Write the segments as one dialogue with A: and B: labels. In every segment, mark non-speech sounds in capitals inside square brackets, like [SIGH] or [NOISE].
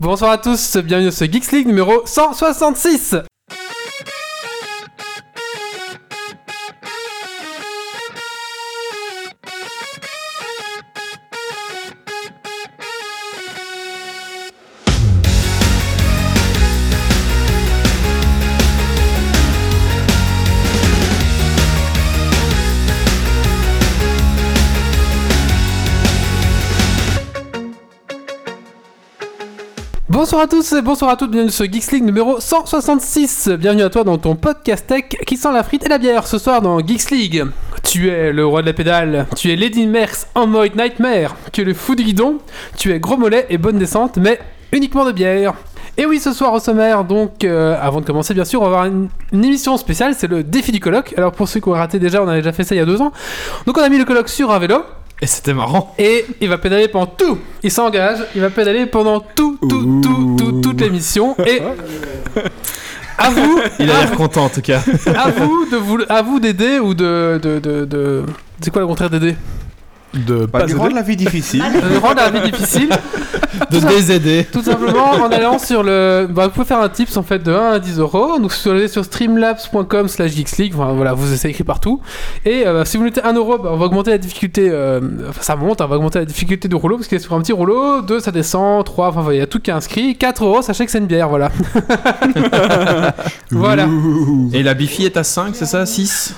A: Bonsoir à tous, bienvenue dans ce Geeks League numéro 166 Bonsoir à tous et bonsoir à toutes, bienvenue sur Geeks League numéro 166. Bienvenue à toi dans ton podcast tech qui sent la frite et la bière ce soir dans Geeks League. Tu es le roi de la pédale, tu es Lady Merce en mode Nightmare, tu es le fou du guidon, tu es gros mollet et bonne descente, mais uniquement de bière. Et oui, ce soir au sommaire, donc euh, avant de commencer, bien sûr, on va avoir une, une émission spéciale, c'est le défi du colloque. Alors pour ceux qui ont raté déjà, on avait déjà fait ça il y a deux ans. Donc on a mis le colloque sur un vélo.
B: Et c'était marrant.
A: Et il va pédaler pendant tout. Il s'engage, il va pédaler pendant tout, tout, tout, tout, toute l'émission.
B: [LAUGHS]
A: Et à vous,
B: Il a
A: à,
B: l'air content en
A: [LAUGHS]
B: tout cas.
A: à vous de vous, à vous d'aider ou de, de, de, de- c'est quoi le contraire d'aider
C: de
D: Pas de
C: Pas
D: Bah, rendre la vie difficile.
A: De rendre la vie difficile,
B: De les aider.
A: tout simplement en allant
B: [LAUGHS]
A: sur le. Bah, vous pouvez faire un tips en fait de 1 à 10 euros. Donc sur, allez sur streamlabs.com/slash geeksleague. Enfin, voilà, vous c'est écrit partout. Et euh, si vous mettez 1 euro, bah, on va augmenter la difficulté. euh, Enfin, ça monte, hein, on va augmenter la difficulté du rouleau parce qu'il est sur un petit rouleau. 2, ça descend. 3, enfin, voilà, il y a tout qui est inscrit. 4 euros, sachez que c'est une bière, voilà. [LAUGHS] voilà.
B: Et la bifi est à 5, c'est ça 6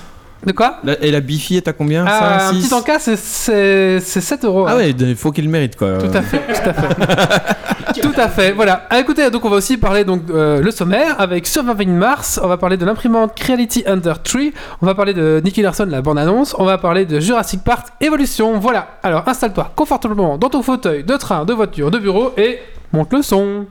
A: De quoi
B: Et la bifi est à combien
A: Ah,
B: 5,
A: un
B: 6
A: petit encas, c'est- c'est c'est 7 euros.
B: Ah
A: hein.
B: ouais, il faut qu'il le mérite quoi.
A: Tout à fait, tout à fait. tout à fait, voilà. Ah, écoutez, donc on va aussi parler donc euh, le sommaire avec Surviving Mars, on va parler de l'imprimante Creality Under Tree, on va parler de Nicky Larson, la bande-annonce, on va parler de Jurassic Park Evolution, voilà. Alors installe-toi confortablement dans ton fauteuil de train, de voiture, de bureau et monte le son.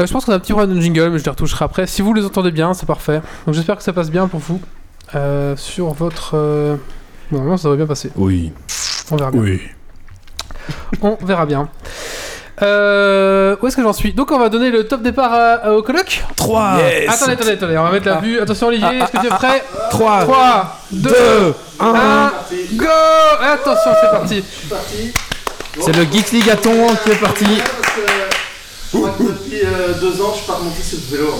A: Euh, je pense qu'on a un petit problème de jingle, mais je les retoucherai après. Si vous les entendez bien, c'est parfait. Donc j'espère que ça passe bien pour vous. Euh, sur votre... euh, Normalement, ça devrait bien passer.
B: Oui.
A: On verra bien.
C: Oui.
A: On verra bien. Euh, où est-ce que j'en suis Donc on va donner le top départ à- à- au coloc.
B: 3
A: Attendez, attendez, attendez, on va mettre la vue. Attention Olivier,
E: Ah,
A: est-ce que tu es prêt
B: 3
A: 3, 2,
B: 2 1
A: 1, go Attention, c'est parti.
B: C'est le Geek Ligaton qui est parti.
F: Moi, depuis euh, deux ans, je suis pas remonté sur le vélo en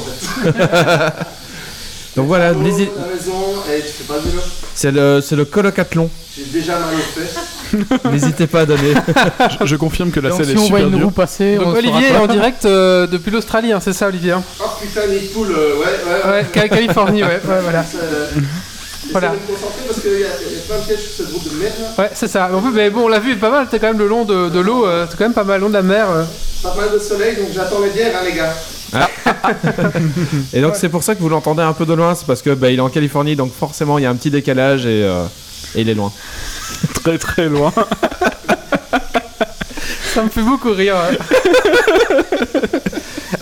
F: fait.
B: [LAUGHS]
C: [LAUGHS]
B: Donc voilà,
F: À
B: n'hésite-
F: la maison, et tu fais pas de vélo.
B: c'est le, c'est
A: [LAUGHS]
B: le colocathlon.
F: J'ai déjà mal aux fesses.
B: N'hésitez pas à donner.
C: Je, je confirme que la
E: Donc
C: selle
E: si
C: est
E: on voit
C: super
E: une
C: dure.
E: roue passer, on
A: Donc
E: saura
A: Olivier est
E: pas.
A: en direct euh, depuis l'Australie, hein, c'est ça Olivier hein
F: Oh putain, Nick Pool, euh, ouais, ouais, ouais.
A: Ouais, Cal- Californie, ouais, ouais, voilà.
F: Ça, euh,
A: Voilà.
F: J'essaie de me concentrer parce qu'il y, a- y a plein de pièges sur ce groupe de merde là.
A: Ouais, c'est ça. Mais, en fait, mais bon, la vue est pas mal, t'es quand même le long de, de l'eau, euh, t'es quand même pas mal, le long de la mer. euh.
F: Pas mal de soleil, donc j'attends les bières, hein, les
C: [LAUGHS]
F: gars.
B: Ah. Et donc c'est pour ça que vous l'entendez un peu de loin, c'est parce que bah, il est en Californie, donc forcément il y a un petit décalage et, euh, et il est loin.
C: [LAUGHS] Très
B: [LAUGHS]
C: très loin.
A: Ça me fait beaucoup rire. ouais. [LAUGHS]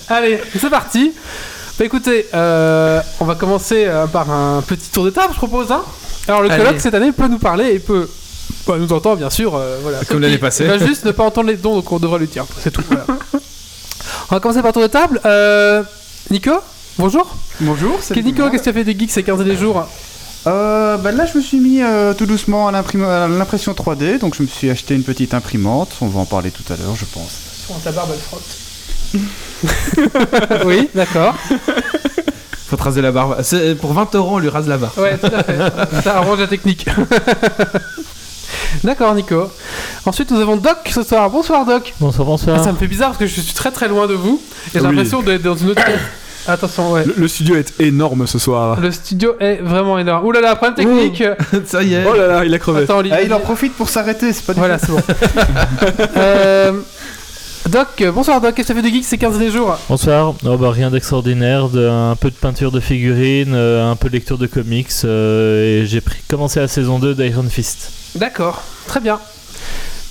A: Allez, c'est parti. Bah écoutez, euh, on va commencer euh, par un petit tour de table, je propose. Hein Alors le
B: Allez.
A: colloque cette année peut nous parler et peut bah, nous entendre bien sûr. euh, voilà.
B: Comme l'année passée.
A: Il va juste ne pas entendre les dons, donc on devra lui dire. C'est tout.
B: [LAUGHS]
A: voilà. on va commencer par tour de table. Euh, Nico, bonjour.
D: Bonjour,
A: Qu'est- Nico, qu'est-ce que tu as fait de geek ces 15 derniers jours
D: euh, bah Là, je me suis mis euh, tout doucement à l'imprime- à l'impression 3D, donc je me suis acheté une petite imprimante. On va en parler tout à l'heure, je pense.
A: ta barbe frotte. oui, d'accord.
B: Faut te raser la barbe. C'est- Pour 20 euros on lui rase la barbe.
A: Ouais, tout à fait. Ça arrange la technique. D'accord, Nico. Ensuite, nous avons Doc ce soir. Bonsoir, Doc. Ah,
E: Bonsoir, bonsoir.
A: Ça me fait bizarre parce que je suis très très loin de vous et j'ai
C: Oui.
A: l'impression d'être dans une autre. Attention, ouais.
C: Le, le studio est énorme ce soir.
A: Le studio est vraiment énorme. Ouh là là, problème technique.
B: ça y est.
C: Oh là là, il a crevé.
A: Attends, Olivier.
D: Ah, il en profite pour s'arrêter, c'est pas du
A: Voilà, c'est bon.
D: [LAUGHS]
A: Euh, Doc, euh, bonsoir Doc, qu'est-ce que ça fait de geek ces 15 derniers jours
E: Bonsoir. Oh, bah, rien d'extraordinaire, de- un peu de peinture de figurines, euh, un peu de lecture de comics, euh, et j'ai pris- commencé la saison 2 d'Iron Fist.
A: D'accord, très bien.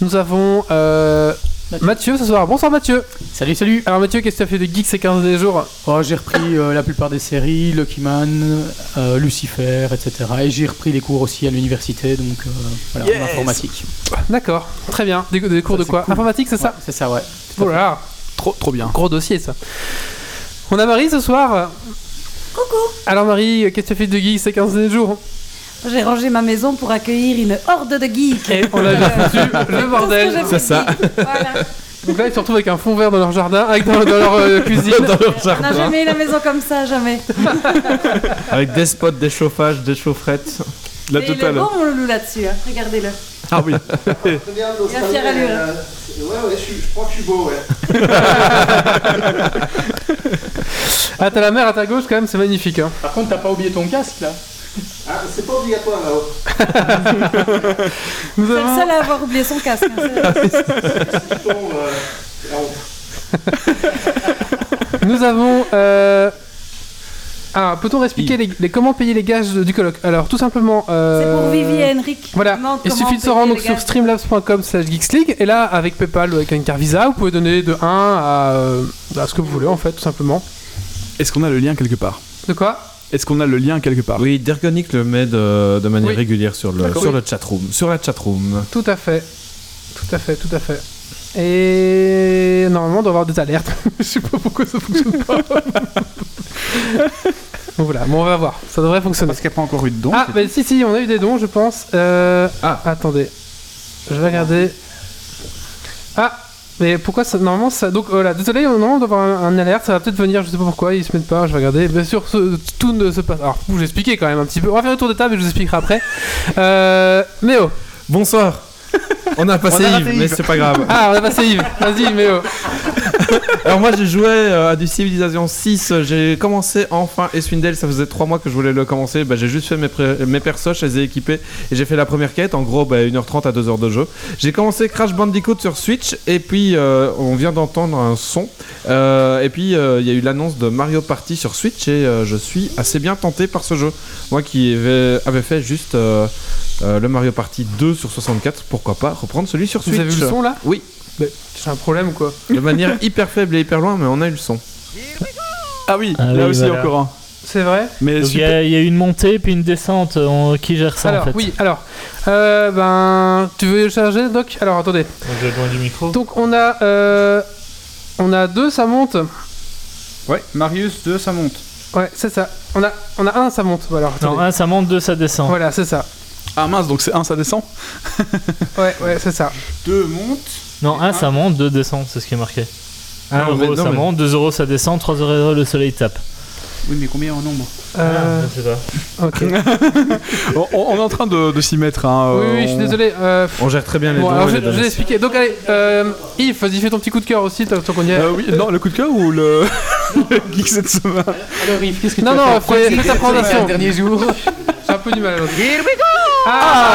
A: Nous avons euh, Mathieu ce soir. Bonsoir Mathieu.
G: Salut, salut
A: Alors Mathieu, qu'est-ce que tu as fait de geek ces 15 derniers jours
G: Oh, J'ai repris euh, la plupart des séries, Lucky Man, euh, Lucifer, etc. Et j'ai repris les cours aussi à l'université, donc euh, voilà, en informatique.
A: D'accord, très bien. Des, des cours
G: Ça,
A: de
G: c'est
A: quoi
G: cool.
A: Informatique, c'est ça
G: Ouais, C'est ça, ouais.
A: Oh là là,
C: Trop, trop bien.
A: gros dossier ça. On a Marie ce soir. Coucou. Alors Marie, qu'est-ce que tu as fait de geek ces 15 derniers jours
H: J'ai rangé ma maison pour accueillir une horde de geeks.
A: Et
H: [LAUGHS]
A: on a bien foutu le bordel.
H: C'est ça. Voilà.
A: Donc là, ils se retrouvent avec un fond vert dans leur jardin, avec dans, dans leur euh, cuisine.
H: On n'a jamais eu la maison comme ça, jamais.
B: [LAUGHS] Avec des spots, des chauffages, des chaufferettes.
C: La
H: Et il est
C: totale.
H: bon, mon loulou, là-dessus. hein. Regardez-le.
C: Ah oui.
F: Très bien,
H: Il a fière allure. hein.
F: euh, c'est- Ouais, ouais, je, suis- je crois que je suis beau,
C: [LAUGHS]
F: ouais.
A: [LAUGHS] Ah, t'as la mer à ta gauche, quand même, c'est magnifique. hein.
I: [LAUGHS]
G: Par contre, t'as pas oublié ton casque là
F: Ah, c'est pas obligatoire là-haut.
I: [LAUGHS]
A: Nous
H: C'est le
A: avons...
H: seul à avoir oublié son casque.
F: [LAUGHS] Ah
C: Ah
H: hein.
F: Bon, euh, alors,
A: [LAUGHS] Nous avons euh... Ah, peut-on expliquer les, les- comment payer les gages de- du colloque Alors, tout simplement.
H: C'est
A: euh,
H: pour Vivi et Henrik.
A: Voilà,
H: Demande
A: il
H: comment
A: suffit de se
H: payer
A: rendre
H: les
A: donc, sur
H: gars.
A: streamlabs.com slash geeksleague et là avec Paypal ou avec une carte Visa vous pouvez donner de 1 à, euh, à ce que vous voulez en fait tout simplement.
C: Est-ce qu'on a le lien quelque part
A: De quoi
C: Est-ce qu'on a le lien quelque part
B: Oui, Dergonic le met de, de manière
A: Oui.
B: régulière sur le,
A: D'accord.
B: sur
A: Oui.
B: le chatroom. Sur la chatroom.
A: Tout à fait. Tout à fait, tout à fait. Et normalement, on doit avoir des alertes. [LAUGHS] Je sais pas pourquoi ça fonctionne pas. bon, voilà, bon, on va voir. Ça devrait fonctionner.
D: Parce qu'il n'y a pas encore eu de don.
A: Ah, ben si, si, on a eu des dons, je pense. Euh...
B: Ah.
A: Attendez. Je vais regarder. Ah mais pourquoi ça, normalement ça donc voilà désolé normalement on doit avoir un, un alerte ça va peut-être venir je sais pas pourquoi ils se mettent pas je vais regarder bien sûr ce- tout ne se passe alors vous vous expliquez quand même un petit peu on va faire le tour de table et je vous expliquerai après euh, Méo [LAUGHS]
B: Bonsoir On a passé
D: On a raté
B: Yves,
D: Yves.
B: mais c'est pas grave.
A: ah on a passé Yves vas-y Méo
B: Alors moi j'ai joué euh, à du Civilization 6, j'ai commencé enfin Eswindale, ça faisait 3 mois que je voulais le commencer, bah, j'ai juste fait mes, pré- mes persos, je les ai équipés et j'ai fait la première quête, en gros bah, 1h30 à 2h de jeu. J'ai commencé Crash Bandicoot sur Switch et puis euh, on vient d'entendre un son Euh, et puis euh, il y a eu l'annonce de Mario Party sur Switch et euh, je suis assez bien tenté par ce jeu. Moi qui avais, avais fait juste euh, euh, le Mario Party 2 sur 64, pourquoi pas reprendre celui sur
A: Vous
B: Switch
A: avez vu le son là
B: Oui.
A: Mais J'ai un problème quoi.
B: De manière hyper faible et hyper loin mais on a eu le son.
C: Ah oui,
E: Ah
C: là
E: oui,
C: aussi
E: voilà.
C: encore un.
A: C'est vrai
C: Mais
E: Donc il y,
C: super.
E: a il y a une montée puis une descente. on- Qui gère ça
A: Alors
E: en fait
A: oui, alors euh, ben tu veux le charger Doc Alors attendez.
E: Je vais loin du micro.
A: Donc on a euh, on a deux ça monte.
D: Ouais, Marius 2, ça monte.
A: Ouais, c'est ça. On a on a un ça monte. Voilà.
E: Non,
A: attendez.
E: un, ça monte, deux, ça descend.
A: Voilà, c'est ça.
C: Ah mince, donc c'est un, ça descend
A: Ouais, ouais, c'est ça.
D: 2 monte.
E: Non,
C: Hein
E: un, ça monte, deux, descend, c'est ce qui est marqué.
C: Ah,
E: Un
B: Non,
E: euro,
B: mais- non,
E: ça
B: mais-
E: monte, deux euros, ça descend, trois euros, le soleil tape.
D: Oui, mais combien en nombre
A: Euh,
E: Ah, je sais pas.
A: ok.
E: [LAUGHS]
A: Oui,
C: on, on- on est en train de, de s'y mettre. Hein, euh,
A: oui, je suis
C: on-
A: désolé. Euh,
B: On gère très bien les
A: bon,
B: dons
A: alors
B: et
A: je,
B: les
A: je
B: donations.
A: vais expliquer. Donc allez, euh, Yves, vas-y, fais ton petit coup de cœur aussi tant tant qu'on y est.
C: Euh, oui, non, le coup de cœur ou le, [LAUGHS] le geek cette semaine
G: Alors, Yves, qu'est-ce que
A: non,
G: tu as
A: non,
G: fait
A: fais, fais ta présentation.
G: dernier jour
A: [LAUGHS] J'ai un peu du mal. à l'autre. Ah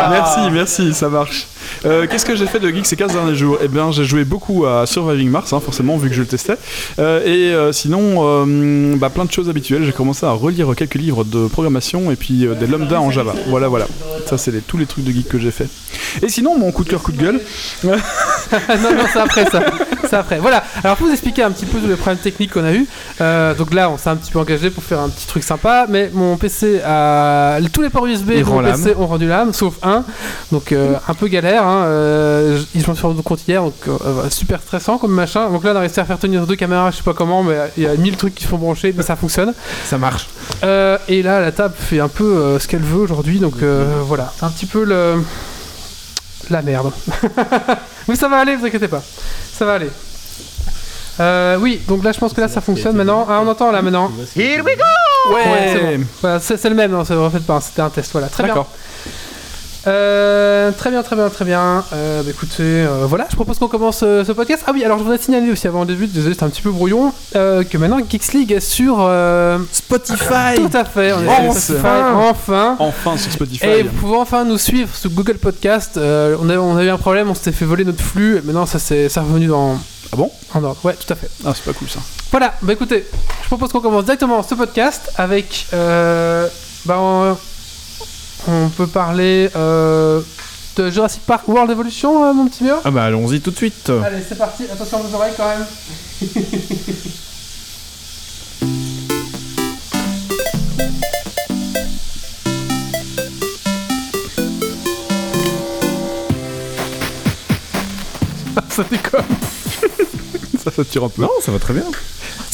C: Ah, Merci, merci, ça marche. Euh, Qu'est-ce que j'ai fait de geek ces 15 derniers jours Eh bien, j'ai joué beaucoup à Surviving Mars, hein, forcément, vu que je le testais. Euh, et euh, sinon, euh, bah, plein de choses habituelles. J'ai commencé à relire quelques livres de programmation et puis euh, des lambda en Java. Voilà, voilà. Ça, c'est les- tous les trucs de geek que j'ai fait. Et sinon, mon coup de cœur, coup
A: [LAUGHS]
C: de gueule.
A: non, non, c'est après ça. C'est après. Voilà. Alors, pour vous expliquer un petit peu tous les problèmes techniques qu'on a eu. euh, donc là, on s'est un petit peu engagé pour faire un petit truc sympa. Mais mon PC a. Tous les ports USB
B: Il
A: de mon
B: rend
A: PC ont rendu l'âme, sauf un. Donc, euh, un peu galère. Hein. Euh, je je m'en suis rendu compte hier. Donc, euh, euh, super stressant comme machin. Donc là, on a réussi à faire tenir deux caméras, je sais pas comment, mais il y a mille trucs qui se font brancher, mais ça fonctionne.
B: Ça marche.
A: Euh, et là, la table fait un peu euh, ce qu'elle veut aujourd'hui, donc euh, voilà. C'est un petit peu le... la merde. [LAUGHS] Mais ça va aller, vous inquiétez pas. Ça va aller. Euh, oui, donc là, je pense que là, ça fonctionne maintenant. Ah, on entend là maintenant.
E: Here we
A: Ouais, c'est bon. Voilà, c'est c'est le même, non, ça ne refaites pas, c'était un test, voilà. Très bien.
C: D'accord.
A: Euh, très bien, très bien, très bien. Euh, bah, écoutez, euh, voilà, je propose qu'on commence euh, ce podcast. Ah oui, alors je voudrais signaler aussi avant le début, désolé, c'était un petit peu brouillon, euh, que maintenant Geeks League est sur euh,
B: Spotify
A: tout à fait. On est sur
C: Enfin.
A: Spotify, enfin.
C: Enfin, sur Spotify.
A: Et vous pouvez enfin nous suivre sur Google Podcast. Euh, on, a, on a eu un problème, on s'était fait voler notre flux. et Maintenant, ça s'est ça est revenu dans.
C: Ah bon
A: En ordre. Ouais, tout à fait.
C: Ah, c'est pas cool ça.
A: Voilà, bah écoutez, je propose qu'on commence directement ce podcast avec. euh, bah, on, on peut parler. euh, test Jurassic Park World Evolution, euh, mon petit vieux
B: Ah bah allons-y tout de suite.
C: Euh.
A: Allez, c'est parti, attention aux oreilles quand même. Ça déconne.
C: Ça, ça tire un peu.
B: Non, ça va très bien.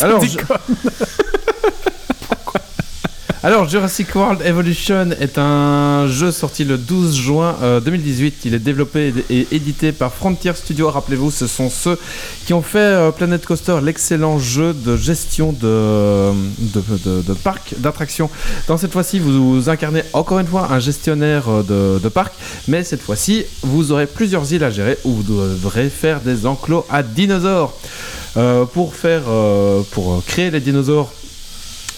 B: Alors, je- [LAUGHS] Alors, Jurassic World Evolution est un jeu sorti le 12 juin euh, 2018. Il est développé et, et édité par Frontier Studio. Rappelez-vous, ce sont ceux qui ont fait euh, Planet Coaster, l'excellent jeu de gestion de, de, de- de parc, d'attraction. Dans cette fois-ci, vous, vous incarnez encore une fois un gestionnaire euh, de, de parc, mais cette fois-ci, vous aurez plusieurs îles à gérer où vous devrez faire des enclos à dinosaures. Euh, pour faire, euh, pour créer les dinosaures,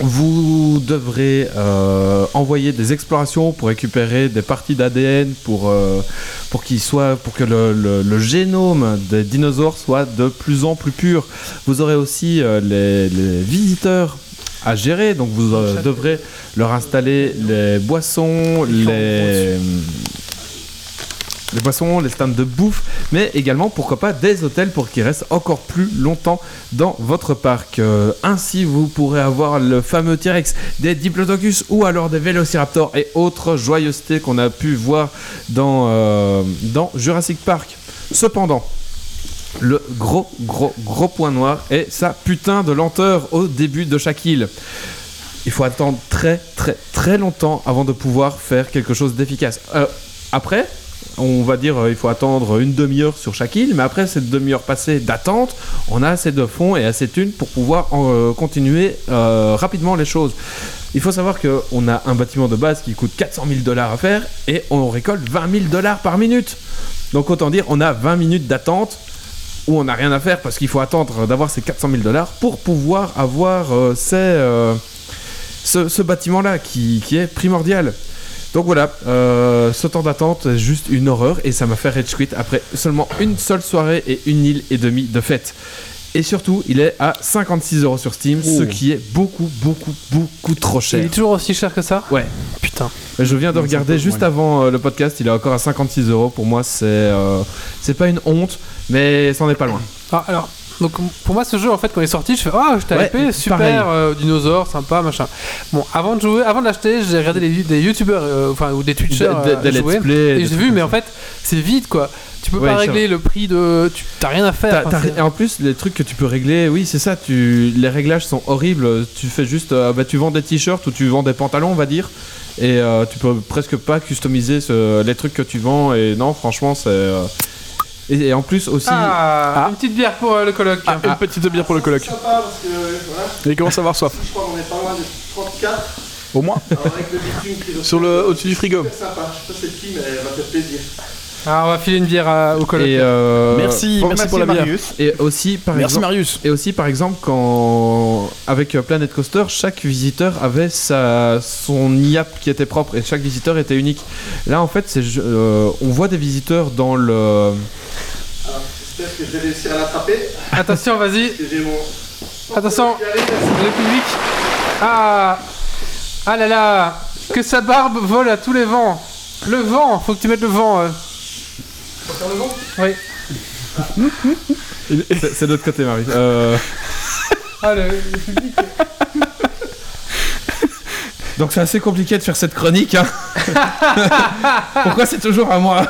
B: vous devrez euh, envoyer des explorations pour récupérer des parties d'ADN pour, euh, pour, qu'ils soient- pour que le, le- le génome des dinosaures soit de plus en plus pur. Vous aurez aussi euh, les, les visiteurs à gérer, donc vous euh, devrez leur installer les boissons, les, les boissons, les stands de bouffe, mais également pourquoi pas des hôtels pour qu'ils restent encore plus longtemps dans votre parc. Euh, ainsi, vous pourrez avoir le fameux T-Rex, des Diplodocus ou alors des Vélociraptors et autres joyeusetés qu'on a pu voir dans, euh, dans Jurassic Park. Cependant, le gros, gros, gros point noir est sa putain de lenteur au début de chaque île. Il faut attendre très, très, très longtemps avant de pouvoir faire quelque chose d'efficace. Euh, après, on va dire euh, il faut attendre une demi-heure sur chaque île, mais après cette demi-heure passée d'attente, on a assez de fonds et assez de thunes pour pouvoir euh, continuer euh, rapidement les choses. Il faut savoir qu'on a un bâtiment de base qui coûte 400 000 dollars à faire et on récolte 20 000 dollars par minute. Donc autant dire, on a 20 minutes d'attente où on n'a rien à faire parce qu'il faut attendre d'avoir ces 400 000 dollars pour pouvoir avoir euh, ces, euh, ce, ce bâtiment-là qui, qui est primordial. Donc voilà, euh, ce temps d'attente est juste une horreur et ça m'a fait rage quit après seulement une seule soirée et une île et demie de fête. Et surtout, il est à 56 euros sur Steam, ce qui est beaucoup, beaucoup, beaucoup trop
A: Il
B: cher.
A: est toujours aussi cher que ça
B: Ouais.
A: Putain.
B: Je viens
D: Mais c'est
B: de
D: un
B: regarder
D: peu
B: juste
D: moins.
B: avant euh, le podcast, il est encore à 56 euros. Pour moi, c'est euh, c'est pas une honte, mais c'en est pas loin.
A: Ah, alors, donc pour moi, ce jeu, en fait, quand il est sorti, je fais Ah, je t'ai
B: Ouais,
A: hypé,
B: pareil.
A: super, euh, dinosaure, sympa, machin. Bon, avant de jouer, avant de l'acheter, j'ai regardé les, des youtubeurs, euh, enfin, ou des twitchers.
B: Des-
A: euh,
B: des- des
A: jouer.
B: let's play,
A: Et
B: des
A: j'ai
B: trucs
A: vu,
B: comme
A: mais
B: ça.
A: en fait, c'est vide, quoi. Tu peux
B: Ouais,
A: pas
B: c'est
A: régler le prix de. tu- T'as rien à
B: T'as-
A: faire.
B: t'as
A: enfin,
B: ri-
A: c'est-
B: et en plus, les trucs que tu peux régler, oui, c'est ça. Tu, les réglages sont horribles. Tu fais juste, euh, bah, tu vends des t-shirts ou tu vends des pantalons, on va dire, et euh, tu peux presque pas customiser ce- les trucs que tu vends. Et non, franchement, c'est. euh, Et, et en plus aussi.
A: Ah,
B: Ah.
A: Une petite bière pour euh, le colloque.
C: Une petite bière pour le colloque.
F: sympa parce que euh, voilà,
C: Et il commence à avoir soif.
F: je crois qu'on est pas loin de 34.
C: Au [LAUGHS] moins.
F: Alors avec le bitume qui
C: Sur le, au-dessus du frigo.
F: C'est sympa, je sais pas c'est qui, mais elle va faire plaisir.
A: Ah, on va filer une bière euh, au colloque.
B: et, euh,
C: merci,
D: Bon,
C: merci pour la bière.
D: Marius.
B: Et aussi, par
C: Merci
B: exemple.
C: Marius.
B: Et aussi, par exemple, quand avec euh, Planet Coaster, chaque visiteur avait sa son IAP qui était propre et chaque visiteur était unique. Là, en fait, c'est ju- euh, on voit des visiteurs dans le.
F: Alors j'espère que je vais réussir à l'attraper.
A: Attention, vas-y.
F: que J'ai mon.
A: Attention.
F: J'y arrive.
A: Le public. Ah Ah là là Que sa barbe vole à tous les vents Le vent Faut que tu mettes le vent. euh. Oui.
B: C'est c'est de l'autre côté, Marie. Euh,
A: Ah, le, le public.
B: donc c'est assez compliqué de faire cette chronique. hein. [LAUGHS] Pourquoi c'est toujours à moi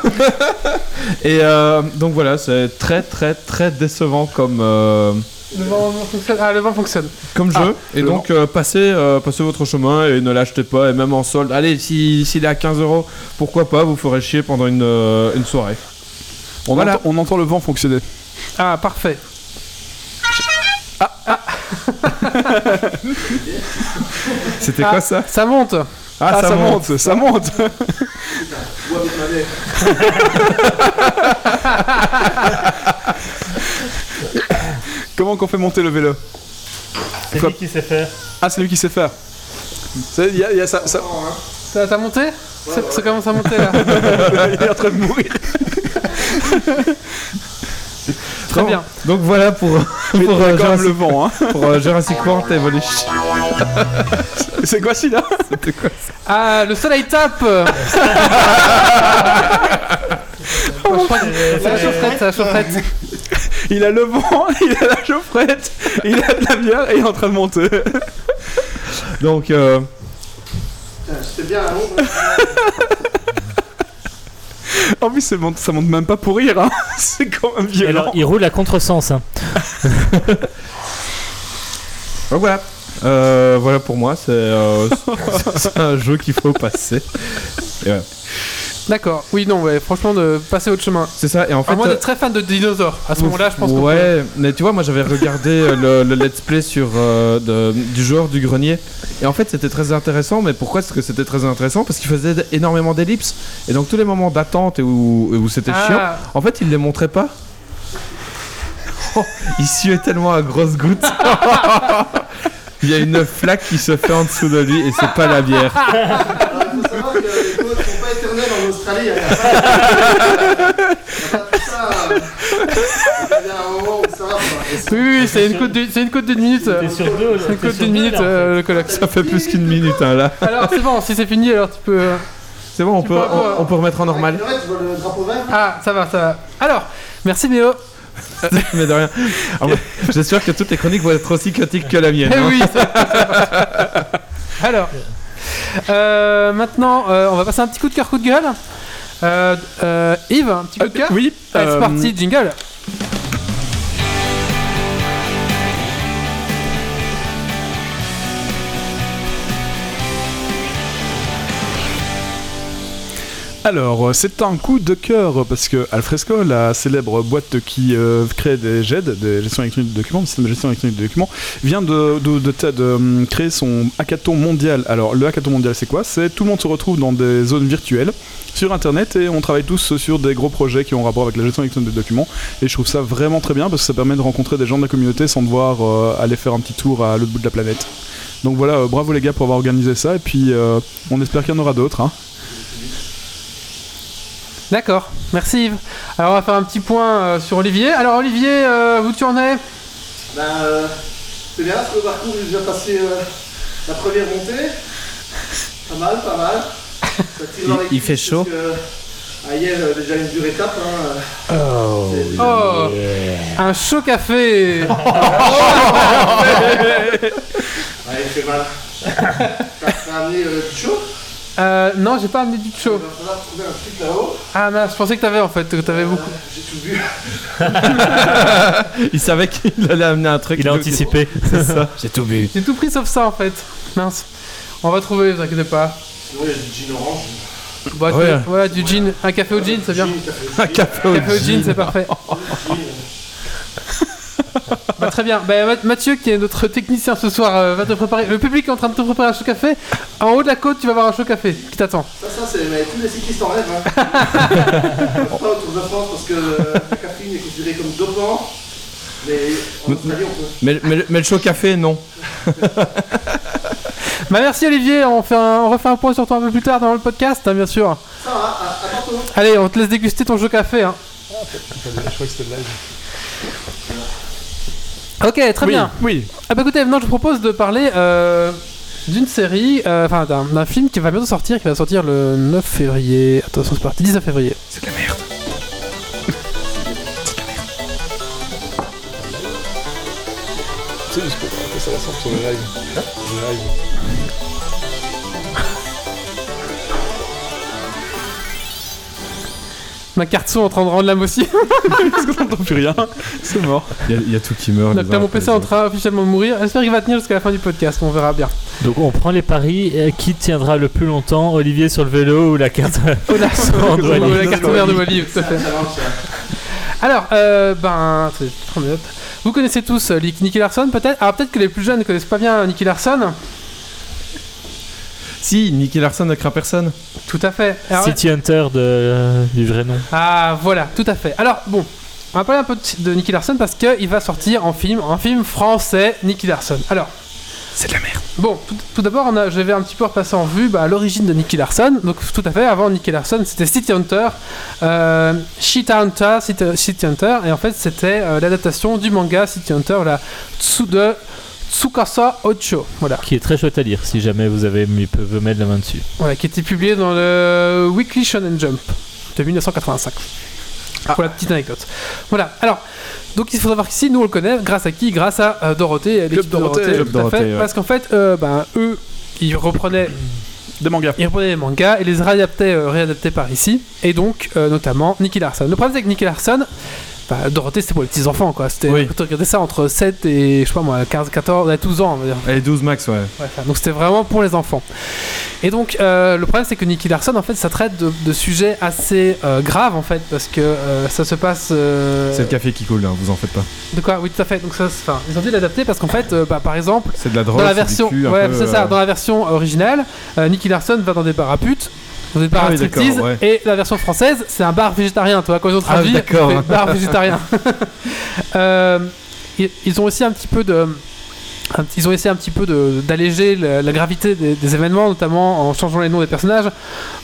B: Et euh, donc voilà, c'est très très très décevant comme euh,
A: Le vent fonctionne. Ah, le vent fonctionne.
B: comme jeu. et
C: le
B: donc euh, passez euh, passez votre chemin et ne l'achetez pas. Et même en solde, allez, si- s'il est à 15 euros, pourquoi pas Vous ferez chier pendant une, euh, une soirée.
C: On,
B: Voilà.
C: entend, on entend le vent [LAUGHS] fonctionner.
A: Ah, parfait. Ah,
C: [LAUGHS]
B: C'était
A: Ah,
B: quoi ça
A: Ça monte
B: Ah,
C: ça, monte, ça monte.
F: Bois avec ma mère.
C: Comment qu'on fait monter le vélo
E: C'est
C: Quoi
E: lui qui sait faire.
C: Ah, c'est lui qui sait faire. C'est- Il y a, il y a ça, ça-
A: Ça, ça monté ça, ça commence à monter là.
C: il est en train de mourir.
A: Très
B: Bon,
A: bien.
B: Donc voilà pour, [LAUGHS]
C: Mais
B: pour, euh,
C: quand même le
B: Jurassic,
C: vent. Hein.
B: [LAUGHS] pour euh, Jurassic World Evolution.
C: C'est
B: [LAUGHS]
C: quoi celui-là [LAUGHS]
A: Ah, le soleil tape la chaufferette, ça, la chaufferette.
C: Il a le vent, [LAUGHS] il a la chaufferette, il a de la bière et il est en train de monter.
B: Donc, euh,
F: Putain, C'était bien à Londres.
C: [LAUGHS] En plus, ça monte, ça monte même pas pour rire, hein. [LAUGHS] c'est quand même
E: Et
C: violent.
E: Alors, il roule à contresens.
C: [LAUGHS]
E: Hein.
B: donc voilà. Euh, voilà pour moi, c'est euh, [LAUGHS] c'est un jeu qu'il faut passer.
A: D'accord, oui, non, ouais, franchement, de passer autre chemin.
B: C'est ça, et en fait.
A: À moins
B: euh,
A: d'être très fan de dinosaures, à ce moment-là, je pense qu'on peut-
B: Ouais, mais tu vois, moi j'avais regardé euh, le, le let's play sur, euh, de- du joueur du grenier. Et en fait, c'était très intéressant. Mais pourquoi est-ce que c'était très intéressant Parce qu'il faisait d- énormément d'ellipses. Et donc, tous les moments d'attente et où, et où c'était chiant,
A: Ah,
B: en fait, il les montrait pas. [LAUGHS] Oh, il suait tellement à grosses gouttes. [LAUGHS] il y a une flaque qui se fait en dessous de lui et c'est pas la bière.
F: Alors, il faut savoir que les codes sont pas éternels en Australie. Il n'y a pas il y a pas tout ça. euh, Il y a un moment où ça va. quoi. Et c'est-
A: Oui, oui, c'est une côte de- c'est une côte d'une minute. euh, C'est
E: deux,
A: une côte d'une minute, euh, le colloque.
B: Ça fait plus qu'une minute hein, là.
A: Alors, c'est bon, si c'est fini, alors tu peux. euh,
B: C'est bon, on peut, on, on peut remettre en normal.
F: Le reste, tu vois le drapeau vert.
A: Ah, ça va, ça va. Alors, merci Méo.
B: [LAUGHS] Mais de rien. Alors, moi, J'espère que toutes les chroniques vont être aussi chaotiques que la mienne.
A: [LAUGHS] Eh
B: hein.
A: oui, ça- Alors, euh, maintenant, euh, on va passer un petit coup de cœur, coup de gueule. Euh, euh, Yves, un petit coup de cœur
C: Oui,
A: Allez, c'est
C: euh,
A: parti, jingle.
C: Alors, euh, c'est un coup de cœur parce que Alfresco, la célèbre boîte qui euh, crée des GED, des gestions électroniques de documents, des systèmes de gestion électronique de documents, vient de, de- de ta- de, hum, créer son hackathon mondial. Alors, le hackathon mondial, c'est quoi C'est tout le monde se retrouve dans des zones virtuelles sur Internet et on travaille tous sur des gros projets qui ont rapport avec la gestion électronique des documents. Et je trouve ça vraiment très bien parce que ça permet de rencontrer des gens de la communauté sans devoir euh, aller faire un petit tour à l'autre bout de la planète. Donc voilà, euh, bravo les gars pour avoir organisé ça et puis euh, on espère qu'il y en aura d'autres. hein.
A: D'accord, merci Yves. Alors, on va faire un petit point euh, sur Olivier. Alors, Olivier, euh, vous tournez
F: Ben, euh, c'est bien, parce que le parcours, j'ai déjà passé euh, la première montée. Pas mal, pas mal. Ça tire dans les
B: Il- il fait
F: cuisses,
B: chaud.
F: parce que, à Yel, euh, déjà une dure étape. Hein. C'est-
A: Oh, un chaud
B: [LAUGHS]
A: café.
F: Ouais, il fait [LAUGHS] mal. T'as- T'as amené euh, du chaud
A: Euh, non, j'ai pas amené du
F: Il
A: chaud.
F: va falloir trouver un truc là-haut.
A: Ah mince, je pensais que t'avais en fait, que t'avais
B: [LAUGHS]
A: beaucoup.
F: Euh, J'ai tout bu.
B: [LAUGHS] Il savait qu'il allait amener un truc.
E: Il a
B: Donc,
E: anticipé.
B: C'est ça.
A: [LAUGHS] J'ai tout pris sauf ça en fait. Mince. On va trouver, vous inquiétez pas.
F: Sinon, il y a du gin orange.
A: Bah,
B: Ouais.
A: tu- Voilà, du gin. Un café au gin, c'est bien.
F: Gin, t'as fait
B: Un café au
A: Café au gin, c'est parfait. Bah, très bien. Bah, Math- Mathieu, qui est notre technicien ce soir, euh, va te préparer. Le public est en train de te préparer un chaud café. En haut de la côte, tu vas avoir un chaud café qui t'attend.
F: Ça, ça, c'est mais tous les cyclistes en rêvent. Hein. [LAUGHS] On pas autour de France parce que euh, la caféine est considérée comme dopant. Mais en Australie, on peut.
B: Mais, mais- mais le chaud café, non.
A: [LAUGHS] Bah, merci Olivier. On, fait un- on refait un point sur toi un peu plus tard dans le podcast, hein, bien sûr.
F: Ça va, à, à tantôt.
A: Allez, on te laisse déguster ton jeu café. Hein. Ok, très bien.
C: Oui,
A: Ah bah écoutez, maintenant je vous propose de parler euh, d'une série, euh, enfin d'un d'un film qui va bientôt sortir, qui va sortir le 9 février. Attention, c'est parti, 19 février. C'est de la merde. C'est juste pour ça, ça va sortir sur le live. Ma carte son en train de rendre l'âme aussi.
C: [LAUGHS] Parce qu'on n'entend plus rien. C'est mort.
B: Il y a- il y, a tout qui meurt.
A: Donc
B: les
A: là,
B: uns
A: mon
B: après
A: PC est
B: les
A: en
B: autres.
A: train officiellement de mourir. J'espère qu'il va tenir jusqu'à la fin du podcast. On verra bien.
E: Donc on prend les paris. euh, Qui tiendra le plus longtemps Olivier sur le vélo ou la carte [LAUGHS]
A: Oh,
E: de Wally.
A: la carte ouverte de Wally, tout à fait. Alors, euh, ben, c'est- je prends mes notes. vous connaissez tous euh, Nick- Nicky Larson, peut-être. Alors peut-être que les plus jeunes ne connaissent pas bien euh, Nicky Larson.
B: Si, Nicky Larson ne craint personne.
A: Tout à fait. Alors,
E: City Hunter de, du vrai nom.
A: Ah voilà, tout à fait. Alors bon, on va parler un peu de, de Nicky Larson parce qu'il va sortir en film, un film français, Nicky Larson. Alors. C'est de la merde. Bon, tout, tout d'abord, on a- j'avais un petit peu repassé en vue bah, l'origine de Nicky Larson. Donc, tout à fait, avant Nicky Larson, c'était City Hunter, euh, Cheetah Hunter, City, City Hunter, et en fait, c'était euh, l'adaptation du manga City Hunter, la Tsu de Tsukasa Ocho. Voilà.
E: Qui est très chouette à lire si jamais vous avez mis, peu- veut mettre la main dessus.
A: Voilà, qui était publié dans le Weekly Shonen Jump de 1985.
C: Ah.
A: Pour la petite anecdote. Voilà. Alors, donc il faut savoir qu'ici, nous on le connaît, grâce à qui Grâce à euh, Dorothée, à l'équipe de
C: Dorothée,
A: Dorothée.
C: Club
A: tout à
B: Dorothée,
A: fait.
B: ouais.
A: Parce qu'en fait, euh, ben, eux, ils reprenaient
C: [CLEARS THROAT] Des mangas.
A: ils reprenaient les mangas et les réadaptaient, euh, réadaptaient par ici, et donc euh, notamment Nicky Larson. Le problème c'est que Nicky Larson, bah, Dorothée c'était pour les petits enfants quoi, c'était
B: Oui.
A: quand tu regardais ça entre 7 et je sais pas moi, 15, 14, ouais, 12 ans on va dire.
B: Allez, 12 max, ouais.
A: Ouais, enfin, donc c'était vraiment pour les enfants. Et donc euh, le problème c'est que Nicky Larson en fait ça traite de, de sujets assez euh, graves en fait, parce que euh, ça se passe... euh,
B: C'est le café qui coule, hein, vous en faites pas.
A: de quoi Oui tout à fait, donc ça, c'est- enfin, ils ont dû l'adapter parce qu'en fait, euh, bah, par exemple,
B: C'est de la drogue.
A: dans la
B: c'est du
A: version,
B: cul, un
A: ouais,
B: peu,
A: c'est ça.
B: euh,
A: Dans la version originale, euh, Nicky Larson va dans des bars à putes, dans des bars
B: Ah
A: à
B: oui, d'accord,
A: striptease,
B: ouais.
A: et la version française, c'est un bar végétarien. Tu vois, quand ils ont
B: Ah
A: traduit,
B: oui, d'accord.
A: c'est bar végétarien. [LAUGHS] Euh, ils- ils ont aussi un petit peu de un petit- ils ont essayé un petit peu de- d'alléger la, la gravité des, des événements, notamment en changeant les noms des personnages.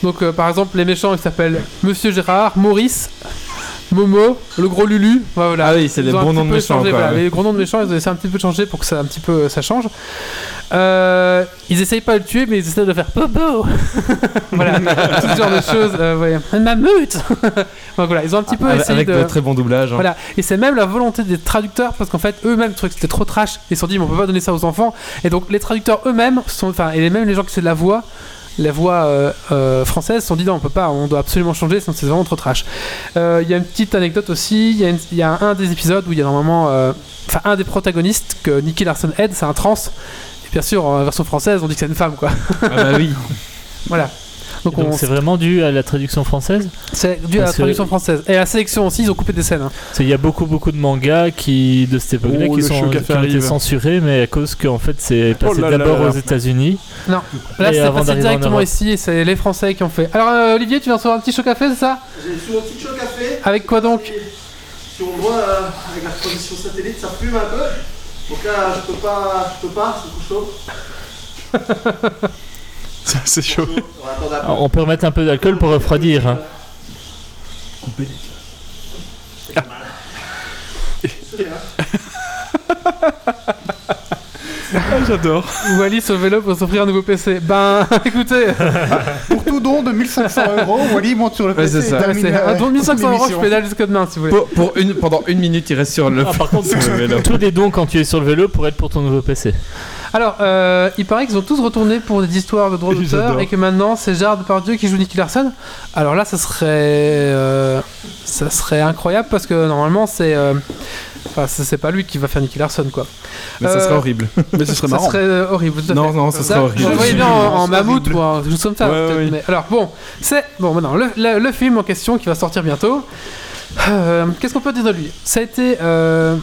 A: Donc, euh, par exemple, les méchants, ils s'appellent Monsieur Gérard, Maurice, Momo, le gros Lulu. Enfin, voilà.
B: Ah oui, c'est
A: Ils
B: les
A: ont un
B: bons
A: petit
B: noms de
A: peu
B: méchants,
A: changé,
B: quoi,
A: voilà.
B: ouais.
A: Les gros noms de méchants, ils ont essayé un petit peu de changer pour que ça, un petit peu, ça change. Euh, ils essayent pas de le tuer, mais ils essayent de le faire bobo. [LAUGHS] voilà, tout ce genre de choses. euh, ouais. Ma meute. [LAUGHS] Donc voilà, ils ont un petit peu
B: avec
A: essayé
B: Ah, avec
A: de.
B: de très bons doublages. hein.
A: Voilà, et c'est même la volonté des traducteurs parce qu'en fait eux-mêmes trouvaient que c'était trop trash. Ils se sont dit, mais on peut pas donner ça aux enfants. Et donc les traducteurs eux-mêmes sont, enfin, et les- même les gens qui faisaient de la voix, la voix euh, euh, française, se sont dit non, on peut pas, on doit absolument changer, sinon c'est vraiment trop trash. Euh, Il y a une petite anecdote aussi. Il y, a une- il y a un des épisodes où il y a normalement, euh, enfin, un des protagonistes que Nicky Larson aide, c'est un trans. Et bien sûr, en version française, on dit que c'est une femme, quoi.
B: Ah bah oui.
A: [LAUGHS] voilà. Donc,
E: Donc
A: on-
E: c'est Ah, vraiment dû à la traduction française
A: c'est dû à la
E: parce que-
A: traduction française. Et à la sélection aussi, ils ont coupé des scènes. hein.
E: Parce qu'il y a beaucoup beaucoup de mangas qui de cette époque-là
C: Oh,
E: qui
C: le
E: sont
C: chou-café
E: qui ont été
C: arrive.
E: censurés, mais à cause qu'en fait c'est
C: Oh
E: passé
C: là là
E: d'abord
C: là là.
E: aux États-Unis.
A: Là,
E: Et
A: c'est
E: avant
A: passé
E: d'arriver en
A: directement
E: Europe.
A: ici et c'est les Français qui ont fait. Alors, euh, Olivier, tu viens recevoir un petit choc à fait, c'est ça
F: J'ai sous un petit choc à faire.
A: Avec quoi donc
F: Si on voit euh, avec la transition satellite, ça fume un peu. Donc là, je peux pas, je peux pas, c'est trop chaud.
C: C'est- C'est chaud.
F: On va attendre un peu.
E: Alors, on peut remettre un peu d'alcool pour refroidir. hein.
B: Ah,
C: J'adore.
A: Wally au vélo pour s'offrir un nouveau PC. Ben, [LAUGHS] écoutez,
D: Pour tout don de
A: [LAUGHS]
D: 1500 euros, Wally monte sur le
B: Ouais,
D: PC.
B: c'est ça.
D: et termine
A: c'est
D: la-
A: un tour de 1500 euros, je
D: l'émission.
A: pédale jusqu'à demain si vous voulez.
B: Pour, pour une, pendant une minute, il reste [LAUGHS] sur le.
E: Ah, par contre,
B: le vélo.
E: tous les dons quand tu es sur le vélo pour être pour ton nouveau PC.
A: Alors, euh, il paraît qu'ils ont tous retourné pour des histoires de
C: [LAUGHS]
A: droits d'auteur
C: J'adore.
A: et que maintenant c'est Gérard Depardieu qui joue Nicky Larson. Alors là, ça serait. euh, ça serait incroyable parce que normalement c'est. euh, Enfin, c'est c'est pas lui qui va faire Nicky Larson quoi.
B: Mais ça serait
A: Euh,
B: horrible.
C: Mais ce serait
A: Ça
C: marrant.
A: serait euh, horrible. tout à
B: Non,
A: fait.
B: non, ça
A: Ça,
B: serait
A: Je le
B: horrible.
A: voyais bien en, en
D: C'est
A: mammouth
D: horrible.
A: ou en chose comme ça.
C: Ouais,
A: peut-être,
C: ouais.
A: mais- alors bon, c'est bon maintenant le, le- le film en question qui va sortir bientôt. euh, Qu'est-ce qu'on peut dire de lui Ça a été euh,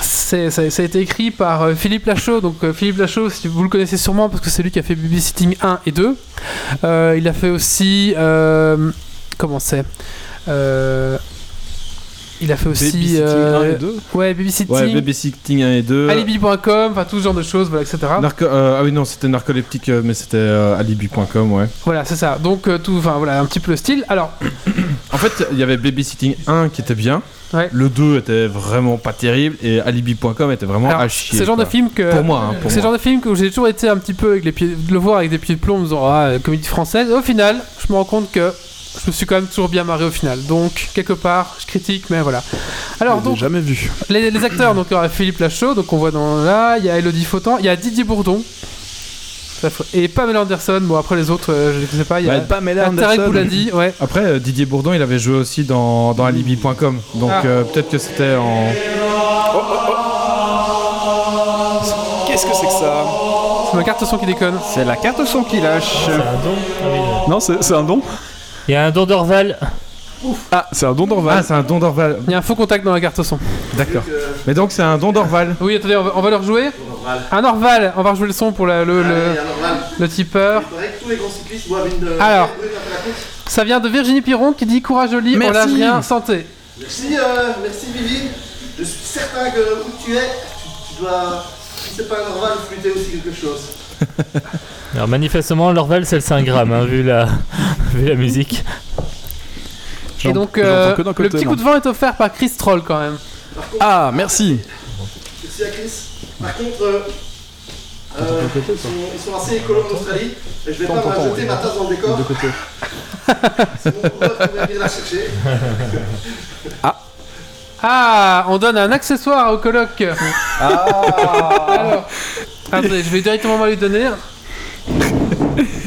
A: c'est- ça, ça a été écrit par euh, Philippe Lachaud. Donc euh, Philippe Lachaud, si vous le connaissez sûrement parce que c'est lui qui a fait Babysitting 1 et 2. Euh, il a fait aussi euh, comment c'est Euh, Il a fait aussi
B: Babysitting 1 et
A: euh,
B: 2
A: ouais Babysitting,
B: Ouais, babysitting 1 et 2.
A: Alibi.com, enfin tout ce genre de choses, voilà, etc.
B: Narco- euh, ah oui, non, c'était narcoleptique, euh, mais c'était euh, alibi.com, ouais.
A: Voilà, c'est ça. Donc euh, tout, enfin voilà, un petit peu le style. Alors,
B: En fait, il y avait Babysitting 1 qui était bien,
A: Ouais.
B: le 2 était vraiment pas terrible, et Alibi.com était vraiment
A: alors,
B: à chier.
A: c'est le genre de
B: quoi.
A: film que
B: Pour moi, hein, pour
A: c'est le
B: moi.
A: genre de film que j'ai toujours été un petit peu avec les pieds, de le voir avec des pieds de plomb, en me disant ah euh, comédie française. Et au final, je me rends compte que je me suis quand même toujours bien marré au final. Donc quelque part, je critique, mais voilà. Alors
C: Je l'ai
A: donc
C: jamais vu.
A: les, les acteurs, donc il y aura Philippe Lachaud, donc on voit dans là, il y a Elodie Fautan, il y a Didier Bourdon. Ça, faut- Et Pamela Anderson, bon après les autres, euh, je ne sais pas, il y a
C: Pamela
A: Tarek Bouladi, ouais. Mmh.
B: Après, euh, Didier Bourdon, il avait joué aussi dans, dans Alibi.com, donc
A: Ah.
B: euh, peut-être que c'était en.
C: Qu'est-ce que c'est que ça
A: C'est ma carte son qui déconne.
D: C'est la carte son qui lâche.
E: C'est un don Ah oui.
C: Non, c'est c'est un don
E: Il y a un don d'Orval.
C: Ah, c'est un don
B: Ah,
C: d'Orval.
B: c'est un don d'Orval,
A: Il y a un faux contact dans la carte son.
B: d'accord. Mais donc, c'est un don d'Orval.
A: Oui, attendez, on va, on va le rejouer. Un Orval, on va rejouer le son pour la- le, le,
F: Et alors là,
A: le tipeur.
F: il paraît que tous les grands cyclistes boivent une. euh,
A: Alors.
F: brute après la course.
A: Ça vient de Virginie Piron qui dit Courage Oli, on lâche rien, santé.
F: Merci, euh, merci Vivi. Je suis certain que où que tu es, tu, tu dois. Si c'est pas un normal, flûter aussi quelque chose.
E: Alors manifestement l'Orval c'est le 5 grammes hein, vu la [LAUGHS] vu la musique.
A: Et
C: J'en-
A: donc,
C: j'entends
A: euh,
C: que d'un
A: le
C: côté,
A: petit
C: non.
A: coup
B: hein.
A: de vent est offert par Chris Troll quand même.
C: Ah,
A: [LAUGHS]
C: merci.
F: Merci à Chris. Par contre, euh, euh, ils, sont, ils sont assez écolos en Australie. Et je vais pas
C: t'entends,
F: me jeter
C: ouais.
H: [LAUGHS]
F: ma tasse dans le décor.
C: côté.
E: [LAUGHS]
F: C'est mon coureur qui va venir la chercher.
A: Ah, on donne un accessoire au coloc. [LAUGHS] Alors, attendez, je vais directement lui donner.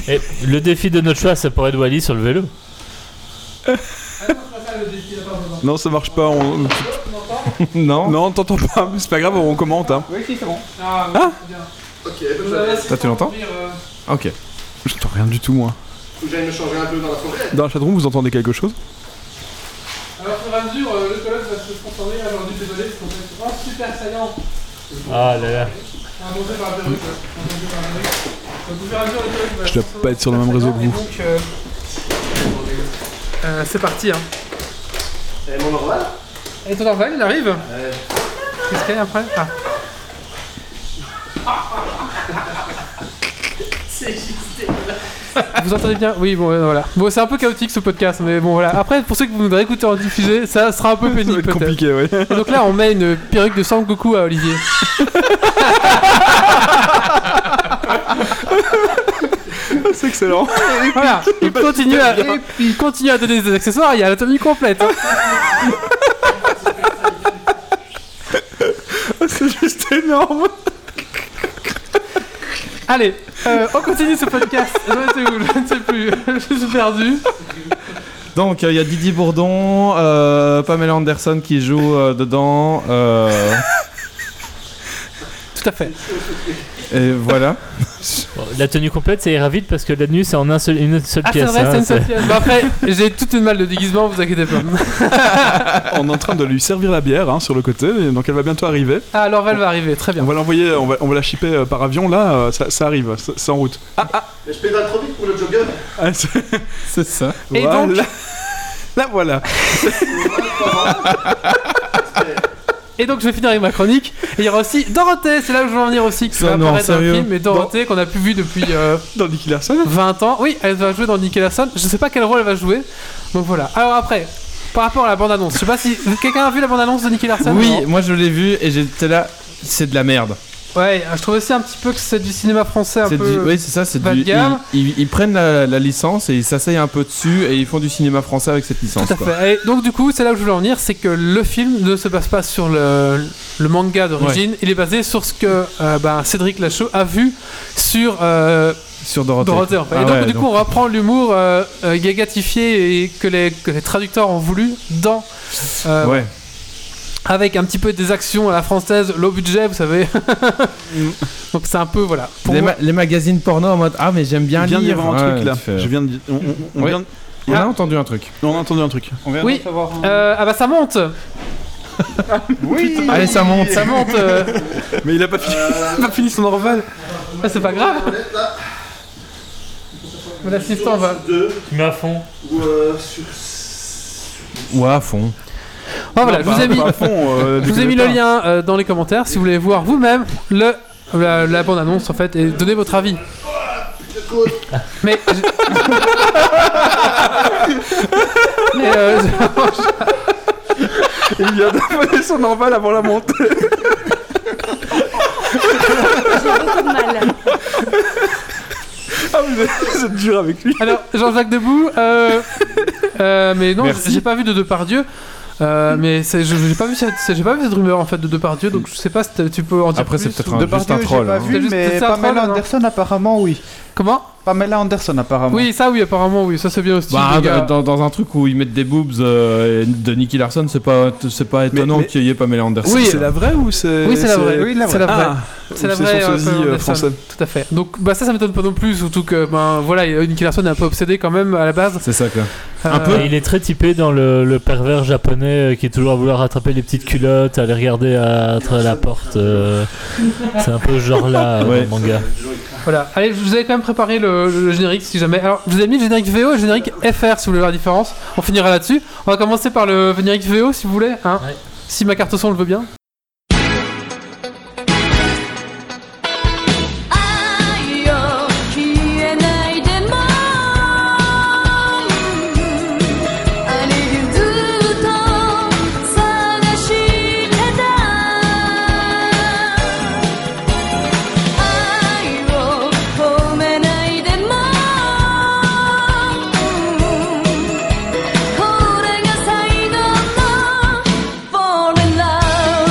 E: Et le défi de notre choix, ça pourrait être Wally sur le vélo.
C: Non, ça marche pas. on- euh,
B: Non.
C: Non, t'entends pas. mais C'est pas grave, on commente. Hein.
G: Oui, si, c'est bon.
A: Ah,
D: euh,
F: Ok, donc j'avais-
B: Toi, tu l'entends
E: euh.
B: Ok.
C: J'entends rien du tout, moi.
F: faut que j'aille me changer un peu dans la forêt.
C: Dans la chatroom, vous entendez quelque chose
A: Alors, au fur et à mesure, euh, le colloque va se transformer. Alors, désolé, parce qu'on est en super saillant.
E: Ah là là.
A: Abondé par la perruque. Abondé par la perruque. Donc, au fur et à mesure, le colloque va
C: Je dois
A: se
C: pas être sur le même
A: transformer
C: réseau que
A: en
C: vous.
A: saillant, et donc, euh, euh, c'est parti. Hein.
F: Eh, mon normal
A: Et ton normal, il arrive Qu'est-ce qu'il y a après Ah. Vous entendez bien Oui, bon, euh, voilà. Bon, c'est un peu chaotique ce podcast, mais bon, voilà. Après, pour ceux qui voudrez écouter en diffusé, ça sera un peu
C: Ça va
A: pénible
C: être
A: peut-être.
C: compliqué, ouais.
A: Et donc là, on met une perruque de Sangoku à Olivier.
C: [LAUGHS] C'est excellent.
A: Voilà. Il continue à, il continue à donner des accessoires. Il y a l'anatomie complète. hein.
C: [LAUGHS] C'est juste énorme.
A: Allez, euh, on continue ce podcast. Je ne sais où, je ne sais plus. Je suis perdu.
B: Donc, euh, il y a Didi Bourdon, euh, Pamela Anderson qui joue euh, dedans.
A: [LAUGHS]
B: euh,
A: Tout à fait.
B: et voilà.
E: Bon, la tenue complète, ça ira vite parce que la nuit, c'est en un seul- une seule
A: Ah, c'est
E: pièce.
A: vrai,
E: hein,
A: c'est une
E: c'est-
A: seule pièce. Bon, après, j'ai toute une malle de déguisement, vous inquiétez pas.
C: [LAUGHS] On est en train de lui servir la bière hein, sur le côté, et donc elle va bientôt arriver.
A: Ah, Lorval va arriver, très
C: On
A: bien.
C: va l'envoyer, on va, on va la shipper euh, par avion là, euh, ça, ça arrive, c'est c'est en route.
B: Ah.
C: [LAUGHS]
F: Mais je pédale trop vite pour le jogger.
C: Ah, c'est-
B: C'est ça.
A: Et
C: voilà.
A: donc-
C: Là voilà.
A: Et donc, je vais finir avec ma chronique. Et il y aura aussi Dorothée, c'est là où je veux en venir aussi, qui
B: Ça,
A: va
B: non,
A: apparaître dans le
B: sérieux.
A: film. Mais Dorothée, qu'on a plus vu depuis
B: [LAUGHS]
A: euh,
C: Dans Nicky Larson.
A: 20 ans. Oui, elle va jouer dans Nickelasson. Je sais pas quel rôle elle va jouer. Donc voilà. Alors après, par rapport à la bande-annonce, je sais pas si [LAUGHS] quelqu'un a vu la bande-annonce de Nickelasson
B: Oui, moi je l'ai vu et j'étais là. C'est de la merde.
A: Ouais, je trouve aussi un petit peu que c'est du cinéma français un
B: C'est
A: peu.
B: du- oui, c'est ça. C'est
A: bas
B: du-
A: de gamme.
B: Ils, ils- ils prennent la, la licence et ils s'asseyent un peu dessus et ils font du cinéma français avec cette licence.
A: Tout à
B: quoi.
A: fait. Et donc du coup, c'est là où je voulais en venir, c'est que le film ne se base pas sur le, le manga d'origine, il est basé sur ce que euh, ben, Cédric Lachaud a vu sur euh,
B: Sur Dorothée.
A: Dorothée. en fait.
B: Ah
A: et donc
B: ouais,
A: du coup, on reprend l'humour euh, euh, gagatifié et que les, que les traducteurs ont voulu dans... euh,
B: Ouais.
A: Avec un petit peu des actions à la française, low budget, vous
B: [LAUGHS]
A: savez. donc c'est un peu, voilà. Pour
B: Les,
A: moi-
B: ma- les magazines porno en mode ah mais j'aime bien
C: Je viens de
B: lire.
C: dire un
B: Ouais,
C: truc là.
B: tu fais-
C: Je viens de- on, on- on
B: Ouais.
C: vient de-
B: On a entendu un truc.
C: on a entendu un truc.
D: On vient
A: Oui.
D: de savoir. un-
A: Euh, ah bah ça monte
D: oui.
B: Allez ça monte.
A: Ça monte euh.
C: Mais il a pas fini,
A: [LAUGHS]
C: il a pas fini son orval.
A: Ah, C'est pas grave Mon assistant va...
E: Tu mets à fond.
F: Ou euh, sur.
B: [LAUGHS] Ouais à fond.
A: Ah, voilà, je vous ai mis...
C: À
A: [LAUGHS]
C: fond, euh,
A: Je vous ai mis le lien euh, dans les commentaires si vous voulez voir vous-même le la, la bande annonce en fait et donner votre
C: [LAUGHS]
A: avis. Mais je- Mais, euh, je-
C: [LAUGHS] Il vient d'envoyer son orval avant
B: [LAUGHS]
C: la montée.
H: beaucoup de mal.
C: Ah, vous êtes, vous êtes dur avec lui.
A: alors Jean-Jacques Debout,
C: [LAUGHS]
A: euh, euh, mais non,
B: Merci.
A: j'ai pas vu de Depardieu. Euh, mais c'est- je- j'ai pas vu cette c'est- j'ai pas vu cette rumeur en fait de Depardieu donc je sais pas si t'as- tu peux en dire
B: Après c'est
A: plus.
B: peut-être
A: ou-
D: De
B: un- juste un
D: Bardieu, j'ai
B: troll.
D: pas
B: hein.
A: C'est
D: vu,
A: juste-
D: mais
A: c'est un
D: Pamela
A: troll, non
D: Anderson apparemment oui.
A: comment
D: Pamela Anderson apparemment.
A: oui ça oui apparemment oui ça c'est bien aussi
B: Bah,
A: les gars.
B: dans, dans- dans un truc où ils mettent des boobs euh, de Nicky Larson, c'est pas, c'est pas étonnant
C: mais-
B: qu'il y ait Pamela Anderson.
A: Oui,
C: c'est la vraie ou c'est.
A: oui c'est la vraie
D: oui, la
A: c'est la vraie
C: Ah,
A: C'est la
C: c'est
A: vraie
C: son
A: euh,
C: sosie,
A: Pamela
C: euh,
A: Anderson.
C: française.
A: Tout à fait. Donc bah ça, ça m'étonne pas non plus, surtout que ben voilà, Nicky Larson est un peu obsédé quand même à la base.
B: C'est ça quoi.
A: Euh,
B: Un peu.
E: Et il est très typé dans le, le pervers japonais euh, qui est toujours à vouloir attraper les petites culottes, à les regarder à, à travers la porte. euh, c'est un peu ce genre-là, euh,
B: Ouais.
E: le manga.
A: Voilà. Allez, je vous avais quand même préparé le, le générique si jamais. Alors, je vous ai mis le générique VO et le générique FR si vous voulez voir la différence. On finira là-dessus. On va commencer par le générique VO si vous voulez. Hein
E: Ouais.
A: Si ma carte son le veut bien.
J: 「これが最後のフォー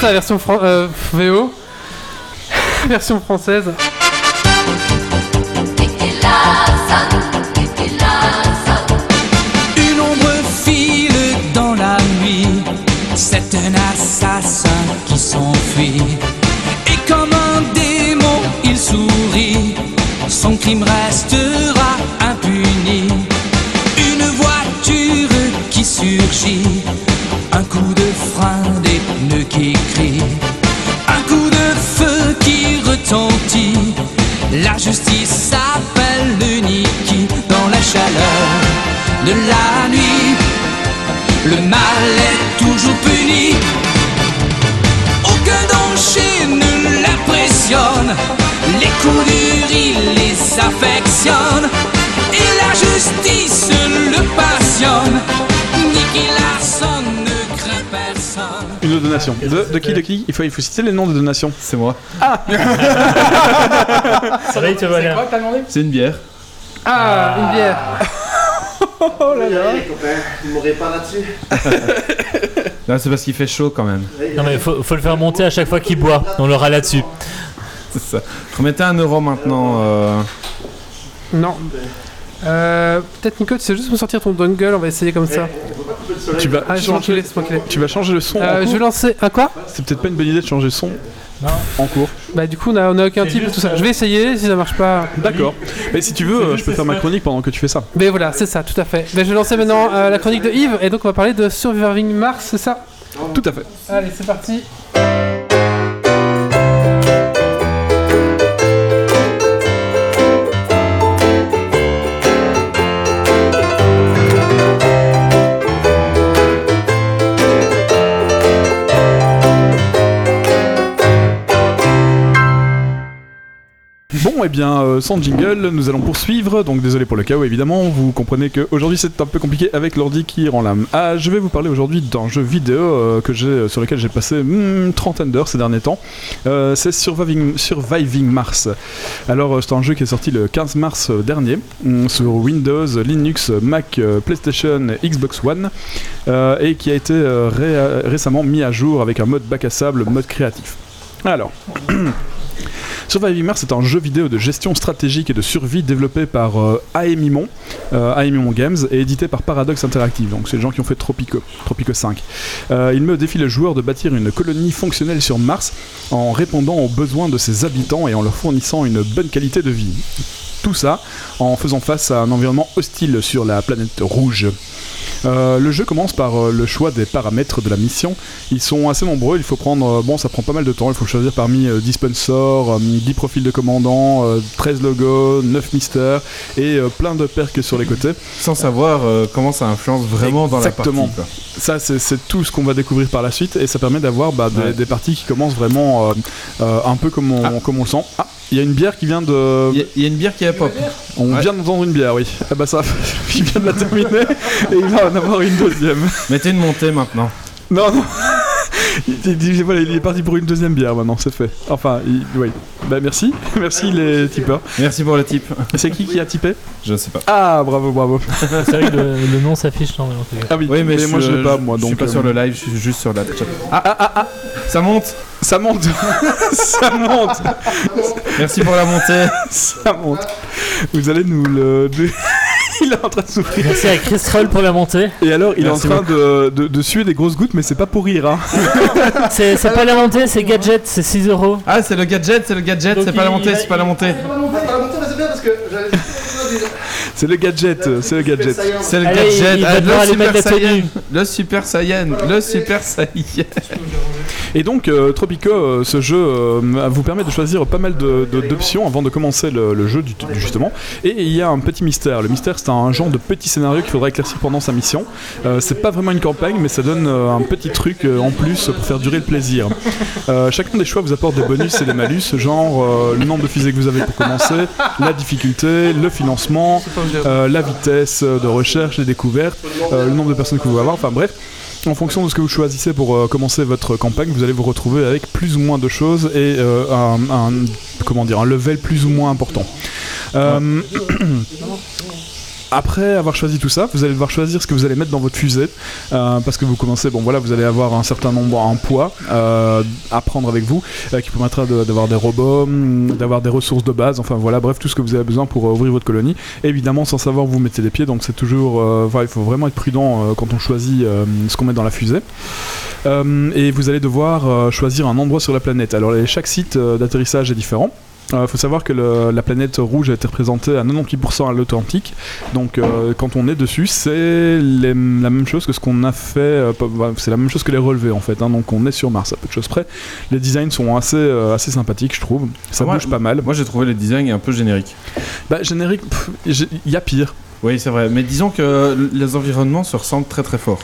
A: ça, version fran- euh, VO. [LAUGHS] version française.
J: Une ombre file dans la nuit, c'est un assassin qui s'enfuit. Et comme un démon, il sourit, son crime restera impuni. Une voiture qui surgit, un coup de frein, des pneus qui crient. Un coup de feu qui retentit. La justice s'appelle le Niki dans la chaleur de la nuit. Le mal est toujours puni. Aucun danger ne l'impressionne. Les coups durs, il les affectionne. Et la justice le passionne. Niki Larson ne craint personne.
A: euh.
C: Une donation. De, de qui De qui il faut, il faut citer les noms des donations.
B: C'est moi.
F: Ah,
E: Ça va, il te va
G: C'est quoi que t'as demandé
B: C'est une bière.
A: Ah, une bière.
F: Allez, Ah. les copains, vous mourrez pas là-dessus.
B: Non, c'est parce qu'il fait chaud quand même.
F: Allez,
E: Non mais faut, faut le faire monter à chaque fois qu'il boit, on l'aura là-dessus.
B: C'est ça. Remettez un euro maintenant. euh.
A: Non. Euh, Peut-être Nico, tu sais juste me sortir ton dongle, on va essayer comme ça.
C: Tu vas,
A: Ah, c'est moi qui l'ai,
C: changer,
A: c'est moi qui l'ai.
C: tu vas changer le son. en
A: Euh, je
C: cours
A: vais lancer un quoi
C: C'est peut-être pas une bonne idée de changer le son
E: Non.
C: en cours.
A: Bah du coup on a, on a aucun
E: C'est
A: type
E: juste,
A: tout ça.
E: euh,
A: Je vais essayer si ça marche pas.
C: D'accord. Mais si tu veux, euh, je peux faire ma chronique pendant que tu fais ça.
A: Mais voilà, c'est ça, tout à fait. Mais je vais lancer maintenant euh, la chronique de Yves et donc on va parler de Surviving Mars, c'est ça
C: Tout à fait.
A: Allez, c'est parti.
C: Bon, et bien, euh, sans jingle, nous allons poursuivre. Donc, désolé pour le chaos, évidemment. Vous comprenez que aujourd'hui c'est un peu compliqué avec l'ordi qui rend l'âme. Ah, je vais vous parler aujourd'hui d'un jeu vidéo euh, que j'ai, euh, sur lequel j'ai passé hmm, trentaine d'heures ces derniers temps. Euh, c'est Surviving, Surviving Mars. Alors, euh, c'est un jeu qui est sorti le 15 mars euh, dernier hmm, sur Windows, Linux, Mac, euh, PlayStation, Xbox One, euh, et qui a été euh, ré- récemment mis à jour avec un mode bac à sable, mode créatif. Alors. [CLEARS THROAT] Surviving Mars est un jeu vidéo de gestion stratégique et de survie développé par euh, Aemimon, euh, Aemimon Games et édité par Paradox Interactive. Donc c'est les gens qui ont fait Tropico, Tropico 5. Euh, il me défie le joueur de bâtir une colonie fonctionnelle sur Mars en répondant aux besoins de ses habitants et en leur fournissant une bonne qualité de vie. Tout ça en faisant face à un environnement hostile sur la planète rouge. Euh, le jeu commence par euh, le choix des paramètres de la mission. Ils sont assez nombreux, il faut prendre. euh, bon, ça prend pas mal de temps, il faut choisir parmi euh, 10 sponsors, euh, 10 profils de commandants, euh, 13 logos, 9 mystères et euh, plein de perks sur les côtés.
B: Sans savoir euh, comment ça influence vraiment
C: Exactement.
B: dans la partie.
C: Ça, c'est c'est tout ce qu'on va découvrir par la suite et ça permet d'avoir bah, des,
B: Ouais.
C: des parties qui commencent vraiment euh, euh, un peu comme on, comme on le sent. Ah, il y a une bière qui vient de.
B: Il y, a une bière qui est pop.
C: On
B: Ouais.
C: vient d'entendre une bière, oui. Ah bah ça, [LAUGHS] il vient de la terminer et il va en avoir une deuxième.
B: Mettez une montée maintenant.
C: Non, non. [LAUGHS] Il, il- il- voilà, il est parti pour une deuxième bière maintenant, c'est fait. Enfin, il- oui. Bah merci, [LAUGHS] merci les tipeurs.
B: Merci pour le type.
C: C'est qui qui a tipé
B: Je sais pas.
C: Ah, bravo,
B: [LAUGHS]
C: bravo.
E: C'est vrai que le, le nom s'affiche dans le en tout cas.
C: Ah oui,
B: Oui, mais,
C: moi je l'ai pas, moi donc.
B: Je suis pas
C: euh,
B: sur le live, je suis juste sur la chat. Ah, ah, ah, ah Ça monte
C: Ça monte, [LAUGHS] ça monte,
B: Merci pour la montée.
C: ça monte. Vous allez nous le. [LAUGHS] Il est en train de souffrir.
E: Merci à Chris Roll pour la montée.
C: Et alors, il
B: Merci
C: est en train de, de, de suer des grosses gouttes, mais c'est pas pour rire. Hein.
E: C'est c'est pas la montée, c'est gadget, c'est 6 euros.
B: Ah, c'est le gadget, c'est le gadget,
E: Donc
B: c'est pas la
E: il-
B: montée,
E: il-
B: c'est pas la montée.
F: Pas la montée, pas la montée, mais c'est bien parce que j'avais
C: C'est le gadget, euh, c'est le gadget.
B: C'est le
E: Allez,
B: gadget,
E: il va
B: Ah,
E: devoir
B: le,
E: aller mettre
B: super
E: la
B: saiyan,
E: tenue.
B: le super saiyan, le super saiyan.
C: Et donc, euh, Tropico, euh, ce jeu euh, vous permet de choisir pas mal de- de- d'options avant de commencer le, le jeu, du, du- justement. Et il y a un petit mystère. Le mystère, c'est un genre de petit scénario qu'il faudra éclaircir pendant sa mission. Euh, c'est pas vraiment une campagne, mais ça donne euh, un petit truc euh, en plus pour faire durer le plaisir. Euh, chacun des choix vous apporte des bonus et des malus, genre euh, le nombre de fusées que vous avez pour commencer, la difficulté, le financement, euh, la vitesse de recherche, les découvertes, euh, le nombre de personnes que vous allez avoir, enfin bref. En fonction de ce que vous choisissez pour euh, commencer votre campagne, vous allez vous retrouver avec plus ou moins de choses et euh, un, un- comment dire, un level plus ou moins important. Euh, [CLEARS THROAT] après avoir choisi tout ça, vous allez devoir choisir ce que vous allez mettre dans votre fusée. euh, parce que vous commencez, bon voilà, vous allez avoir un certain nombre en poids euh, à prendre avec vous, euh, qui permettra de- d'avoir des robots, hum, d'avoir des ressources de base, enfin voilà, bref, tout ce que vous avez besoin pour euh, ouvrir votre colonie. Et évidemment, sans savoir où vous mettez les pieds, donc c'est toujours. euh, voilà, il faut vraiment être prudent euh, quand on choisit euh, ce qu'on met dans la fusée. Euh, et vous allez devoir euh, choisir un endroit sur la planète. Alors, les- chaque site euh, d'atterrissage est différent. Il faut savoir que le- la planète rouge a été représentée à 98% à l'Atlantique. Donc, euh, quand on est dessus, c'est les- la même chose que ce qu'on a fait. euh, pas- bah, c'est la même chose que les relevés en fait. hein. donc, on est sur Mars à peu de choses près. Les designs sont assez, euh, assez sympathiques, je trouve. Ça
B: Ah, moi-
C: bouge pas mal.
B: Moi, j'ai trouvé les designs un peu génériques.
C: Bah, générique, pff, j'ai- il y a pire.
B: Oui, c'est vrai. Mais disons que les environnements se ressemblent très très fort.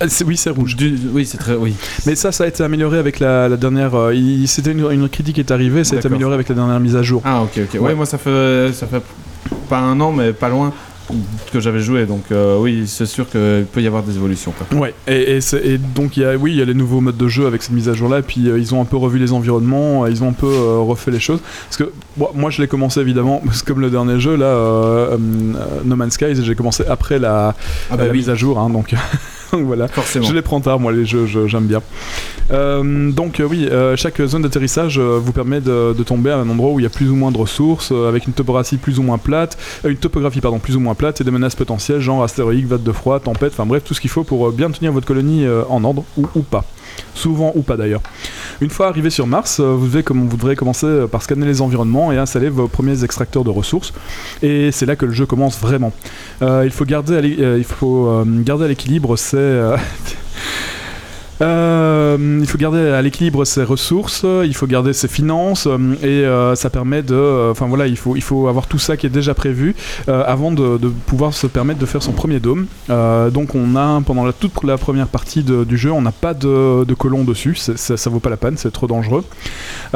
C: Ah, c'est- Oui, c'est rouge.
B: Du- Oui, c'est très. Oui.
C: Mais ça, ça a été amélioré avec la, la dernière. euh, il- C'était une, une critique qui est arrivée, ça a été
B: D'accord.
C: amélioré avec la dernière mise à jour.
B: Ah, ok, ok. Ouais,
C: Ouais.
B: moi, ça fait, ça fait pas un an, mais pas loin que j'avais joué. Donc, euh, oui, c'est sûr qu'il peut y avoir des évolutions. quoi.
C: Ouais, et, et c'est- et donc il y a, oui, il y a les nouveaux modes de jeu avec cette mise à jour là, et puis euh, ils ont un peu revu les environnements, euh, ils ont un peu euh, refait les choses. Parce que bon, moi je l'ai commencé évidemment, [LAUGHS] parce que comme le dernier jeu là, euh, euh, No Man's Sky, j'ai commencé après la,
B: Ah, bah
C: la
B: oui,
C: mise à jour, hein, donc, [LAUGHS] donc voilà.
B: forcément.
C: Je les prends tard, moi, les jeux, je- j'aime bien. Euh, donc, euh, oui, euh, chaque zone d'atterrissage euh, vous permet de, de tomber à un endroit où il y a plus ou moins de ressources, euh, avec une topographie plus ou moins plate, euh, une topographie, pardon, plus ou moins plate, et des menaces potentielles, genre astéroïdes, vagues de froid, tempête, enfin bref, tout ce qu'il faut pour euh, bien tenir votre colonie euh, en ordre, ou, ou pas. Souvent ou pas d'ailleurs. Une fois arrivé sur Mars, euh, vous, devez, comme, vous devrez commencer euh, par scanner les environnements et installer vos premiers extracteurs de ressources. Et c'est là que le jeu commence vraiment. Euh, il faut garder à l'é- euh, il faut, euh, garder à l'équilibre c'est [LAUGHS] euh, il faut garder à l'équilibre ses ressources, euh, il faut garder ses finances, euh, et euh, ça permet de. euh, Enfin voilà, il faut, il faut avoir tout ça qui est déjà prévu euh, avant de, de pouvoir se permettre de faire son premier dôme. Euh, donc on a, pendant la toute la première partie de- du jeu, on n'a pas de, de colon dessus, c'est- ça, ça vaut pas la peine, c'est trop dangereux.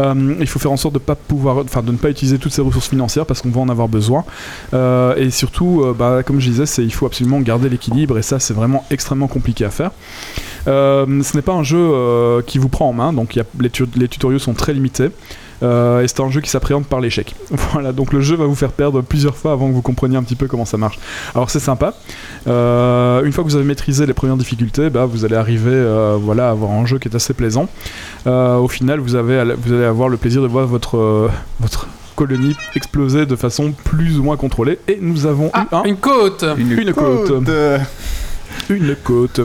C: Euh, il faut faire en sorte de, pas pouvoir, enfin, de ne pas utiliser toutes ses ressources financières parce qu'on va en avoir besoin. Euh, et surtout, euh, bah, comme je disais, c'est- il faut absolument garder l'équilibre, et ça c'est vraiment extrêmement compliqué à faire. Euh, ce n'est pas un jeu euh, qui vous prend en main, donc il y a- les, tu- les tutoriaux sont très limités. Euh, et c'est un jeu qui s'appréhende par l'échec. [LAUGHS] Voilà, donc le jeu va vous faire perdre plusieurs fois avant que vous compreniez un petit peu comment ça marche. Alors c'est sympa. Euh, une fois que vous avez maîtrisé les premières difficultés, bah, vous allez arriver euh, voilà, à avoir un jeu qui est assez plaisant. Euh, au final, vous, avez, vous allez avoir le plaisir de voir votre, euh, votre colonie exploser de façon plus ou moins contrôlée. Et nous avons eu un-
A: Ah, Une côte
C: une, côte.
D: Côte, euh,
C: Une côte.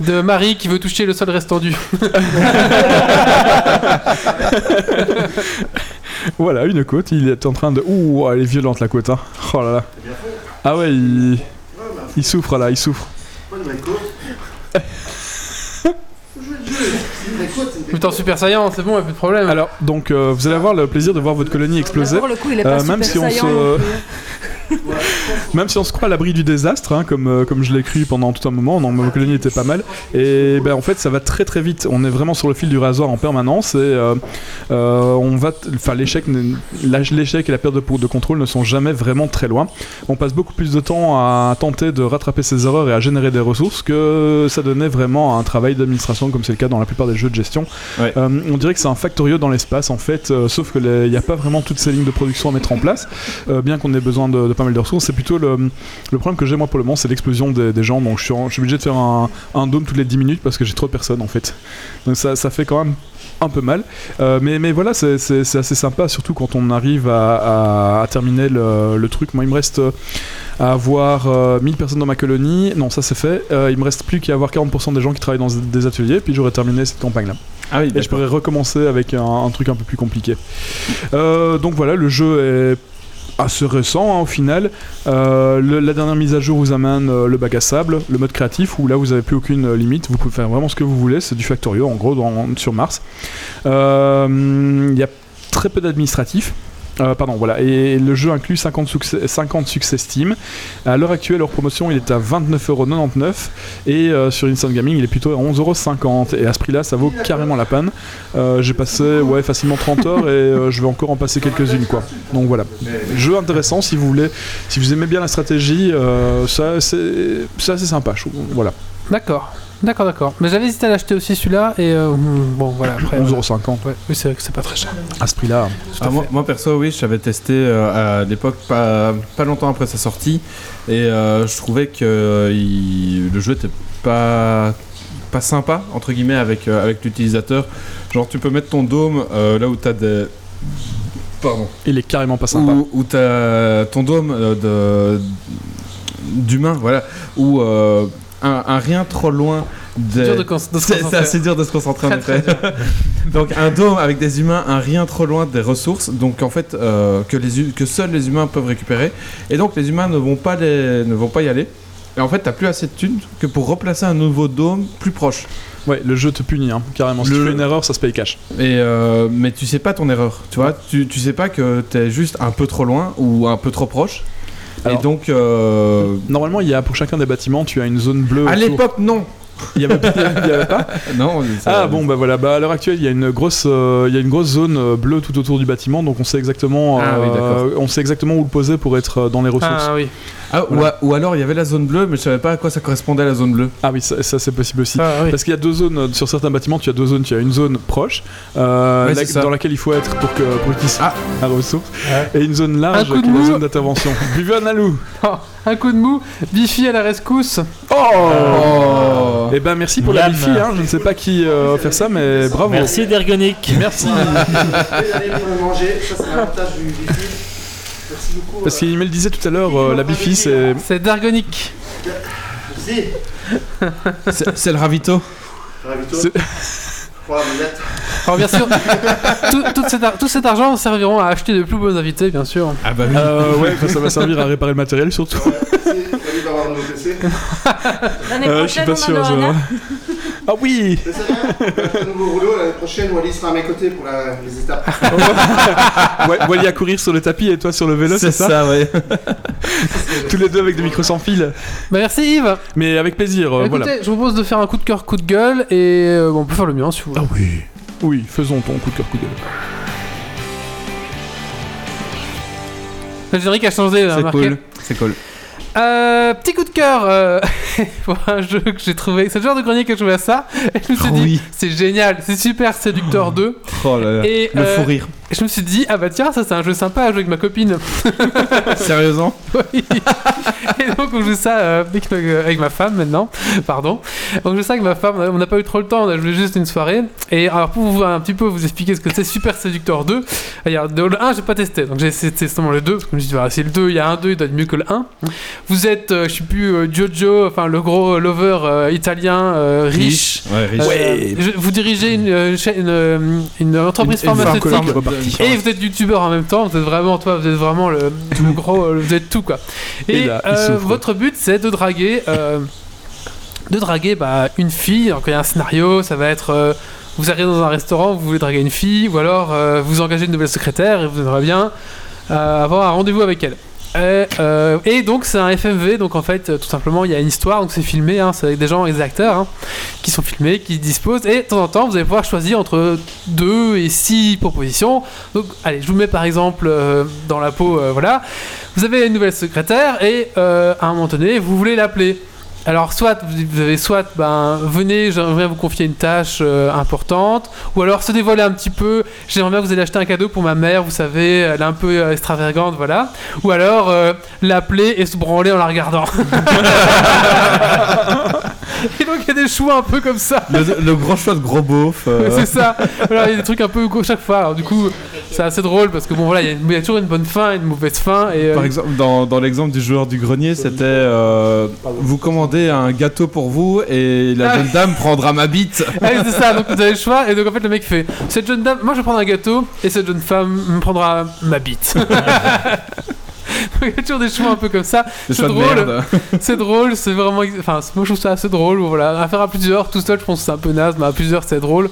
A: de Marie qui veut toucher le sol [LAUGHS]
C: [LAUGHS]
A: restendu.
C: [LAUGHS] Voilà, une côte, il est en train de... Ouh, elle est violente la côte, hein. Oh là là. Ah ouais, il... il souffre là, il souffre.
F: Pas de vraie côte. Faut jouer le jeu. C'est une vraie côte, c'est une vraie
A: Mais t'es en super saiyan, c'est bon, y'a plus de problème.
C: Alors, donc, euh, vous allez avoir le plaisir de voir votre colonie exploser.
H: Pour le coup, il est
C: Euh,
H: pas
C: même
H: super
C: si on
H: saillant euh, non
C: se-
H: plus. hein.
C: Même si on se croit à l'abri du désastre, hein, comme, euh, comme je l'ai cru pendant tout un moment, non, ma colonie était pas mal, et ben, en fait ça va très très vite, on est vraiment sur le fil du rasoir en permanence, et euh, euh, on va... t- Enfin l'échec n'est- l'âge- l'échec et la perte de, pou- de contrôle ne sont jamais vraiment très loin. On passe beaucoup plus de temps à tenter de rattraper ses erreurs et à générer des ressources que ça donnait vraiment à un travail d'administration comme c'est le cas dans la plupart des jeux de gestion.
B: Ouais.
C: Euh, on dirait que c'est un factorio dans l'espace en fait, euh, sauf qu'il n'y a pas vraiment toutes ces lignes de production à mettre en place, euh, bien qu'on ait besoin de, de pas mal de ressources, c'est plutôt le... Le problème que j'ai moi pour le moment, c'est l'explosion des, des gens. Donc je suis, en- je suis obligé de faire un, un dôme toutes les 10 minutes parce que j'ai trop de personnes en fait. Donc ça, ça fait quand même un peu mal. Euh, mais, mais voilà, c'est c'est- c'est assez sympa, surtout quand on arrive à, à- à terminer le, le truc. Moi, il me reste euh, à avoir euh, 1000 personnes dans ma colonie. Non, ça c'est fait. Euh, il me reste plus qu'à avoir 40% des gens qui travaillent dans des ateliers, puis j'aurai terminé cette campagne là.
B: Ah oui,
C: Et je pourrais recommencer avec un, un truc un peu plus compliqué. Euh, donc voilà, le jeu est assez récent hein, au final. Euh, le- la dernière mise à jour vous amène euh, le bac à sable, le mode créatif où là vous n'avez plus aucune euh, limite, vous pouvez faire vraiment ce que vous voulez, c'est du factorio en gros dans- sur Mars. Euh, Il y a très peu d'administratifs. Euh, pardon, voilà. Et le jeu inclut 50 succès, 50 succès Steam. À l'heure actuelle, leur promotion, il est à 29,99€. Et euh, sur Instant Gaming, il est plutôt à 11,50€. Et à ce prix-là, ça vaut carrément la peine. Euh, J'ai passé ouais, facilement 30 heures et euh, je vais encore en passer quelques-unes. quoi. Donc voilà. Jeu intéressant si vous voulez. Si vous aimez bien la stratégie, euh, ça c'est c'est assez sympa, je trouve. Voilà.
A: D'accord. D'accord, d'accord. Mais j'avais hésité à l'acheter aussi celui-là et euh, hmm, bon voilà. Après, voilà.
C: 11,50€
A: Ouais, oui, c'est vrai que c'est pas très cher.
C: à ce prix-là.
A: Tout à
B: Ah, moi, moi, perso, oui, j'avais testé euh, à l'époque, pas, pas longtemps après sa sortie, et euh, je trouvais que euh, il- le jeu était pas pas sympa entre guillemets avec euh, avec l'utilisateur. Genre, tu peux mettre ton dôme euh, là où t'as des pardon
C: Il est carrément pas sympa.
B: où, où t'as ton dôme euh, de- d'humain, voilà, où euh, un, un rien trop loin. des-
A: C'est dur de cons- de se
B: [LAUGHS] C'est- C'est
A: concentrer.
B: assez dur de se concentrer en
A: Très, très
B: effet. donc un dôme avec des humains, un rien trop loin des ressources, donc en fait euh, que les hu- que seuls les humains peuvent récupérer, et donc les humains ne vont pas les- ne vont pas y aller. Et en fait, t'as plus assez de thunes que pour replacer un nouveau dôme plus proche.
C: Ouais, le jeu te punit, hein, carrément. Si
B: Le-
C: tu fais une erreur, ça se paye cash.
B: Et euh, mais tu sais pas ton erreur, tu vois, tu, tu sais pas que t'es juste un peu trop loin ou un peu trop proche.
C: Alors-
B: et donc euh,
C: Normalement, il y a pour chacun des bâtiments, tu as une zone bleue.
B: à
C: autour.
B: l'époque non.
C: Euh, il y avait, il y avait pas.
B: [LAUGHS] Non. ça-
C: Ah
A: euh,
C: bon, bah voilà. Bah à l'heure actuelle, il y a une grosse, euh, il y a une grosse zone euh, bleue tout autour du bâtiment, donc on sait exactement, euh,
B: Ah oui, d'accord.
C: on sait exactement où le poser pour être euh, dans les ressources.
A: Ah oui.
B: Ah, ou, a- ou alors il y avait la zone bleue, mais je savais pas à quoi ça correspondait la zone bleue.
C: Ah oui, ça, ça, c'est possible aussi.
A: Ah, oui.
C: Parce qu'il y a deux zones euh, sur certains bâtiments. Tu as deux zones. Tu as une zone proche, euh,
B: Ouais,
C: la-
B: c'est ça.
C: dans laquelle il faut être pour que pour qu'ils soient
B: Ah.
C: à ressources, et une zone
A: Un
C: large
A: coup de
C: qui est la
A: mou. [LAUGHS]
C: zone d'intervention. Buvez un alou.
A: Oh, un coup de mou, Bifi à la rescousse.
B: Oh.
C: Eh ben merci pour la
E: Miam.
C: wifi. Hein. Je ne sais pas qui euh, faire ça, mais bravo.
E: Merci d'Ergonic.
C: Merci.
F: Je vais aller pour le manger, ça c'est l'avantage du du film. Merci beaucoup.
C: Parce
F: euh,
C: qu'il me le disait tout à l'heure, euh, la bifi c'est
A: Ah C'est Dargonic.
F: Merci.
B: C'est c'est le ravito.
F: Ravito.
C: C'est-
F: Pour la manette.
A: Alors Oh, bien sûr, tout, tout cet ar- tout cet argent serviront à acheter de plus beaux invités, bien sûr.
B: Ah bah oui.
C: Euh,
A: [LAUGHS]
C: ouais, enfin, ça va servir à réparer le matériel surtout.
F: Merci. Salut d'avoir nos PC.
H: L'année
C: Euh,
H: prochaine, on en a un. [LAUGHS]
C: Ah
B: [LAUGHS]
C: oui
F: Mais c'est rien. Un nouveau rouleau l'année prochaine, Wally sera à mes côtés pour la- les étapes.
C: ouais, Wally à courir sur le tapis et toi sur le vélo, c'est ça,
B: ouais.
C: [LAUGHS] Tous les deux avec des micros sans fil.
A: Bah merci Yves.
C: Mais avec plaisir, euh,
A: Écoutez,
C: voilà.
A: je vous propose de faire un coup de cœur, coup de gueule et euh, bon, on peut faire le mien si vous voulez.
C: Ah oui. Oui, faisons ton coup de cœur, coup de gueule.
A: Le générique a changé, là,
B: C'est
A: remarquez.
B: cool. C'est cool.
A: Euh, petit coup de cœur euh, [LAUGHS] pour un jeu que j'ai trouvé. C'est le genre de grenier que je jouais à ça. Et je me
C: Ah
A: suis
B: Oh
A: dit,
B: oui.
A: c'est génial, c'est super Seductor 2.
B: Oh là là.
A: Et,
B: le
A: euh,
B: fou rire.
A: Et je me suis dit, ah bah tiens, ça c'est un jeu sympa à jouer avec ma copine.
B: [LAUGHS] Sérieusement
A: [LAUGHS] Oui. Et donc on joue ça euh, avec, nos- euh, avec ma femme maintenant, pardon. On joue ça avec ma femme, on n'a pas eu trop le temps, on a joué juste une soirée. Et alors pour vous un petit peu vous expliquer ce que c'est Super Seductor 2, alors, dans le 1 j'ai pas testé, donc j'ai essayé de tester seulement le 2, parce que je me suis dit, voilà, c'est le 2, il y a un 2, il doit être mieux que le 1. Vous êtes, euh, je sais plus, euh, Giorgio, enfin le gros euh, lover euh, italien euh, riche.
B: Ouais, riche.
A: Euh, [LAUGHS] je- vous dirigez une, euh, chaîne, euh, une entreprise pharmaceutique et vous êtes youtubeur en même temps, vous êtes vraiment toi, vous êtes vraiment le, le gros, euh, vous êtes tout quoi. Et,
C: Et là, il
A: euh,
C: souffre.
A: votre but c'est de draguer, euh, de draguer bah, une fille. Donc il y a un scénario, ça va être euh, vous arrivez dans un restaurant, vous voulez draguer une fille, ou alors euh, vous engagez une nouvelle secrétaire et vous aimeriez bien euh, avoir un rendez-vous avec elle. Et, euh, et donc c'est un FMV, donc en fait euh, tout simplement il y a une histoire, donc c'est filmé, hein, c'est avec des gens, avec des acteurs hein, qui sont filmés, qui disposent, et de temps en temps vous allez pouvoir choisir entre deux et six propositions. Donc allez, je vous mets par exemple euh, dans la peau, euh, voilà, vous avez une nouvelle secrétaire et euh, à un moment donné vous voulez l'appeler. Alors soit vous vous avez soit ben venez j'aimerais vous confier une tâche euh, importante ou alors se dévoiler un petit peu j'aimerais bien que vous allez acheter un cadeau pour ma mère vous savez elle est un peu euh, extravagante voilà ou alors euh, l'appeler et se branler en la regardant [LAUGHS] et donc il y a des choix un peu comme ça
B: Le, le gros choix de gros beauf. euh,
A: Ouais, [LAUGHS] c'est ça. Voilà, il y a des trucs un peu gauche chaque fois. Alors, du coup, c'est assez drôle parce que bon, voilà, il y, a une- il y a toujours une bonne fin et une mauvaise fin. Et, euh,
B: Par exemple, dans, dans l'exemple du joueur du grenier, c'était euh, vous commandez un gâteau pour vous et la
A: Ah.
B: jeune dame prendra ma bite.
A: [LAUGHS] ah, oui, c'est ça. Donc, vous avez le choix. Et donc, en fait, le mec fait Cette jeune dame, moi je vais prendre un gâteau et cette jeune femme me prendra ma bite. Donc, Il y a toujours des choix un peu comme ça.
B: Le
A: C'est
B: choix de
A: drôle.
B: merde.
A: [LAUGHS] C'est drôle, c'est vraiment. Enfin, moi je trouve ça assez drôle. Voilà, à faire à plusieurs, tout seul, je pense que c'est un peu naze, mais à plusieurs, c'est drôle.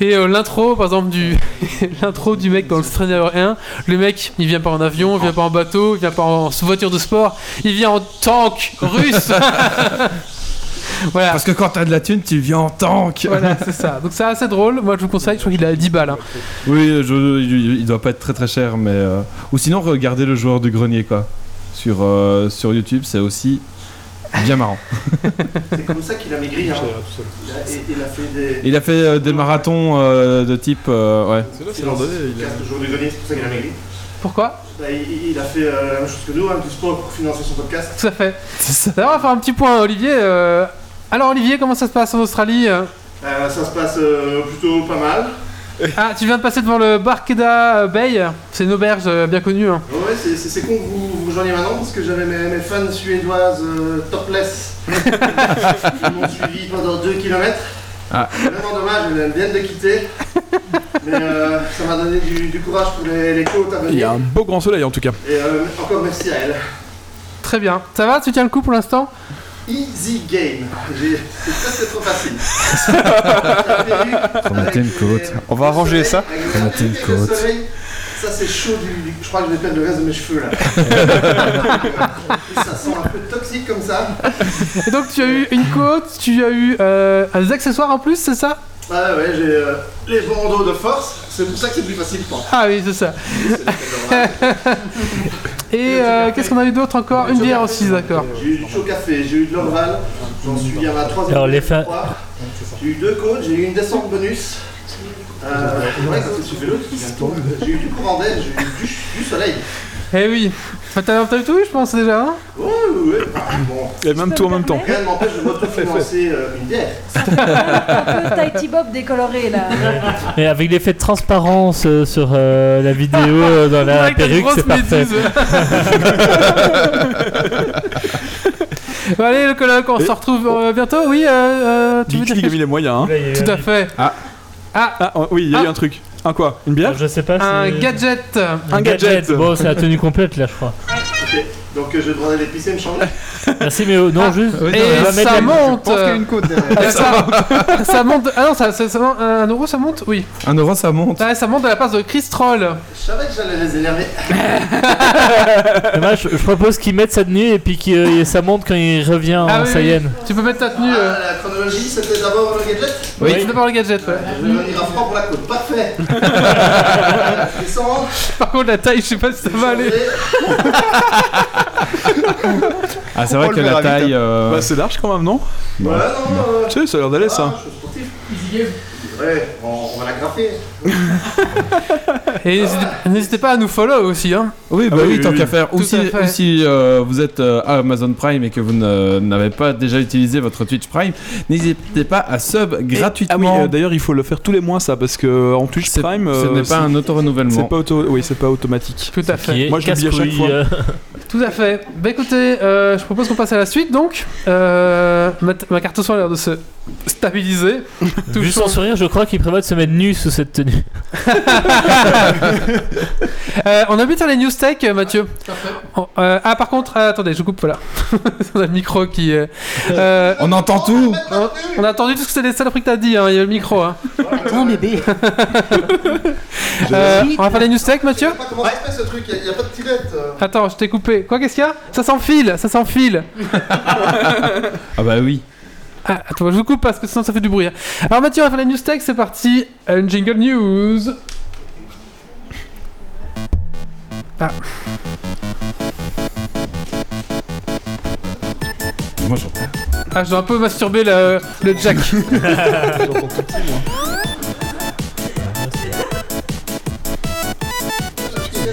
A: Et euh, l'intro, par exemple, du [LAUGHS] l'intro du mec dans le Stranger 1, le mec, il vient pas en avion, il vient pas en bateau, il vient pas en voiture de sport, il vient en tank
B: [LAUGHS]
A: russe. voilà.
B: Parce que quand t'as de la thune, tu viens en tank.
A: Voilà, c'est ça. Donc c'est assez drôle. Moi, je vous conseille. Je crois qu'il a 10 balles. hein.
B: Oui, je- il, il doit pas être très très cher, mais euh, ou sinon regardez le joueur du grenier quoi. Sur euh, sur YouTube, c'est aussi
A: [LAUGHS]
B: Bien marrant.
F: C'est comme ça qu'il a maigri. Hein. Il, a, et- il a fait des.
B: Il a fait euh, des marathons euh, de type. euh, ouais.
C: C'est là, c'est
F: Silence.
C: l'ordre. il a-
F: Casque jour du grenier, c'est pour ça qu'il a maigri.
A: Pourquoi
F: Bah, il, il a fait euh, la même chose que nous, hein, du sport pour financer son podcast.
A: Tout à fait. D'ailleurs, on va faire un petit point, Olivier. euh, Alors, Olivier, comment ça se passe en Australie euh
F: Euh, ça se passe euh, plutôt pas mal.
A: Ah, tu viens de passer devant le Barkeda Bay. C'est une auberge euh, bien connue. hein.
F: Ouais, c'est- c'est c'est con que vous vous rejoigniez maintenant parce que j'avais mes, mes fans suédoises euh,
C: [LAUGHS]
F: topless qui m'ont suivi pendant 2 km.
B: Ah.
F: C'est vraiment dommage, elles viennent de quitter. Mais euh, ça m'a donné du, du courage pour les, les côtes à
C: Il y a
F: venir.
C: un beau grand soleil en tout cas.
F: Et euh, encore merci à elles.
A: Très bien. Ça va Tu tiens le coup pour l'instant
F: Easy game. J'ai- C'est presque trop facile.
B: [LAUGHS]
F: Avec
K: une côte.
F: les-
D: On va
F: le soleil,
D: arranger ça.
F: avec les
K: Remettez une
F: rayons du
K: côte.
F: soleil. Ça c'est chaud du, du- Je crois que je vais perdre le reste de mes cheveux là. ça sent un peu toxique comme ça.
A: Et donc, tu as eu une côte, tu as eu euh, des accessoires en plus, c'est ça
F: Bah ouais, j'ai euh, les bandeaux de force, c'est pour ça que c'est plus facile pour moi.
A: Ah oui, c'est ça. [LAUGHS] Et euh, qu'est-ce qu'on a eu d'autre encore Une bière aussi, d'accord.
F: J'ai eu du chaud café, j'ai eu de l'orval, j'en suis à ma troisième.
E: Alors, les
F: fois.
E: fa-
F: J'ai eu deux côtes, j'ai eu une descente bonus. Euh, ouais, ça c'est vélo qui se tourne. J'ai eu du courant d'air, j'ai eu du, du soleil.
A: Eh oui. Enfin, T'as t'as eu tout, je pense déjà. hein
F: Ouais, Oh, ouais, ouais. Enfin, bon,
C: Et même tout en même temps.
F: rien ne m'empêche de m'autofinancer euh, une bière.
H: Un peu Tighty Bob décoloré là.
E: Mais avec l'effet de transparence euh, sur euh, la vidéo euh, dans
A: [LAUGHS]
E: la
A: Avec la
E: perruque,
A: grosse
E: c'est parfait. [LAUGHS]
A: méduse. Bon, allez, le colloque, on se retrouve euh, bientôt. Oui, euh, euh, tu veux
C: Geeks
A: dire
C: League a mis les moyens. hein.
A: Tout à fait.
C: Ah oh, oui, il y a
A: Ah.
C: eu un truc. Un quoi Une bière
E: Euh, Je sais pas.
A: Un
E: Ah, c'est-
A: gadget.
C: Un gadget.
E: Bon, c'est la tenue complète là, je crois.
F: Ok, donc euh, je vais demander à l'épicer me changer.
E: Merci, mais euh, non, juste.
A: Et
E: on va mettre
A: ça
E: la-
A: monte.
D: pense qu'il y a une côte derrière.
A: Ah, ça, ça monte. Ah non, ça, ça, ça monte- un euro, ça monte Oui.
B: Un euro, ça monte.
A: Ah, ça monte à la place de Chris Troll.
F: Je savais que j'allais les énerver.
E: Dommage, je, je propose qu'il mette sa tenue et puis que ça monte quand il revient
A: Ah
E: en
A: oui,
E: Saiyan.
A: Tu peux mettre ta tenue.
F: Ah,
A: euh.
F: la chronologie, c'était d'abord le gadget.
A: Oui, c'est d'abord le gadget. ouais.
F: Je vais venir à Euh, froid pour la côte.
A: [LAUGHS]
F: Parfait. Descends.
A: Par contre, la taille, je sais pas si ça va aller.
F: changer.
B: Ah, c'est vrai
D: On
B: que
D: le
B: la
D: verra vite,
B: taille. euh,
C: Bah, c'est large quand même, non
F: Ouais, non, euh,
C: Tu sais, ça a l'air d'aller ça.
F: Ah, je suis sportif. Ouais, on, on va la graffer.
A: Et n'hésitez- n'hésitez pas à nous follow aussi. Hein.
B: Oui, bah
C: Ah
B: oui,
C: oui,
B: tant
C: oui,
B: qu'à
C: oui.
B: faire. Ou
A: Tout
B: si,
A: à fait.
B: ou si, euh, vous êtes euh, à Amazon Prime et que vous ne- n'avez pas déjà utilisé votre Twitch Prime, n'hésitez pas à sub
C: Ah oui,
B: gratuitement.
C: euh, d'ailleurs, il faut le faire tous les mois ça, parce que euh, en Twitch
B: C'est-
C: Prime,
B: ce
C: euh,
B: n'est pas
C: c'est-
B: un auto-renouvellement.
C: c'est pas auto, oui, c'est pas automatique.
A: Tout à fait.
E: Qui est
C: Moi, je l'oublie à chaque
E: casse-couille,
C: fois.
E: euh,
A: Tout à fait. Bah écoutez, euh, je propose qu'on passe à la suite donc. Euh, ma, t- ma carte son a l'air de se
E: [LAUGHS]
A: stabiliser. Tout
E: Vu son sourire, je crois qu'il prévoit de se mettre nu sous cette tenue.
A: [LAUGHS] Euh, on habite sur les news tech, euh, Mathieu. On- euh, ah, par contre, euh, attendez, je coupe, voilà. [LAUGHS] on a le micro
F: [LAUGHS]
A: qui. euh, euh,
B: On entend tout
A: on, on a entendu tout ce que c'était les sales trucs que t'as dit, hein, il y a le micro. hein.
G: Attends, bébé.
A: [LAUGHS] Euh, on va faire les news tech, Mathieu
F: Je sais pas comment ça se fait ce truc, il n'y a, pas de tirette.
A: [LAUGHS]
F: euh.
A: Attends, je t'ai coupé. Quoi, qu'est-ce qu'il y a Ça s'enfile, ça s'enfile.
B: Ah bah oui.
A: Ah, attends, je vous coupe parce que sinon ça fait du bruit. hein. Alors, Mathieu, on va faire les news tech, c'est parti. Un jingle news. Ah.
B: Moi, j'entends.
A: Ah, je dois un peu masturber le, le
B: [LAUGHS]
A: jack.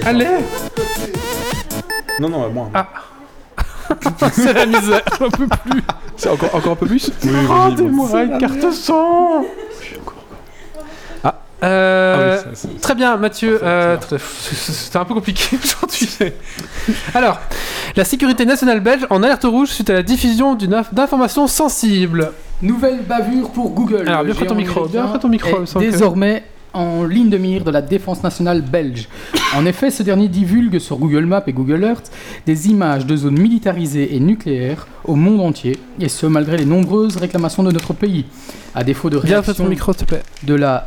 A: Allez
C: Non, non, moins.
A: Ah. [LAUGHS] C'est la misère, j'en peux plus. Oh,
C: C'est encore, encore un peu plus Oui, vas-y, bon.
A: Rendez-moi une carte son
C: Ah.
A: Euh,
C: Ah oui, ça, ça-
A: Très bien, Mathieu. euh, très- [LAUGHS] C'était un peu compliqué aujourd'hui. Alors, la sécurité nationale belge en alerte rouge suite à la diffusion d'une inf- d'informations sensibles.
I: Nouvelle bavure pour Google.
A: Alors,
I: Le
A: bien près ton
I: géant
A: micro, bien
I: américain
A: près ton micro, il me
I: Est
A: semble que-
I: désormais en ligne de mire de la défense nationale belge. En effet, ce dernier divulgue sur Google Maps et Google Earth des images de zones militarisées et nucléaires au monde entier, et ce malgré les nombreuses réclamations de notre pays. À défaut de
A: Bien près
I: réaction
A: ton micro, s'il te plaît.
I: de la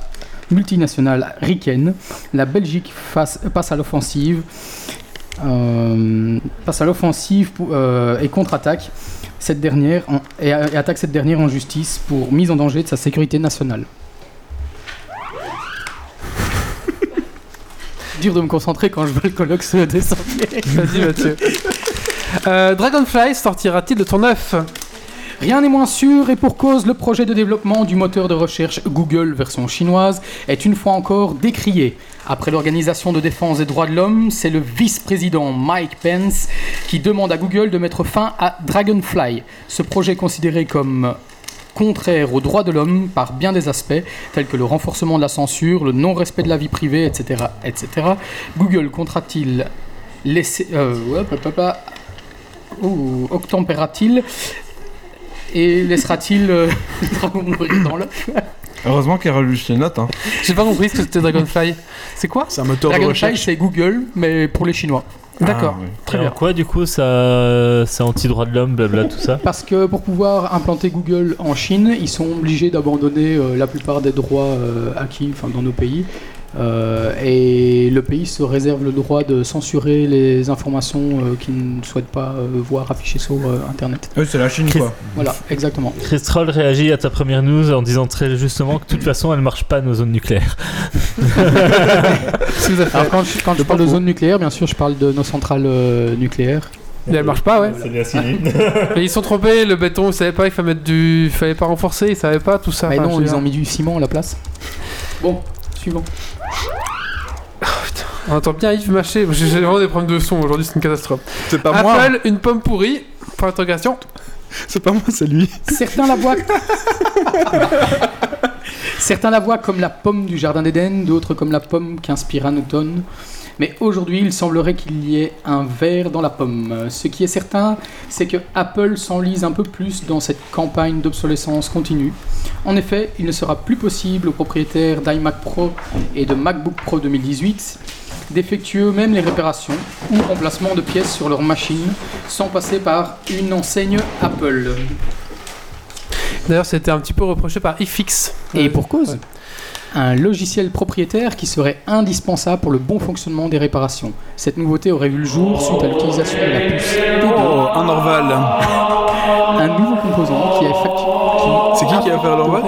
I: multinationale ricaine, la Belgique face- passe à l'offensive euh, passe à l'offensive pour- euh, et contre-attaque cette dernière en- et, et attaque cette dernière en justice pour mise en danger de sa sécurité nationale. Dur de me concentrer quand je vois le colloque se descendre.
A: Vas-y, Mathieu. Euh, Dragonfly sortira-t-il de ton œuf
I: Rien n'est moins sûr et pour cause, le projet de développement du moteur de recherche Google version chinoise est une fois encore décrié. Après l'Organisation de défense des droits de l'homme, c'est le vice-président Mike Pence qui demande à Google de mettre fin à Dragonfly. Ce projet est considéré comme contraire aux droits de l'homme par bien des aspects, tels que le renforcement de la censure, le non-respect de la vie privée, etc. etc. Google comptera-t-il laisser... Euh, hop, hop, hop, hop. Ouh, octempéra-t-il et laissera-t-il euh, [LAUGHS] Dragon mourir dans l'œuf
B: [LAUGHS] Heureusement qu'elle reluche les notes. Hein.
A: J'ai pas compris ce que c'était Dragonfly. C'est quoi
C: C'est un moteur de
I: Dragonfly,
C: recherche.
I: c'est Google, mais pour les Chinois.
A: D'accord,
B: Ah, oui.
A: très
E: Et en
A: bien.
E: quoi du coup ça c'est anti-droit de l'homme, blabla tout ça
I: Parce que pour pouvoir implanter Google en Chine, ils sont obligés d'abandonner euh, la plupart des droits euh, acquis enfin, dans nos pays. Euh, et le pays se réserve le droit de censurer les informations euh, qu'il ne souhaite pas euh, voir affichées sur euh, Internet.
B: Eux, c'est la Chine,
E: Chris-
B: quoi.
I: Voilà,
E: [LAUGHS]
I: exactement.
E: Chris Troll réagit à ta première news en disant très justement que de toute façon elle marche pas nos zones
A: [LAUGHS]
E: nucléaires.
I: Alors quand je, quand je parle de zone nucléaire, bien sûr, je parle de nos centrales euh, nucléaires.
A: Mais elle marche pas, ouais.
E: C'est bien signé.
A: [LAUGHS] Mais ils sont trompés, le béton, ils savaient pas, il fallait mettre du. Il fallait pas renforcer, ils savaient pas tout ça.
I: Mais
A: Enfin,
I: non,
A: je
I: ils
A: veux
I: ont mis du ciment à la place. Bon, suivant.
A: dire, On entend bien Yves mâcher, j'ai j'ai vraiment des problèmes de son aujourd'hui, c'est une catastrophe.
C: C'est pas
B: hein.
C: moi.
A: Apple, une pomme pourrie, point d'interrogation.
C: C'est pas moi, c'est lui.
I: Certains la voient. Certains la voient comme la pomme du jardin d'Éden, d'autres comme la pomme qu'inspira Newton. Mais aujourd'hui, il semblerait qu'il y ait un verre dans la pomme. Euh, Ce qui est certain, c'est que Apple s'enlise un peu plus dans cette campagne d'obsolescence continue. En effet, il ne sera plus possible aux propriétaires d'iMac Pro et de MacBook Pro 2018 d'effectuer eux-mêmes les réparations ou remplacement de pièces sur leur machine sans passer par une enseigne Apple.
A: D'ailleurs, c'était un petit peu reproché par iFix.
I: Et pour cause
A: Ouais.
I: Un logiciel propriétaire qui serait indispensable pour le bon fonctionnement des réparations. Cette nouveauté aurait vu le jour suite à l'utilisation de la puce T2,
C: Oh, un Orval.
I: un nouveau composant qui est factu-
C: C'est qui qui va faire l'Orval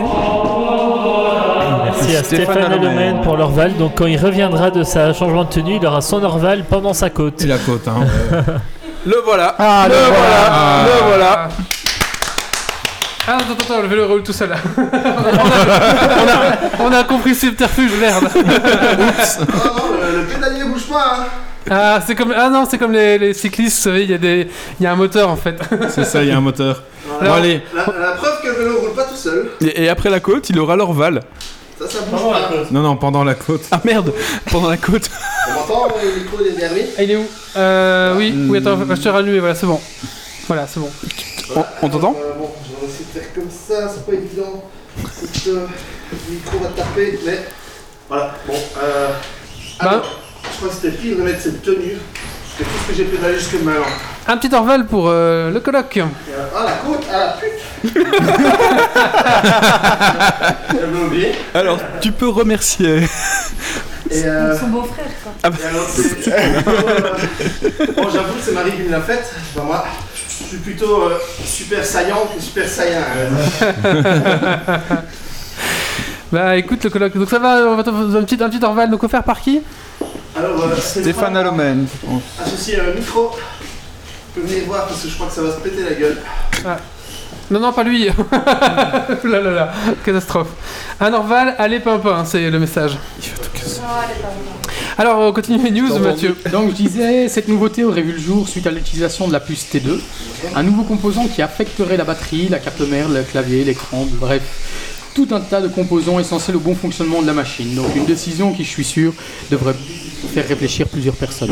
E: Merci à
C: Stéphane
E: Stéphane
C: Allemand.
E: Allemagne pour l'Orval. Donc quand il reviendra de sa changement de tenue, il aura son Orval pendant sa côte.
B: C'est la côte, hein.
C: Le voilà.
I: Ah,
C: le voilà. Le voilà.
A: Ah, attends, attends, attends, je vais le roule tout seul là. on, a, on a- on a compris le subterfuge, merde.
F: Non, non, Oh, le, le pédalier bouge pas, hein.
A: Ah, c'est comme, ah non, c'est comme les, les cyclistes, vous savez, il y, a des- il y a un moteur en fait.
B: C'est ça, il y a un moteur.
A: Alors-
B: bon, allez,
F: La, la preuve que le vélo roule pas tout seul,
C: Et, et après la côte, il aura l'Orval.
F: ça, ça bouge pas.
B: non, non, pendant la côte.
C: Ah merde Pendant la côte.
F: On m'entend, le micro des dermis.
A: Ah, il est où Euh, oui, oui, attends,
B: Hmm.
A: je te rallumer, voilà, c'est bon. Voilà, c'est bon.
C: On, on t'entend
F: Euh, Bon, je vais essayer de faire comme ça, c'est pas évident. Écoute, euh, le micro va taper, mais voilà. Bon, euh.
A: Bah.
F: alors, je crois que c'était pire de mettre cette tenue. C'est tout ce que j'ai pédalé jusque maintenant.
A: Un petit Orval pour euh, le
B: [LAUGHS]
A: colloque.
F: Et, euh, Ah, la côte, ah la pute J'avais oublié.
C: [LAUGHS] Alors, tu peux remercier.
F: Et euh.
H: Son beau-frère, quoi.
C: Ah bah.
F: Et alors, c'est- euh, bon, j'avoue que c'est Marie qui me l'a faite. Bah, moi, je suis plutôt euh, super saillant que super hein. saillant.
C: [LAUGHS]
A: [LAUGHS] Bah écoute, le colloque, donc ça va, on va t'en- un petit, un petit Orval, donc offert par qui
F: Alors, euh,
D: Stéphane Allomène.
F: associé à un micro. Vous pouvez venir voir parce que je crois que ça va se péter la gueule.
A: Non, non, pas lui. [LAUGHS] là, là, là, catastrophe. Un Orval, allez, pimpin, hein, c'est le message. Alors, on continue les news, Mathieu.
I: Donc je disais, cette nouveauté aurait vu le jour suite à l'utilisation de la puce T2, un nouveau composant qui affecterait la batterie, la carte mère, le clavier, l'écran, bref, tout un tas de composants essentiels au bon fonctionnement de la machine. Donc une décision qui, je suis sûr, devrait faire réfléchir plusieurs personnes.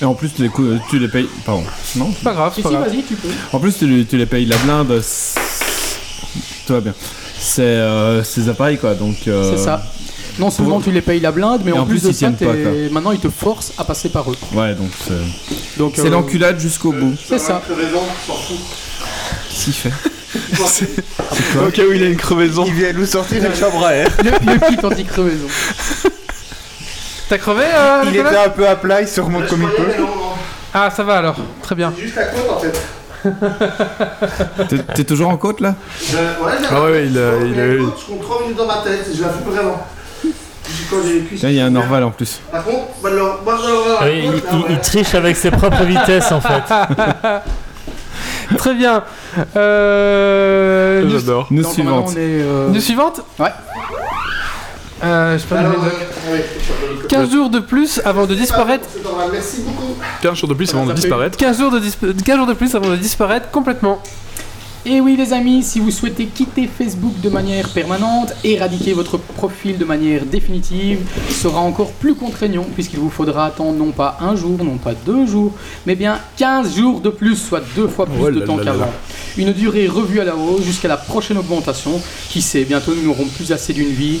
B: Et en plus, tu les, cou- tu les payes. Pardon. Non
A: C'est pas grave, c'est
I: Si,
A: pas
I: si,
A: grave.
I: vas-y, tu peux.
B: En plus, tu, les- tu les payes la blinde. c'est- Tout va bien. C'est euh, ces appareils, quoi. Donc. euh,
I: C'est ça. Non seulement tu les payes la blinde, mais
B: Et
I: en,
B: en
I: plus,
B: plus,
I: de
B: ils
I: ça,
B: tiennent pas,
I: t'es-
B: quoi.
I: maintenant ils te forcent à passer par eux.
B: Ouais, donc. c'est-
I: Donc
B: C'est
I: euh,
B: l'enculade jusqu'au bout.
I: C'est ça.
F: T'as raison, je s'en fous.
B: Qu'est-ce qu'il fait
C: Au cas où il a une crevaison.
D: Il vient nous sortir une chambre à air.
I: Le, le kit anti-crevaison.
A: T'as crevé, euh,
D: Il
A: le
D: était
A: colloque
D: un peu à plat, il se remonte
F: Je
D: comme il
F: croyais, mais
D: peut.
F: non, non.
A: Ah, ça va alors, très bien.
F: Juste la côte en fait.
B: T'es- T'es toujours en côte, là
I: Euh,
F: Je- ouais, j'ai-
C: Ah ouais, ouais, il a-
F: Mais
C: il a-
F: écoute, Je compte 3 minutes dans ma tête, je la fous vraiment. quand j'ai les cuisses.
B: Là, il y a un Orval en plus.
F: Par contre, bah, Bandelor- Bandelor-
E: Oui, il, il- il triche avec ses propres vitesses en fait.
A: Très bien. Euh, news-
C: J'adore.
B: Nous
I: Donc,
B: suivante.
I: maintenant, on est, euh,
A: News suivante
I: Ouais.
A: Euh, je peux
F: Alors,
A: allumer le doc.
F: euh, ouais, je suis un peu Nico.
A: 15 jours de plus avant de disparaître.
F: C'est normal, Merci beaucoup.
C: 15 jours de plus avant de disparaître.
A: 15 jours de, dispa- 15 jours de plus avant de disparaître complètement.
I: Et oui les amis, si vous souhaitez quitter Facebook de manière permanente, éradiquer votre profil de manière définitive sera encore plus contraignant puisqu'il vous faudra attendre non pas un jour, non pas deux jours, mais bien 15 jours de plus, soit deux fois plus
C: Oh
I: de
C: là
I: temps
C: là là
I: qu'avant.
C: là.
I: Une durée revue à la hausse jusqu'à la prochaine augmentation. Qui sait, bientôt nous n'aurons plus assez d'une vie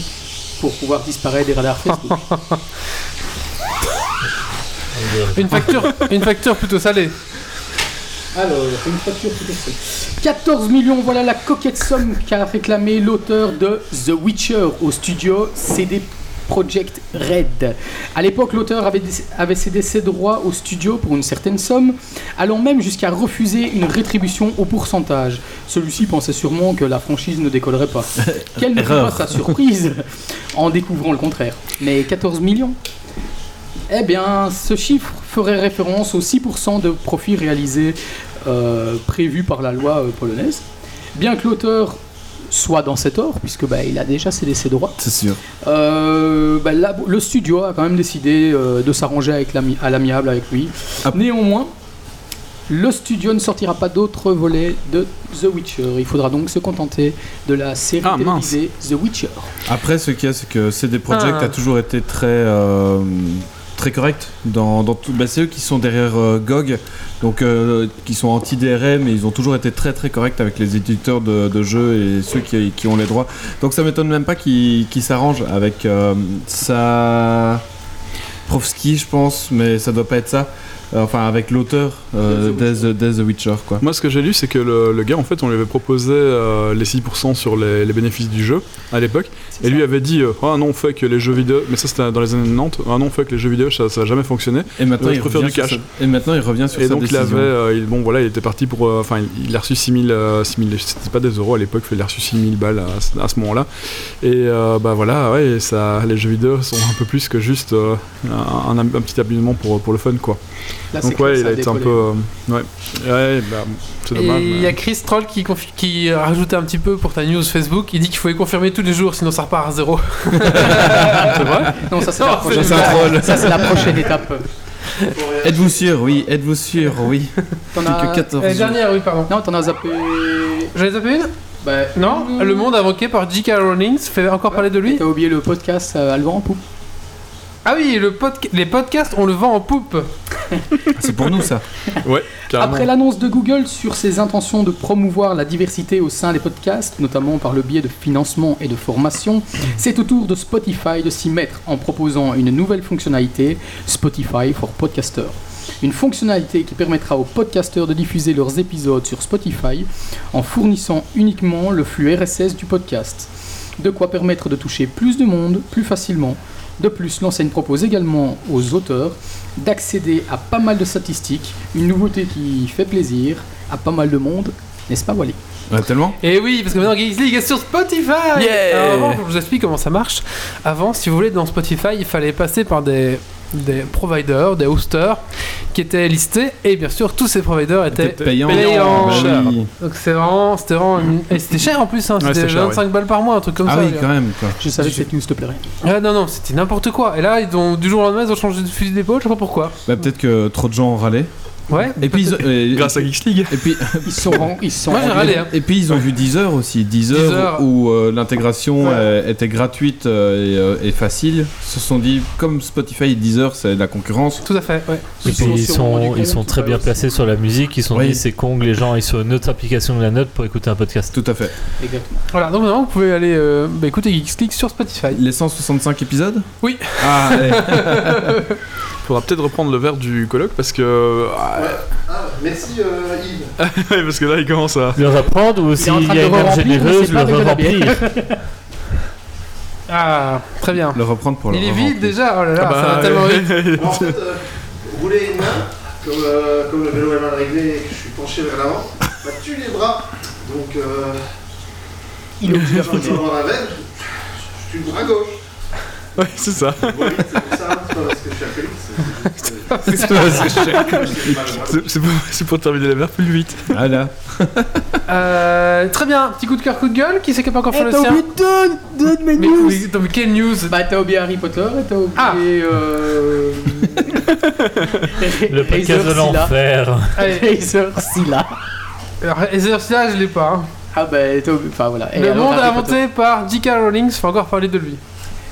I: pour pouvoir disparaître des radars
C: [LAUGHS]
I: Facebook.
A: Une facture, une facture plutôt salée.
I: Alors, une facture tout à fait. 14 millions, voilà la coquette somme qu'a réclamé l'auteur de The Witcher au studio CD Project Red. À l'époque, l'auteur avait, avait cédé ses droits au studio pour une certaine somme, allant même jusqu'à refuser une rétribution au pourcentage. Celui-ci pensait sûrement que la franchise ne décollerait pas. Quelle ne fut pas
B: Erreur.
I: sa surprise en découvrant le contraire. Mais 14 millions eh bien, ce chiffre ferait référence aux 6% de profits réalisés euh, prévus par la loi euh, polonaise. Bien que l'auteur soit dans cet or, puisque bah, il a déjà cédé ses droits,
B: C'est sûr.
I: euh, bah, la- le studio a quand même décidé euh, de s'arranger avec l'ami- à l'amiable avec lui.
B: Ah.
I: Néanmoins, le studio ne sortira pas d'autres volets de The Witcher. Il faudra donc se contenter de la série
C: Ah, mince.
I: télévisée The Witcher.
B: Après, ce qu'il y a, c'est que CD Projekt
A: Ah.
B: a toujours été très. euh, Très correct dans, dans tout. Bah, c'est eux qui sont derrière euh, GOG, donc euh, qui sont anti-DRM, mais ils ont toujours été très très corrects avec les éditeurs de, de jeux et ceux qui, qui ont les droits. Donc ça m'étonne même pas qu'ils qu'ils s'arrangent avec euh, ça. Profsky, je pense, mais ça doit pas être ça. Euh, enfin, avec l'auteur euh, des des The Witcher, quoi.
C: Moi, ce que j'ai lu, c'est que le, le gars, en fait, on lui avait proposé euh, les 6% sur les, les bénéfices du jeu à l'époque. Et lui avait dit euh, Ah non, fuck les jeux vidéo. Mais ça, c'était dans les années 90. Ah non, fuck les jeux vidéo, ça, ça a jamais fonctionné.
B: Et maintenant,
C: Ouais, je
B: il
C: préfère
B: revient
C: du
B: sur
C: cash.
B: sa- et maintenant, il revient sur
C: Et
B: sa
C: donc, il
B: décision.
C: avait. euh, il, bon, voilà, il était parti pour. euh, Enfin, il, il a reçu 6000. euh, 6000 c'était pas des euros à l'époque, il a reçu 6000 balles à, ce- à ce moment-là. Et euh, bah voilà, ouais, et ça, les jeux vidéo sont un peu plus que juste euh, un, un- un petit abonnement pour, pour le fun, quoi.
I: Là, c'est
C: Donc,
I: clair,
C: ouais,
I: ça
C: il a été un
I: décollé.
C: peu. euh, ouais, ouais bah, c'est
A: Et
C: dommage.
A: il
C: mais-
A: y a Chris Troll qui, confi- qui rajoute un petit peu pour ta news Facebook. Il dit qu'il faut les confirmer tous les jours, sinon ça repart à
C: [LAUGHS]
A: zéro.
B: C'est vrai
I: Non, ça c'est
A: Non,
I: la
A: c'est
I: prochaine-
B: une blague.
I: ça, c'est la prochaine étape.
B: Êtes-vous sûr Oui, êtes-vous sûr Oui.
I: T'en
B: Plus
A: euh,
I: as... Euh,
B: que 14.
A: La dernière, oui, pardon.
I: Non, t'en as zappé.
A: J'en ai zappé une
I: Bah,
A: Non Le Monde invoqué par J.K. Rowling fait encore parler de lui
I: T'as oublié le podcast euh, Alban en poupe.
A: Ah oui, le podca- les podcasts, on le vend en poupe.
B: C'est pour nous ça.
C: Ouais, carrément.
I: Après l'annonce de Google sur ses intentions de promouvoir la diversité au sein des podcasts, notamment par le biais de financement et de formation, c'est au tour de Spotify de s'y mettre en proposant une nouvelle fonctionnalité, Spotify for Podcasters. Une fonctionnalité qui permettra aux podcasteurs de diffuser leurs épisodes sur Spotify en fournissant uniquement le flux RSS du podcast. De quoi permettre de toucher plus de monde plus facilement. De plus, l'enseigne propose également aux auteurs d'accéder à pas mal de statistiques, une nouveauté qui fait plaisir à pas mal de monde, n'est-ce pas Wally
B: Ouais, Ah, tellement
A: Et oui, parce que maintenant Geeks League est sur Spotify
B: Yeah
A: Alors avant, je vous explique comment ça marche. Avant, si vous voulez, dans Spotify, il fallait passer par des, des providers, des hosters, qui étaient listés, et bien sûr, tous ces providers étaient
B: T'es payant.
A: payants.
B: Bah oui.
A: Donc c'est vraiment, c'était vraiment une- Et c'était cher en plus, hein,
C: Ouais,
A: c'était
C: c'était cher,
A: 25 balles par mois, un truc comme
B: Ah
A: ça.
B: oui,
A: les gars.
B: quand même quoi.
I: Je savais que cette news te plairait.
A: Ah non, non, c'était n'importe quoi. Et là, ils ont, du jour au lendemain, ils ont changé de fusil d'épaule, je sais pas pourquoi.
B: Bah peut-être que trop de gens ont râlé.
A: Ouais.
B: Et puis ils
A: [LAUGHS]
B: ont- et-
C: Grâce à Geeks League.
B: et puis,
I: [LAUGHS] Ils se sont ren- ils se sont
A: Moi, j'ai
I: rendus-
A: râlé, hein.
B: et puis ils ont vu 10 heures aussi, 10
A: Deezer.
B: heures où euh, l'intégration euh, était gratuite euh, et, euh, et facile. Ils se sont dit, comme Spotify et Deezer, c'est de la concurrence.
A: Tout à fait, ouais.
E: [LAUGHS] Et puis ils
I: se sont rendus
E: sont,
I: compte
E: ils sont très
I: que-
E: bien placés sur la musique, ils sont
B: Oui.
E: dit c'est con que les gens ils sont une autre application que la note pour écouter un podcast.
B: Tout à fait.
I: Exactement.
A: Voilà, donc maintenant, vous pouvez aller euh, bah, écouter Geeks League sur Spotify.
B: Les 165 épisodes
A: Oui.
B: Ah,
A: [LAUGHS]
B: allez.
C: [LAUGHS] Faudra peut-être reprendre le verre du colloque parce que. ah,
F: Ah, merci euh, Yves.
C: [LAUGHS] ouais, parce que là, il commence à.
E: Le reprendre ou s'il
I: en
E: y
I: train
E: a
I: de
E: une âme
I: re-remplir, on
E: généreuse,
I: sait
E: le
I: pas avec de la bière.
E: re-remplir.
A: Ah, très bien.
B: le reprendre pour le
A: Il est
B: revendre.
A: vide déjà, oh là là,
C: Ah bah,
A: ça va tellement vite.
F: Alors, en fait, euh, rouler une main, comme, euh, comme le vélo est mal réglé et que je suis penché vers l'avant, bah, tue les bras. Donc, euh,
I: Il est obligé
B: [LAUGHS]
F: je vais avoir un verre, je tue le bras gauche.
C: Ouais, c'est ça.
F: Oui, c'est pour ça, c'est pas parce que je suis alcoolique, c'est
A: [LAUGHS]
F: juste euh, que-
C: C'est pas parce que je suis alcoolique. C'est- c'est pour, c'est pour terminer la verre plus vite.
B: Voilà.
A: Euh, très bien, petit coup de cœur, coup de gueule. Qui c'est qui n'a pas encore fait le
I: Eh, t'as
A: sien
I: oublié deux, de mes
A: Mais-
I: news
A: mais- attends, mais quelle news Ah.
I: Bah t'as oublié Harry Potter et t'as oublié... euh,
E: Le
I: Razor
E: podcast de
I: Scylla.
A: [LAUGHS]
E: l'enfer.
A: Allez.
I: Razor Scylla.
A: Alors, Heather Silla, je l'ai pas. hein.
I: Ah bah t'as oublié... Enfin voilà. Et
A: Le
I: alors,
A: monde
I: Harry Potter.
A: inventé par J.K. Rowling, faut encore parler de lui.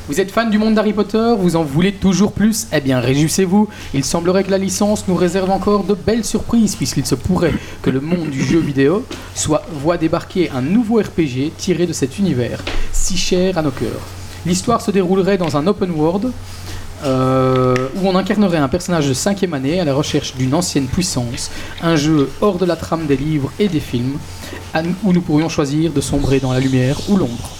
I: Vous êtes fan du monde d'Harry Potter Vous en voulez toujours plus Eh bien, réjouissez-vous. Il semblerait que la licence nous réserve encore de belles surprises, puisqu'il se pourrait que le monde du jeu vidéo soit voit débarquer un nouveau RPG tiré de cet univers, si cher à nos cœurs. L'histoire se déroulerait dans un open world. euh, où on incarnerait un personnage de cinquième année à la recherche d'une ancienne puissance, un jeu hors de la trame des livres et des films, à- où nous pourrions choisir de sombrer dans la lumière ou l'ombre.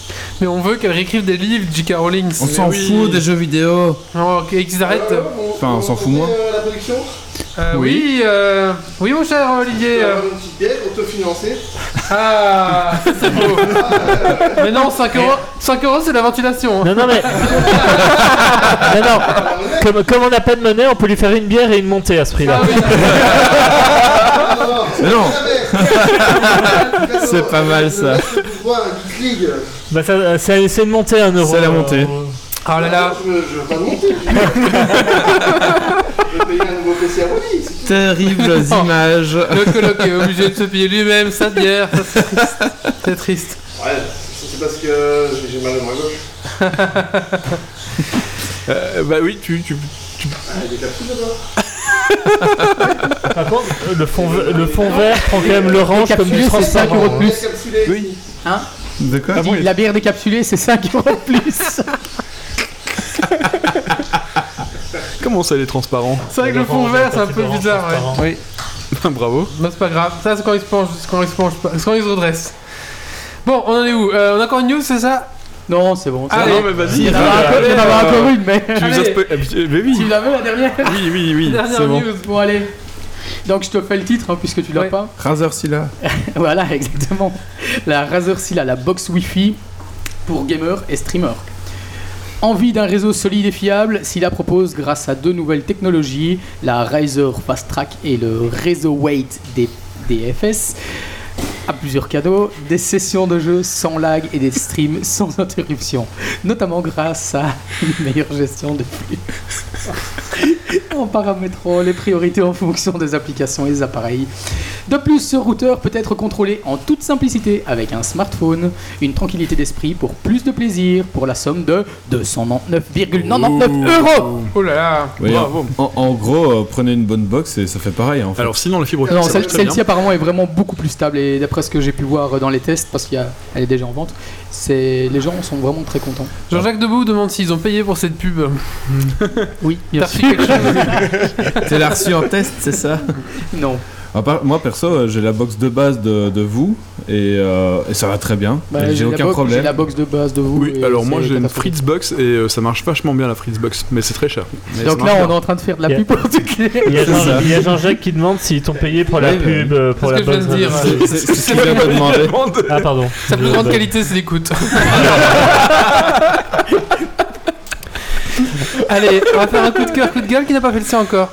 A: Mais on veut qu'elle réécrive des livres, J.K. Rowling.
B: On s'en fout des jeux vidéo.
A: Non, ok, qu'ils arrêtent.
B: Enfin, on s'en fout
F: met,
B: moins.
F: euh, la production,
A: Euh, oui, euh, oui, mon cher Olivier. euh,
F: euh, une petite bière, autofinancée.
A: Ah, c'est beau. Mais non, 5 euros, 5 euros c'est la ventilation. hein.
E: Non, non, mais. non, Ah, non. Comme, comme on n'a pas de monnaie, on peut lui faire une bière et une montée à ce prix-là.
A: Ah oui. [LAUGHS]
B: Mais non,
F: C'est
B: c'est pas mal ça.
F: Bois un Geek League.
E: Bah, ça- c'est c'est une montée à un euro. Euh,
B: C'est la montée.
A: Oh là là.
F: Ah, Je, je vais pas le monter. Je vais payer un nouveau PC à Ronnie. c'est tout.
B: Terribles images.
A: Le coloc est obligé de se payer lui-même sa bière. Ça, C'est triste. C'est triste.
F: Ouais, c'est parce que j'ai- j'ai mal à ma gauche.
C: Euh, bah oui, tu. tu...
F: Ah, il est capable là-bas.
E: Par contre, euh, le fond, ve- le fond vert prend quand même l'orange comme du
I: Décapsulé, c'est 5 euros
E: transparent.
I: de
F: Il
I: plus.
F: est capsulé.
C: Oui.
B: De quoi
I: Dis, La bière décapsulée, c'est 5 euros de plus.
C: Comment ça, il est transparent
A: C'est vrai que le fond vert c'est un peu bizarre. Ouais.
C: Oui. [LAUGHS] Bravo.
A: Non, c'est pas grave. Ça c'est quand ils se penchent, c'est quand ils se penchent pas- c'est quand ils se redressent. Bon, on en est où Euh, On a encore une news, c'est ça Ah,
I: Non, c'est bon.
A: Allez.
C: non, mais vas-y.
I: Ah Il y en
A: Ah,
I: a encore- il y en a encore une, mais.
C: Tu nous as
A: Allez.
C: spo- Ah, putain, Mais oui,
I: Tu l'avais la dernière
C: oui, oui, oui.
A: Dernière
C: C'est bon.
A: news.
I: Bon, allez. Donc, je te fais le titre, hein, puisque tu l'as
A: Ouais.
I: pas.
B: Razor Silla.
I: [LAUGHS] Voilà, exactement. La Razer Silla, la box Wi-Fi pour gamers et streamers. Envie d'un réseau solide et fiable, Silla propose grâce à deux nouvelles technologies, la Razer Fast Track et le Réseau Weight des DFS, à plusieurs cadeaux, des sessions de jeu sans lag et des streams [LAUGHS] sans interruption, notamment grâce à une meilleure gestion de flux. en paramétrant les priorités en fonction des applications et des appareils, de plus, ce routeur peut être contrôlé en toute simplicité avec un smartphone, une tranquillité d'esprit pour plus de plaisir pour la somme de 299,99 euros.
A: Oh là là.
B: Oui,
C: Bravo.
B: En, en gros, euh, prenez une bonne box et ça fait pareil. hein, en fait.
C: Alors, sinon, la fibre optique,
I: Non,
C: ça marche
I: celle-
C: très
I: celle-ci
C: bien.
I: apparemment est vraiment beaucoup plus stable et d'après ce que j'ai pu voir dans les tests, parce qu'elle est déjà en vente, c'est les gens sont vraiment très contents.
A: Jean-Jacques Debout demande s'ils ont payé pour cette [LAUGHS] pub.
I: Oui,
A: T'as reçu quelque chose
B: [LAUGHS] tu l'as reçu en test, c'est ça
I: [LAUGHS] Non.
B: À part- moi perso, euh, j'ai la box de base de, de vous et, euh, et ça va très bien.
I: Bah,
B: j'ai
I: la
B: aucun
I: box- J'ai
B: problème.
I: la box de base de vous.
C: Oui,
I: et
C: alors moi
I: c'est
C: j'ai une
I: catastrophique.
C: Fritzbox et euh, ça marche vachement bien la Fritzbox, mais c'est très cher. Mais ça
I: Donc
C: marche
I: là, on est
C: bien.
I: en train de faire de la
E: Yeah.
I: pub pour toutes les-
E: Il y a
B: C'est
E: Jean-
B: ça.
E: il y a Jean-Jacques qui demande s'ils t'ont payé pour la
B: Oui, oui.
E: pub, euh, pour
A: C'est
E: la
A: ce que je
E: bonne
A: viens de dire.
E: raison.
B: C'est c'est ce que je viens de demander.
E: Ah, pardon.
A: Sa plus
E: Je-
A: grande
E: bah,
A: qualité, c'est l'écoute. [LAUGHS] Allez, on va faire un coup de cœur, coup de gueule qui n'a pas fait le sien encore.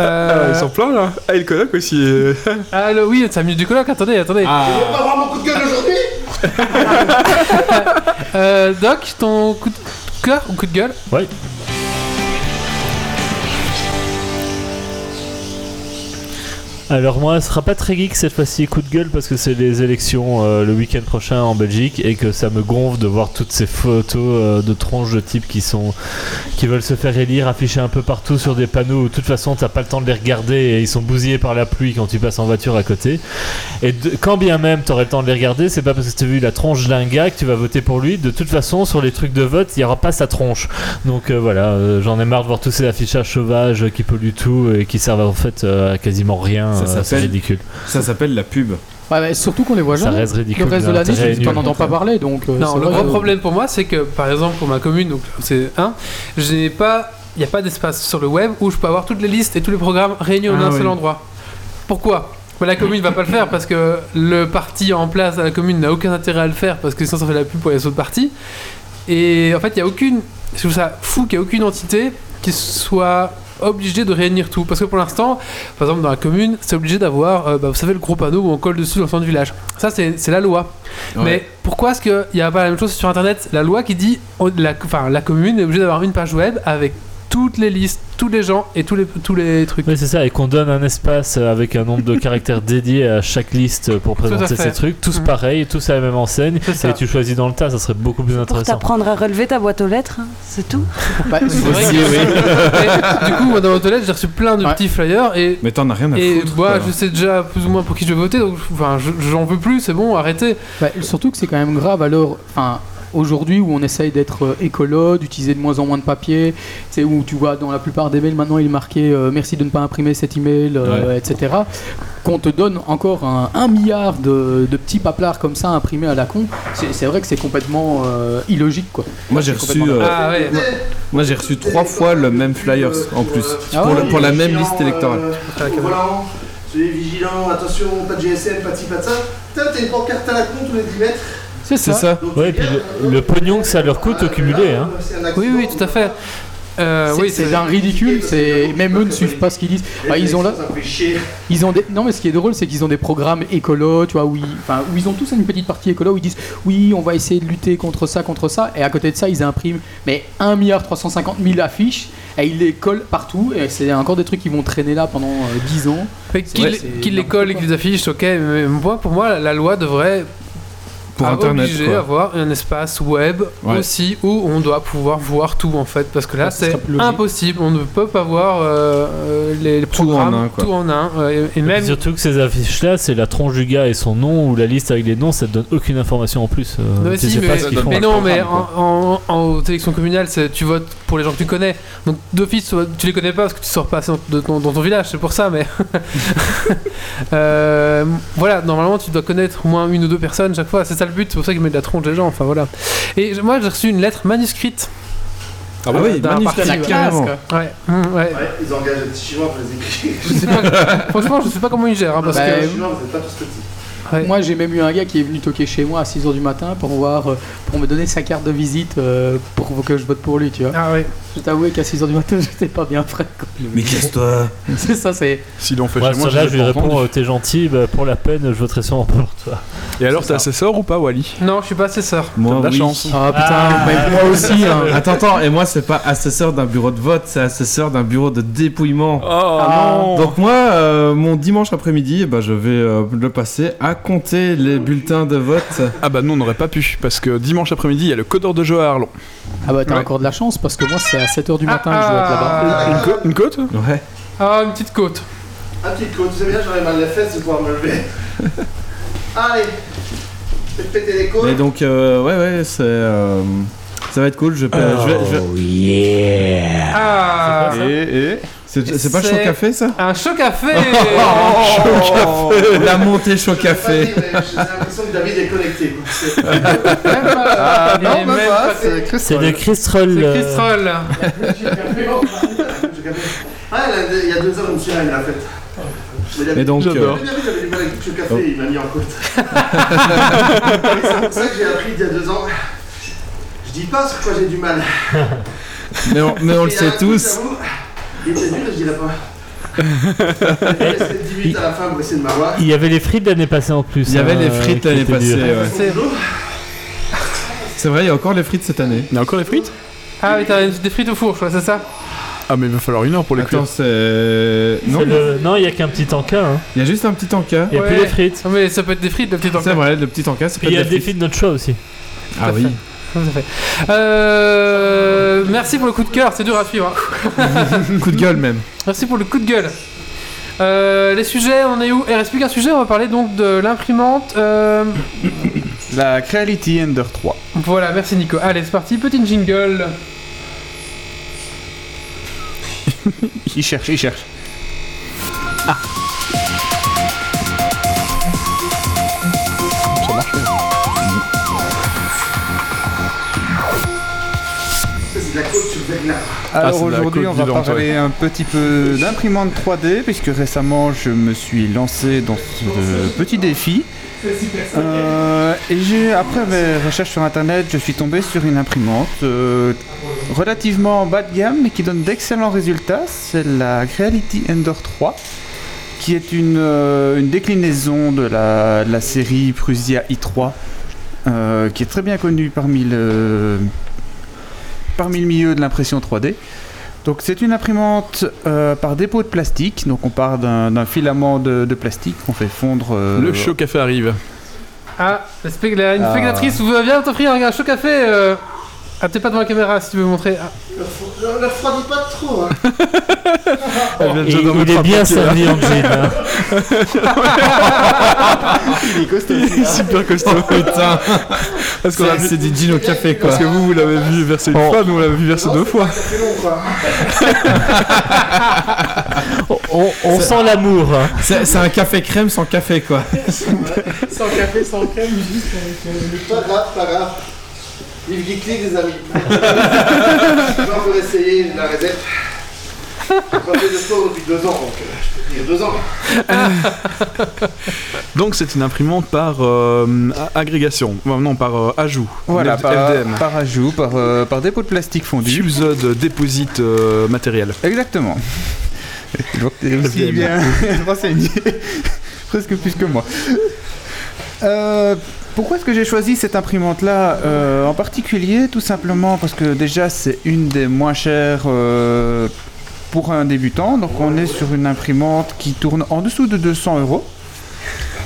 C: Ah,
A: Euh,
C: ils sont pleins là Ah, et le coloc aussi euh,
A: allô, Ah, oui, ça minutes du colloque, attendez, attendez.
B: Ah.
F: Tu veux pas avoir mon coup de gueule aujourd'hui
A: [LAUGHS] Euh, Doc, ton coup de cœur ou coup de gueule
E: Ouais. Alors moi, ce sera pas très geek cette fois-ci, coup de gueule, parce que c'est les élections euh, le week-end prochain en Belgique et que ça me gonfle de voir toutes ces photos euh, de tronches de types qui sont qui veulent se faire élire affichées un peu partout sur des panneaux où de toute façon t'as pas le temps de les regarder et ils sont bousillés par la pluie quand tu passes en voiture à côté. Et de- quand bien même t'aurais le temps de les regarder, c'est pas parce que t'as vu la tronche d'un gars que tu vas voter pour lui. De toute façon, sur les trucs de vote, il y aura pas sa tronche. Donc euh, voilà, euh, j'en ai marre de voir tous ces affichages sauvages euh, qui polluent tout et qui servent en fait euh, à quasiment rien.
B: Ça
E: euh, c'est
B: s'appelle-
E: ridicule.
B: Ça s'appelle la pub.
I: Ouais, mais surtout qu'on les voit
E: Ça
I: jamais.
E: reste ridicule.
I: Le reste
A: hein.
I: de l'année,
E: l'intérêt
I: tu
E: est
I: n'en
E: nul.
I: entends pas parler, donc. euh,
A: Non,
I: c'est
A: le
I: vrai
A: gros
I: que-
A: problème pour moi, c'est que par exemple, pour ma commune, donc c'est 1, je n'ai pas. Il n'y a pas d'espace sur le web où je peux avoir toutes les listes et tous les programmes réunis en
B: Ah
A: un seul
B: oui.
A: endroit. Pourquoi Bah, la commune va pas le faire parce que le parti en place à la commune n'a aucun intérêt à le faire parce que sinon ça fait la pub pour les autres partis. Et en fait, il n'y a aucune je trouve ça fou qu'il n'y ait aucune entité qui soit obligée de réunir tout. Parce que pour l'instant, par exemple, dans la commune, c'est obligé d'avoir, euh, bah, vous savez, le gros panneau où on colle dessus dans le centre du village. Ça, c'est c'est la loi.
B: Ouais.
A: Mais pourquoi est-ce qu'il n'y a pas la même chose sur Internet La loi qui dit, on- la, enfin, la commune est obligée d'avoir une page web avec toutes les listes, tous les gens et tous les, tous les trucs.
E: Oui, c'est ça, et qu'on donne un espace euh, avec un nombre de
B: [LAUGHS]
E: caractères dédiés à chaque liste pour
A: à
E: présenter
A: fait.
E: ces trucs, tous
A: Mhm.
E: pareils, tous à la même enseigne,
A: ça.
E: et tu choisis dans le tas, ça serait beaucoup plus
H: Pour
E: intéressant.
H: t'apprendre à relever ta boîte aux lettres, hein, c'est tout.
A: C'est vrai que- [LAUGHS] Mais, [LAUGHS] du coup, moi, dans l'autolette, j'ai reçu plein de petits flyers et.
B: Mais t'en as rien à
A: Et
B: foutre.
A: moi,
B: quoi.
A: je sais déjà plus ou moins pour qui je vais voter, donc enfin, je- j'en veux plus, c'est bon, arrêtez.
I: Bah, surtout que c'est quand même grave alors. Enfin, aujourd'hui où on essaye d'être euh, écolo, d'utiliser de moins en moins de papier, c'est où tu vois dans la plupart des mails maintenant il est marqué euh, merci de ne pas imprimer cet email, euh, etc. Qu'on te donne encore un, un milliard de, de petits paplards comme ça imprimés à la con, c'est c'est vrai que c'est complètement euh, illogique quoi.
B: Moi j'ai
I: C'est
B: reçu,
I: complètement-
B: euh,
A: Ah ouais.
B: moi j'ai reçu trois fois le même flyers
F: Euh,
B: en plus
I: Ah
B: pour,
I: ouais.
B: la- pour la même
F: Vigilant,
B: liste électorale.
F: euh, au volant, soyez vigilant, attention, pas de GSM, pas de ci, pas de ça. Putain, t'as une pancarte à la con tous les 10 mètres.
I: C'est
B: C'est
I: ça.
B: ça.
F: Donc,
E: Ouais, et
F: tu
E: puis
F: gardes,
E: le, le pognon que ça leur coûte au cumulé, hein.
F: c'est un accident.
A: Oui, oui, tout à fait. Euh,
I: C'est-
A: oui,
I: c'est d'un ridicule, c'est même eux ne suivent pas ce qu'ils disent.
F: Les
I: Bah, ils ont là,
F: élections, ça me fait chier.
I: Ils ont des... Non, mais ce qui est drôle, c'est qu'ils ont des programmes écolo, tu vois, où ils... Enfin, où ils ont tous une petite partie écolo, où ils disent oui, on va essayer de lutter contre ça, contre ça, et à côté de ça, ils impriment mais 1 milliard 350 000 affiches, et ils les collent partout, et c'est encore des trucs qui vont traîner là pendant euh, 10 ans.
A: Fait
I: C'est
A: qu'ils
I: vrai, c'est
A: qu'ils les
I: n'importe
A: collent et
I: quoi.
A: qu'ils les affichent, ok, mais moi, pour moi, la loi devrait
B: Pour
A: à-
B: internet.
A: obliger
B: quoi.
A: à avoir un espace web
B: Ouais.
A: aussi où on doit pouvoir voir tout en fait, parce que là,
I: Ouais, ce
A: c'est
I: serait plus logique.
A: impossible, on ne peut pas voir euh, euh, les, les
B: Tout en
A: programmes
B: un, quoi.
A: tout en un, euh, et, et même.
E: Surtout que ces affiches-là, c'est la tronche du gars et son nom ou la liste avec les noms, ça te donne aucune information en plus. euh,
A: Non, mais
E: tu
A: si,
E: sais
A: mais-
E: pas ce qu'ils font.
A: Mais
B: dans le
A: non, mais
B: programme,
A: en, en, en- aux élections communales, c'est- tu votes pour les gens que tu connais. Donc d'office, tu les connais pas parce que tu sors pas assez dans, de ton, dans ton village, c'est pour ça, mais. [LAUGHS] Euh, voilà, normalement, tu dois connaître au moins une ou deux personnes chaque fois. C'est ça le but, c'est pour ça qu'ils mettent de la tronche des gens, enfin voilà. Et j- moi, j'ai reçu une lettre manuscrite.
B: Ah bah oui,
A: D'un
B: manuscrit,
A: parti, ouais.
B: carrément.
A: Ouais, mm, ouais.
F: Ouais, ils engagent des petits chinois pour les écrire.
A: Je sais pas- [LAUGHS]
F: [LAUGHS]
A: franchement, je sais pas comment ils gèrent, hein, parce
I: Bah,
A: que.
F: Les
I: euh,
F: chinois, vous êtes pas tous petits.
I: Moi, j'ai même eu un gars qui est venu toquer chez moi à 6h du matin pour voir, euh, pour me donner sa carte de visite euh, pour que je vote pour lui, tu vois.
A: Ah ouais.
I: Je t'avouais qu'à 6h du matin, [LAUGHS] j'étais pas bien prêt. quoi.
B: Mais casse-toi.
I: [LAUGHS] C'est ça, c'est...
C: S'ils l'ont fait
E: Ouais,
C: chez moi,
E: ça, là, je
C: j'ai
E: lui
C: pas entendu.
E: réponds, euh, t'es gentil, bah, pour la peine, je voterai sûrement pas pour toi.
C: Et alors, t'es assesseur ou pas, Wally
A: Non, je suis pas assesseur.
B: Moi,
C: T'as de la
B: Oh oui.
C: chance.
I: Ah putain, mais moi aussi,
C: [LAUGHS]
I: hein.
B: Attends, attends, et moi c'est pas assesseur d'un bureau de vote, c'est assesseur d'un bureau de dépouillement.
C: Oh non
B: Donc moi, euh, mon dimanche après-midi, eh ben, je vais euh, le passer à compter les bulletins de vote.
C: Ah bah non, on n'aurait pas pu, parce que dimanche après-midi, il y a le codeur de jeu à Arlon.
I: Ah bah t'as
A: Ouais.
I: encore de la chance parce que moi c'est à 7h du matin que je dois être là-bas.
A: Ah,
C: Une, co- une côte
B: Ouais.
A: ah, une petite côte.
F: Un petit coup, tu sais bien, j'aurais mal les fesses de pouvoir me lever. Allez, faites péter les côtes.
B: Et donc, euh, ouais, ouais, c'est... euh, ça va être cool, je vais... je vais- je vais-
A: Ah,
D: Et, et...
B: C'est c'est pas le chaud
A: C'est-
C: [LAUGHS]
B: café ça
A: un choc à
B: [LAUGHS]
A: fait
B: La montée chaud
F: Je sais pas
B: café.
F: si, mais J'ai l'impression que David est connecté. quoi. C'est-
D: Ah
A: Et
D: non, même
A: même
D: pas,
A: pas
D: c'est
E: C'est
D: Christophe.
E: le Christroll.
A: C'est
E: euh,
A: Chris Troll.
F: J'ai capté, bon. J'ai capté. Ah, il y a deux- il y a deux heures, monsieur, il l'a fait. Mais il a-
B: Et donc, euh,
F: Mais David avait du mal avec le café,
B: Oh.
F: il m'a mis en côte. c'est pour ça que j'ai appris il y a deux ans. Je dis pas sur quoi j'ai du mal.
B: mais, on, mais on le
F: Il y a un
B: sait
F: truc,
B: tous.
F: j'avoue, Il était dur, je dirais
B: [LAUGHS]
F: pas. J'ai resté 10 minutes à la fin pour essayer de m'avoir.
E: Il y avait les frites l'année passée en plus.
B: Il y avait
E: hein,
B: les
E: euh,
B: frites
E: qui
B: l'année
E: étaient
B: passée.
E: dures.
B: ouais.
A: C'est-
B: C'est vrai, Ah, il y a encore les frites cette année.
C: Il y a encore les frites
A: Ah oui, t'as des frites au four, je crois, c'est ça
C: Ah mais il va falloir une heure pour les
B: Attends,
C: cuire.
B: c'est... Non,
E: C'est le- Non, il y a qu'un petit tanka. Hein.
B: il y a juste un petit encas.
E: Il y a
A: Ouais.
E: plus les frites.
A: Non, mais ça peut être des frites, le petit
B: C'est
A: enfant.
B: vrai, le petit encas, c'est
E: Puis il y a
B: peut-être
E: des
B: des
E: frites notre choix aussi.
B: Ah oui.
A: Tout à fait. Euh, merci pour le coup de cœur, c'est dur à suivre. hein. [LAUGHS]
B: [LAUGHS] Coup de gueule même.
A: Merci pour le coup de gueule. Euh, les sujets, on est où Il reste plus qu'un sujet, on va parler donc de l'imprimante. euh,
D: La Creality Ender 3.
A: Voilà, merci Nico. Allez, c'est parti, petite jingle.
D: Il cherche, il cherche.
F: C'est de la côte sur le verglas.
D: Alors
C: Ah,
B: Ah,
C: c'est de la
D: aujourd'hui, on
C: coke
D: va
C: vivante,
D: parler un petit peu d'imprimante 3D, puisque récemment, je me suis lancé dans ce petit défi. Euh, et j'ai, après mes recherches sur internet, je suis tombé sur une imprimante euh, relativement bas de gamme mais qui donne d'excellents résultats, c'est la Reality Endor 3, qui est une, euh, une déclinaison de la, de la série Prusia i3, euh, qui est très bien connue parmi le, parmi le milieu de l'impression 3D. Donc c'est une imprimante euh, par dépôt de plastique, donc on part d'un d'un filament de, de plastique qu'on fait fondre... euh,
C: Le show café arrive.
A: Ah, la spec- la- une
D: Ah.
A: spectatrice vous vient t'offrir un, un chaud café. euh. Ah, t'es pas devant la caméra si tu veux montrer. Ah.
F: Ne le refroidis pas trop. Hein.
E: Et il est bien servi
C: [LAUGHS]
E: en jean. hein.
F: Il est costaud.
C: [LAUGHS] Il est super costaud.
B: Putain.
C: Parce qu'on a
B: C'est-
C: vu-
B: C'est dit jean au café quoi.
C: Parce que vous, vous l'avez vu verser une
B: Oh.
C: fois, nous on l'avait vu verser deux fois.
F: C'est long, quoi.
E: On, on sent l'amour.
B: C'est c'est un café crème sans café quoi.
G: [LAUGHS] Sans café, sans crème, juste avec. euh,
F: Pas grave, pas grave. Yves Geekly, les amis. Genre, pour essayer la réserve. J'ai pas fait de sport depuis deux ans, donc euh, je peux te dire deux ans.
C: [LAUGHS] Donc c'est une imprimante par euh, a- agrégation, Enfin, non par euh, ajout.
D: Voilà,
C: F-
D: par,
C: FDM.
D: par ajout, par, euh, par dépôt de plastique fondu.
C: Subsode déposite euh, matériel. [LAUGHS]
D: Exactement. Je vois que t'es aussi [LAUGHS]
C: FDM.
D: bien renseigné. [LAUGHS] Presque plus que moi. Euh, pourquoi est-ce que j'ai choisi cette imprimante-là euh, en particulier Tout simplement parce que déjà c'est une des moins chères euh, pour un débutant. Donc on est sur une imprimante qui tourne en dessous de 200 euros.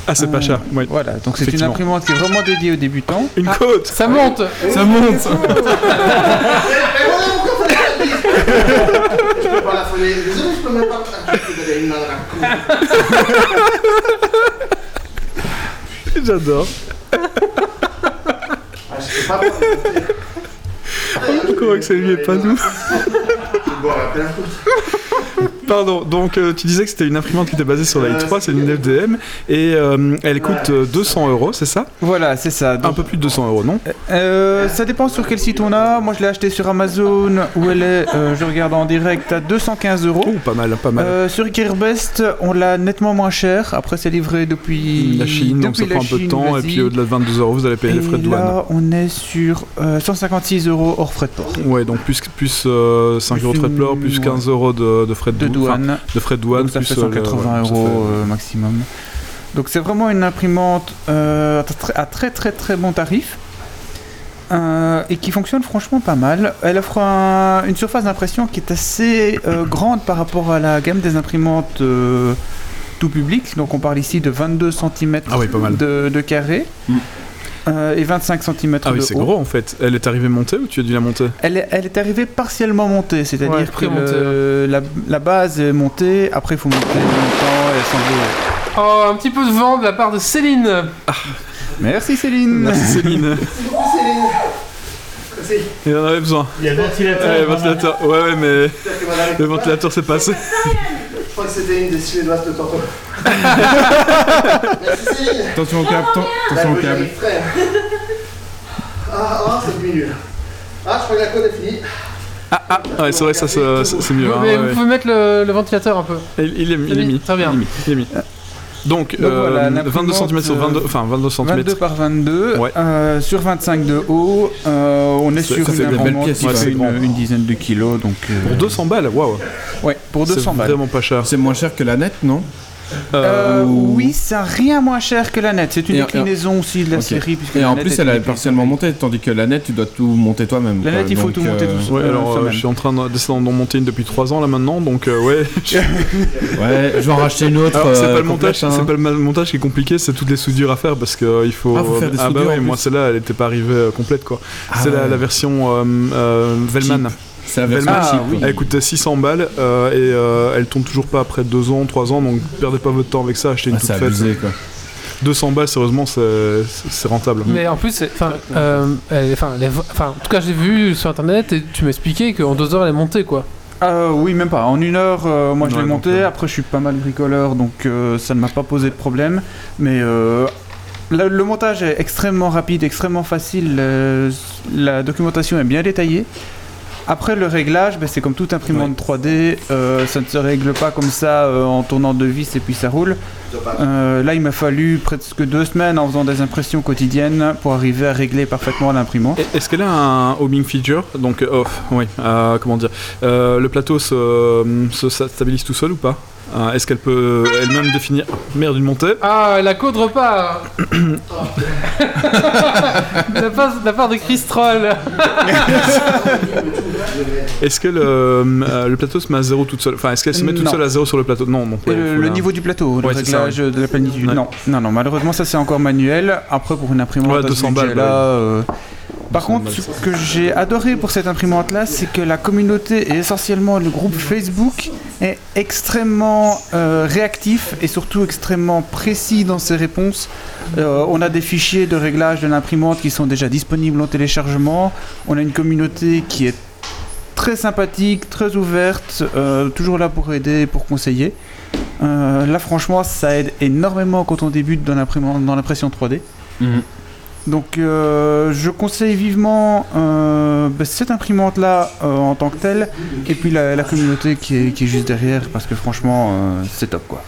C: Ah c'est pas cher. Ouais.
D: Voilà, donc c'est une
C: Effectivement.
D: imprimante qui est vraiment dédiée aux débutants. Ah,
C: Une côte.
A: Ça monte
B: Ça
C: [LAUGHS]
B: monte.
F: Mais voilà pourquoi fallait la dire. Je peux pas la folie. Désolé, je peux même pas. Ah, Je peux donner une main dans la couille.
C: J'adore.
F: Ah, je sais pas. pourquoi.
C: Comment que ça lui est pas nous [LAUGHS]
F: Je vais boire la peine.
C: Pardon. Donc euh, tu disais que c'était une imprimante qui était basée sur
D: Euh,
C: la i3, c'est une FDM et euh, elle coûte euh, 200 euros, c'est ça
D: Voilà, c'est ça.
C: Un peu plus de 200 euros, non
D: Euh, ça dépend sur quel site on a. Moi, je l'ai acheté sur Amazon où elle est, euh, je regarde en direct, à 215 euros.
C: Oh, pas mal, pas mal.
D: Euh, sur Gearbest, on l'a nettement moins cher. Après, c'est livré depuis
C: la Chine, donc ça
D: depuis
C: prend
D: la
C: un peu de
D: Chine,
C: temps, et
D: vas-y.
C: puis au-delà de 22 euros, vous allez payer les
D: Et
C: frais de douane.
D: là, on est sur euh, 156 euros hors frais de port.
C: Ouais, donc plus, plus euh, 5 euros de frais de port, plus
D: Ouais.
C: 15 euros de, de frais de,
D: De
C: dou- enfin,
D: douane.
C: de frais de douane,
D: Donc ça
C: plus
D: fait
C: euh, le-
D: 180
C: ouais, ça
D: euros
C: fait-
D: euh, maximum. Donc c'est vraiment une imprimante euh, à tr- à très très très bon tarif. euh, et qui fonctionne franchement pas mal. Elle offre un- une surface d'impression qui est assez euh, grande par rapport à la gamme des imprimantes euh, tout public. Donc on parle ici de 22 cm
C: Ah oui, pas mal.
D: de, de carré
C: Mm.
D: euh, et 25 cm
C: Ah
D: de
C: oui, c'est
D: haut.
C: gros en fait. Elle est arrivée montée ou tu as dû la monter
D: Elle est, elle est arrivée partiellement montée, c'est-à-dire
A: Ouais,
D: que
A: pré-montée,
D: le- la, la base est montée, après il faut monter longtemps et assembler.
A: Oh, un petit peu de vent de la part de Céline.
D: Merci Céline
C: Merci
D: [LAUGHS]
C: Céline.
F: Merci.
C: Il en avait besoin.
E: Il y a le
C: Ouais, le
E: ventilateur.
C: ventilateur. Ouais, ouais, mais
F: J'espère que madame-
C: le ventilateur s'est passé.
F: Je crois que c'était une des Suédoises de tantôt. Merci Céline.
B: Attention au câble, atten-
F: Là,
B: attention au
F: je
B: câble.
F: vais frère. Ah, ah, ça diminue. là. Ah, je crois que la code est finie.
C: Ah, ah, ouais, c'est vrai, ça se- c'est c'est mieux.
A: Vous-
C: hein,
A: mais
C: ouais, Mm.
A: vous pouvez mettre le, le ventilateur un peu.
C: ouais. Il, il est, il est mis.
A: Très bien.
C: Il est mis, il est mis.
D: Donc
C: Donc, euh,
D: voilà, euh,
C: 22 cm sur 22, enfin 22 cm.
D: 22 par 22,
C: Ouais.
D: euh, sur 25 de haut, euh, on est
C: Ça-
D: sur
C: ça fait
D: une
C: des belles
D: imprimante
B: pièces,
D: qui
C: ouais,
D: fait
C: c'est
D: une,
C: grand.
D: une dizaine de kilos, donc euh,
C: Pour 200 balles, waouh.
D: ouais, pour
C: C'est
D: 200 balles.
C: vraiment pas cher.
B: C'est moins cher que la nette, non
D: Euh,
C: Euh,
D: oui, c'est rien moins cher que la nette. C'est une
B: Et-
D: déclinaison aussi de la
B: Ok.
D: série. puisque
B: Et
D: la
B: en
D: nette
B: plus,
D: est une
B: elle est
D: déclinaison.
B: partiellement montée, tandis que la nette, tu dois tout monter toi-même.
D: La
B: quoi.
D: nette, il faut
B: Donc,
D: tout monter tout seul.
C: Ouais,
D: Euh,
C: alors
D: ça
C: euh,
D: même.
C: je suis en train de d'essayer d'en monter une depuis 3 ans là maintenant, donc euh, ouais.
B: [LAUGHS] Ouais, je vais en racheter une autre.
C: Alors, c'est
B: euh,
C: pas le montage,
B: complète, hein.
C: c'est pas le ma- montage qui est compliqué, c'est toutes les soudures à faire parce que euh, il faut.
B: Ah, faut faire des
C: bah
B: soudures
C: ouais,
B: en
C: moi
B: plus.
C: celle-là, elle était pas arrivée euh, complète quoi.
B: Ah
C: c'est la,
B: ouais.
C: la version euh, euh, Velman.
B: C'est la version
C: Velman,
D: Ah,
B: cheap.
D: oui.
C: elle coûte 600 balles euh, et euh, elle tourne toujours pas après 2 ans, 3 ans, donc perdez pas votre temps avec ça, achetez une
B: Ah,
C: toute
B: c'est
C: faite.
B: abusé quoi.
C: 200 balles, sérieusement, c'est- c'est c'est rentable.
A: Mais en plus, c'est- enfin, euh, elle- enfin, les- enfin, en tout cas, j'ai vu sur internet et tu m'expliquais qu'en deux heures elle est montée
C: [LAUGHS]
A: quoi.
D: Euh, oui, même pas. En une heure, euh, moi je
C: Ouais,
D: l'ai
C: donc,
D: monté.
C: euh,
D: Après, je suis pas mal bricoleur, donc euh, ça ne m'a pas posé de problème. Mais euh, le, le montage est extrêmement rapide, extrêmement facile. euh, la documentation est bien détaillée. Après le réglage, ben, c'est comme toute imprimante 3D, euh, ça ne se règle pas comme ça euh, en tournant de vis et puis ça roule. Euh, là, il m'a fallu presque deux semaines en faisant des impressions quotidiennes pour arriver à régler parfaitement l'imprimante.
C: Et- Est-ce qu'elle a un homing feature Donc, euh, oh, oui, euh, comment dire Euh, Le plateau se, euh, se sta- stabilise tout seul ou pas Euh, Est-ce qu'elle peut elle-même définir Merde, une montée
A: Ah, la code repart la, part, la part de Chris
C: [LAUGHS]
A: Troll
C: Est-ce que le, euh, le plateau se met à zéro toute seule Enfin, est-ce qu'elle se met toute
D: Non.
C: seule à zéro sur le plateau Non, bon.
D: Et
C: ouais,
D: Euh, le,
C: faut
D: le
C: la-
D: niveau du plateau, le
C: Ouais, c'est ça,
D: réglage de la planitude.
C: Ouais.
D: Non, non, non, malheureusement, ça c'est encore manuel. Après, pour une imprimante,
C: Ouais,
D: à ce
C: 200 balles,
D: budget-là,
C: bah oui.
D: euh, Par contre, ce que j'ai adoré pour cette imprimante-là, c'est que la communauté et essentiellement le groupe Facebook est extrêmement euh, réactif et surtout extrêmement précis dans ses réponses. Euh, on a des fichiers de réglage de l'imprimante qui sont déjà disponibles en téléchargement. On a une communauté qui est très sympathique, très ouverte, euh, toujours là pour aider, pour conseiller. Euh, là, franchement, ça aide énormément quand on débute dans l'imprimante- dans l'impression 3D. Donc euh, je conseille vivement euh, bah, cette imprimante là en tant que telle et puis la, la communauté qui est, qui est juste derrière parce que franchement euh, c'est top quoi.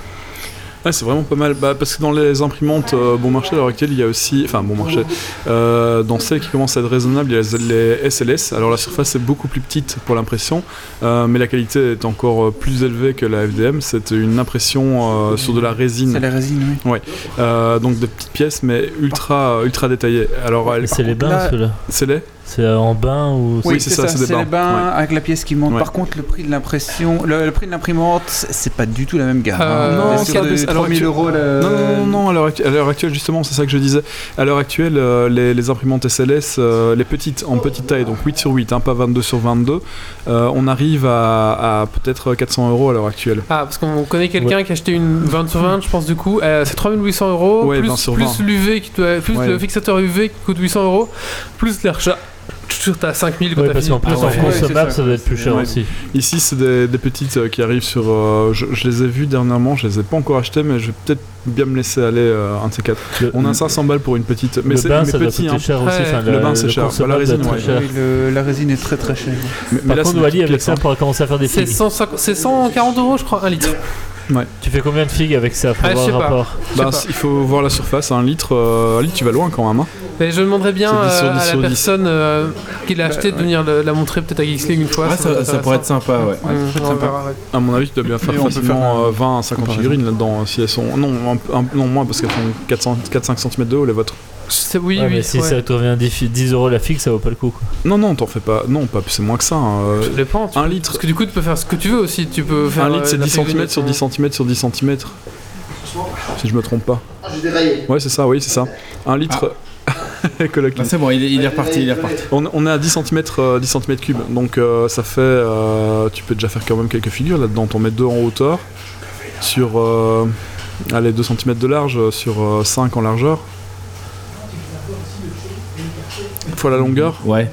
C: Ouais, c'est vraiment pas mal. Bah, parce que dans les imprimantes euh, bon marché à l'heure actuelle, il y a aussi. Enfin, bon marché. euh, dans celles qui commencent à être raisonnables, il y a les SLS. Alors, la surface est beaucoup plus petite pour l'impression, euh, mais la qualité est encore euh, plus élevée que la FDM. C'est une impression euh, sur de la résine.
D: C'est la résine oui.
C: Ouais. Euh, donc, de petites pièces, mais ultra, ultra détaillées. Alors, elle-
E: C'est les bains,
D: là-
E: ceux-là.
C: c'est les
E: C'est euh, en bain ou.
C: Oui, c'est ça, c'est des
D: c'est
C: bains.
D: les bains avec la pièce qui monte.
C: Ouais.
D: Par contre le prix de l'impression, le, le prix de l'imprimante c'est c'est pas du tout la même gamme.
A: Euh,
D: hein.
A: non,
D: On est sur
C: ça,
D: des
C: c'est- alors,
D: 3000
C: tu-
D: euros là,
C: Non, non, non, non, à l'heure actu- à l'heure actuelle, justement, c'est ça que je disais. À l'heure actuelle, euh, les, les imprimantes SLS, euh, les petites, en petite taille, donc 8 sur 8, hein, pas 22 sur 22, euh, on arrive à, à peut-être 400 euros à l'heure actuelle.
A: Ah, parce qu'on connaît quelqu'un qui a acheté une 20 sur 20, je pense, du coup. Euh, c'est 3800 euros.
C: Ouais,
A: plus
C: 20 sur
A: plus
C: 20.
A: l'UV qui doit- plus
C: Ouais.
A: le fixateur UV qui coûte 800 euros. Plus les rachats. Tu t'as 5000 quand
E: Ouais,
A: t'as
E: parce
A: fini.
E: qu'en plus,
D: Ah ouais.
E: en
D: Ouais, c'est
E: consommable,
D: ça.
E: ça doit être plus cher
C: Ouais.
E: aussi.
C: Ici, c'est des, des petites euh, qui arrivent sur. euh, je, je les ai vues dernièrement, je les ai pas encore achetées, mais je vais peut-être bien me laisser aller euh, un de ces quatre.
E: Le-
C: On a 500 balles pour une petite. Mais
E: le
C: c'est
E: bain,
C: mais
E: ça doit
C: petit,
E: coûter
C: hein.
E: cher aussi.
A: Ouais.
E: enfin,
C: Le bain, c'est
E: le
C: cher. Bah, la
E: consommable doit
C: résine,
E: être
C: ouais.
E: très cher.
D: Oui, le- la résine est très très chère.
C: Mais, mais
E: Par
C: là,
E: contre,
C: c'est des
E: Wally,
C: petites
E: avec ça, on
C: pièces,
E: pourra commencer à faire des
A: C'est
E: figues.
A: 150 c'est 140 euros, je crois, un litre.
E: Tu fais combien de figues avec ça Faut
A: Ah, je
E: voir
A: sais
E: le
A: pas.
E: rapport.
A: Je
C: hein.
A: sais
C: Bah,
A: pas.
C: il faut voir la surface, un litre. euh, un litre, tu vas loin quand même. hein.
A: Mais je demanderais bien
C: C'est 10 sur
A: euh,
C: 10
A: à la
C: sur 10.
A: personne euh, qui l'a acheté de venir le- la montrer peut-être à Geeksling une fois.
B: Bah, Ouais, ça, ça pourrait être sympa, ouais.
A: intéressant. Mmh, on verra, ouais.
C: À mon avis, tu dois bien faire
D: Mais on peut
C: facilement
D: faire un-
C: euh, 20 à 50
D: comparaison.
C: figurines là-dedans. hein, Si elles sont... non, un- un- non, moins parce qu'elles font 400 4-5 cm de haut les vôtres.
A: C'est- Oui,
E: Ouais, mais
A: oui.
E: si
A: ouais.
E: ça te revient 10 fi- 10 euros la figue, ça vaut pas le coup. quoi.
C: Non, non, t'en fais pas. Non, pas c'est moins que ça. hein, euh,
A: Ça dépend. tu-
C: un litre,
A: Parce que du coup, tu peux faire ce que tu veux aussi. Tu peux faire
C: un litre c'est
A: euh, de la
C: 10 cm sur
A: figurine.
C: 10 cm sur 10 cm. Si je me trompe pas.
F: Ah, j'ai déraillé.
C: Ouais, c'est ça, oui, c'est ça. Un litre. [LAUGHS] Colloque.
B: Ah, c'est bon, il est, il est reparti, il est reparti.
C: On, on est à 10 cm, 10 cm cubes, donc euh, ça fait. euh, tu peux déjà faire quand même quelques figures là-dedans. T'en mets deux en hauteur, sur. euh, allez, 2 cm de large, euh, sur 5 en largeur. Fois la longueur.
B: Ouais.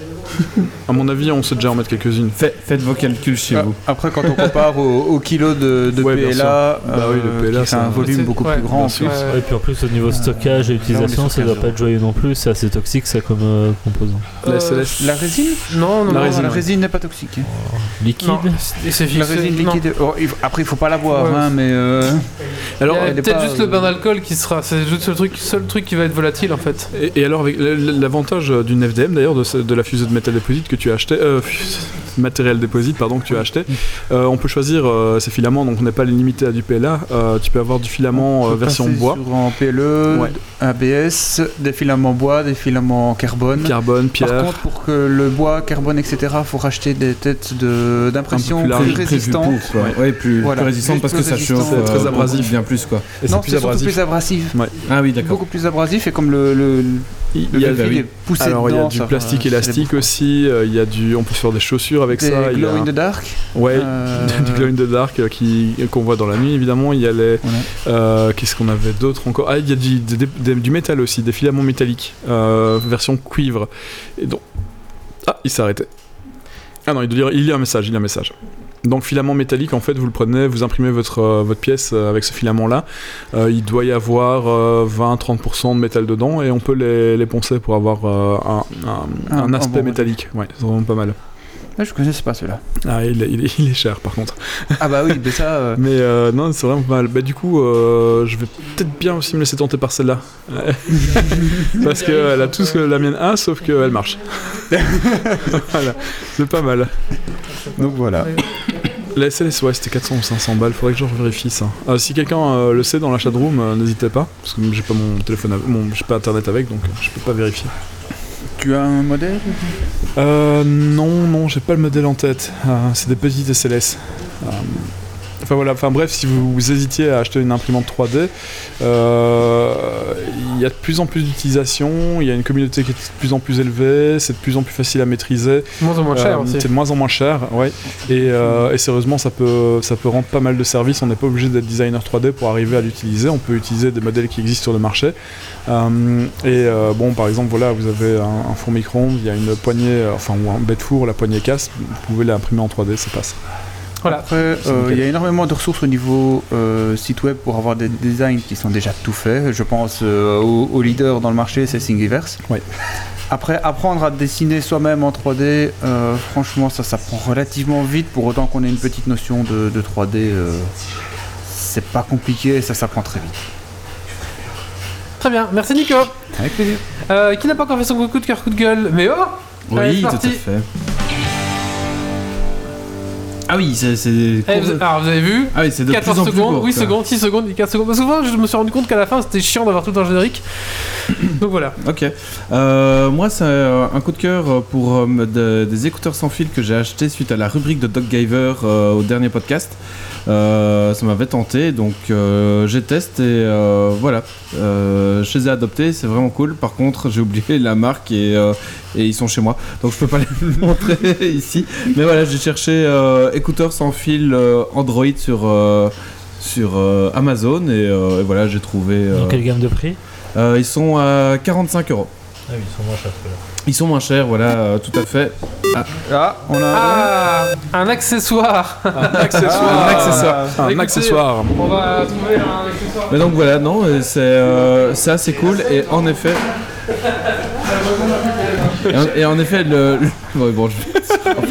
C: À mon avis, on sait déjà en mettre quelques-unes.
B: Faites, faites vos calculs chez
D: Ah,
B: vous.
D: Après quand
C: [LAUGHS]
D: on compare au, au kilo de, de
C: Ouais, bien
D: PLA,
C: sûr. Bah oui, le
D: euh,
C: PLA,
D: qui fait
C: ça-
D: un volume
A: c'est-
D: beaucoup
A: ouais,
D: plus grand. Euh,
C: bien
D: en
C: sûr.
D: plus.
A: Ouais.
E: Et puis en plus, au niveau stockage et utilisation, ça doit pas être joyeux non plus. C'est assez toxique ça comme euh, composant.
C: La
A: Euh,
C: SLS.
D: La résine
A: Non, non,
C: La
A: non,
C: résine,
D: La
C: ouais.
D: résine n'est pas toxique.
E: Liquide
A: Non, c'est c'est
D: La
A: fixé,
D: résine
A: non.
D: liquide. oh, il faut- après, il faut pas la boire,
A: Ouais.
D: hein, mais. euh,
C: Alors,
A: Il y a
D: elle est
A: peut-être
D: pas,
A: juste le
D: euh,
A: bain d'alcool qui sera. C'est juste le truc, seul truc qui va être volatile en fait.
C: Et, et alors, avec l- l- l'avantage euh, d'une FDM d'ailleurs, de, ce- de la fusée de Metal Deposit que tu as acheté, euh, [LAUGHS] fus- matériel Deposit, pardon, que tu as acheté, euh, on peut choisir euh, ces filaments, donc on n'est pas limité à du PLA. euh, tu peux avoir du filament euh,
D: peut
C: version
D: passer
C: bois,
D: Sur en PLE,
C: Ouais.
D: ABS, E, des filaments bois, des filaments carbone.
C: carbone,
D: Par
C: pierre.
D: contre, pour que le bois, carbone, etc., faut racheter des têtes de- d'impression
C: Un peu plus
D: plus,
C: large,
B: Prévu
D: résistantes.
B: pour, quoi. Ouais, plus,
D: Voilà.
B: plus résistante
D: Juste
B: parce que
D: plus
B: ça
D: résistant.
B: chauffe.
D: C'est
C: très
B: euh,
C: abrasif.
B: Bien plus, quoi.
C: et c'est
D: Non, c'est
C: plus
D: surtout
C: abrasif.
D: plus abrasif.
B: Ah oui, d'accord.
D: Beaucoup plus abrasif, et comme le, le,
C: Il
D: le
C: y a-
D: graphique
B: bah oui.
D: est poussé
C: alors il y a
D: dedans,
C: du
D: ça,
C: plastique
D: euh, c'est
C: élastique aussi, euh, il y a du, on peut se faire des chaussures avec
D: Des
C: ça. il y a-
D: glow in the dark.
C: Ouais,
D: Euh,
C: [LAUGHS] du glow in the dark euh, qui qu'on voit dans la nuit évidemment. Il y a les, euh, qu'est-ce qu'on avait d'autre encore Ah, il y a du, des- des- du métal aussi, des filaments métalliques, euh, version cuivre. Et donc, ah, il s'est arrêté. Ah non, il, doit dire- il y a un message, il y a un message. Donc filament métallique, en fait, vous le prenez, vous imprimez votre, euh, votre pièce euh, avec ce filament-là. Euh, il doit y avoir euh, 20-30% de métal dedans et on peut les, les poncer pour avoir euh, un, un-
D: Un- un
C: un aspect
D: bon
C: métallique. Ouais, c'est vraiment pas mal.
D: Ah, je connaissais pas celui-là.
C: Ah, il, il est- il est cher par contre.
D: Ah bah oui, mais ça. euh,
C: [LAUGHS] Mais euh, non, c'est vraiment pas mal. Bah, du coup, euh, je vais peut-être bien aussi me laisser tenter par celle-là.
D: [LAUGHS]
C: Ouais. Parce qu'elle a tout ce que la mienne a, sauf
D: [LAUGHS]
C: qu'elle marche. voilà, c'est pas mal.
D: Donc voilà.
C: La SLS, ouais, c'était 400 ou 500 balles, faudrait que je vérifie ça. Euh, si quelqu'un euh, le sait dans la chatroom, euh, n'hésitez pas, parce que j'ai pas mon téléphone, avec- mon- j'ai pas internet avec, donc euh, je peux pas vérifier.
D: Tu as un modèle
C: Euh, non, non, j'ai pas le modèle en tête. Euh, c'est des petites SLS. Euh, Enfin voilà, enfin bref, si vous, vous hésitiez à acheter une imprimante 3D, euh, il y a de plus en plus d'utilisation, il y a une communauté qui est de plus en plus élevée, c'est de plus en plus facile à maîtriser,
A: Moins en moins cher
C: euh,
A: aussi.
C: c'est de moins en moins cher, ouais. Et, euh, et sérieusement, ça peut, ça peut rendre pas mal de services. On n'est pas obligé d'être designer 3D pour arriver à l'utiliser. On peut utiliser des modèles qui existent sur le marché. Euh, et euh, bon, par exemple, voilà, vous avez un, un four micro-ondes, il y a une poignée, euh, enfin, ou un bête four, la poignée casse, vous pouvez l'imprimer en 3D, ça passe.
A: Voilà.
D: Après, euh, il y a énormément de ressources au niveau euh, site web pour avoir des designs qui sont déjà tout faits. Je pense euh, au, au leader dans le marché, c'est Thingiverse.
C: Oui.
D: Après, apprendre à dessiner soi-même en 3D, euh, franchement, ça s'apprend relativement vite pour autant qu'on ait une petite notion de, de 3D. euh, c'est pas compliqué, ça s'apprend très vite.
A: Très bien, merci Nico.
D: Avec plaisir.
A: Euh, qui n'a pas encore fait son coup de cœur, coup de gueule Mais oh Allez, c'est
B: Oui, tout à
A: parti.
B: fait. Ah oui, c'est. c'est-
A: Eh, vous- Alors vous avez vu
B: Ah oui, c'est de plus en
A: 14
B: plus
A: secondes,
B: court,
A: 8
B: quoi.
A: secondes, 6 secondes, 15 secondes. Parce que souvent, je me suis rendu compte qu'à la fin, c'était chiant d'avoir tout un générique. Donc voilà.
B: Ok. Euh, moi, c'est euh, un coup de cœur euh, pour euh, de- des écouteurs sans fil que j'ai acheté suite à la rubrique de Doc Giver euh, au dernier podcast. Euh, ça m'avait tenté, donc euh, j'ai testé et euh, voilà. Euh, je les ai adoptés, c'est vraiment cool. Par contre, j'ai oublié la marque et, euh, et ils sont chez moi, donc je peux pas les [LAUGHS] montrer ici. Mais voilà, j'ai cherché euh, écouteurs sans fil euh, Android sur, euh, sur euh, Amazon et, euh, et voilà, j'ai trouvé. euh,
E: Dans quelle gamme de prix
B: euh, ils sont à 45 euros.
E: Ah oui, ils sont moins chers que là.
B: Ils sont moins chers, voilà, euh, tout à fait.
D: Ah, on a.
A: Ah Un accessoire
C: Un accessoire Ah,
B: Un accessoire.
C: Un
A: Écoutez,
C: accessoire
A: On va trouver un accessoire.
B: Mais donc voilà, non, euh, c'est euh, c'est assez cool et en effet. Et en, et en effet, le. le- [LAUGHS] Ouais, bon, je vais. Après,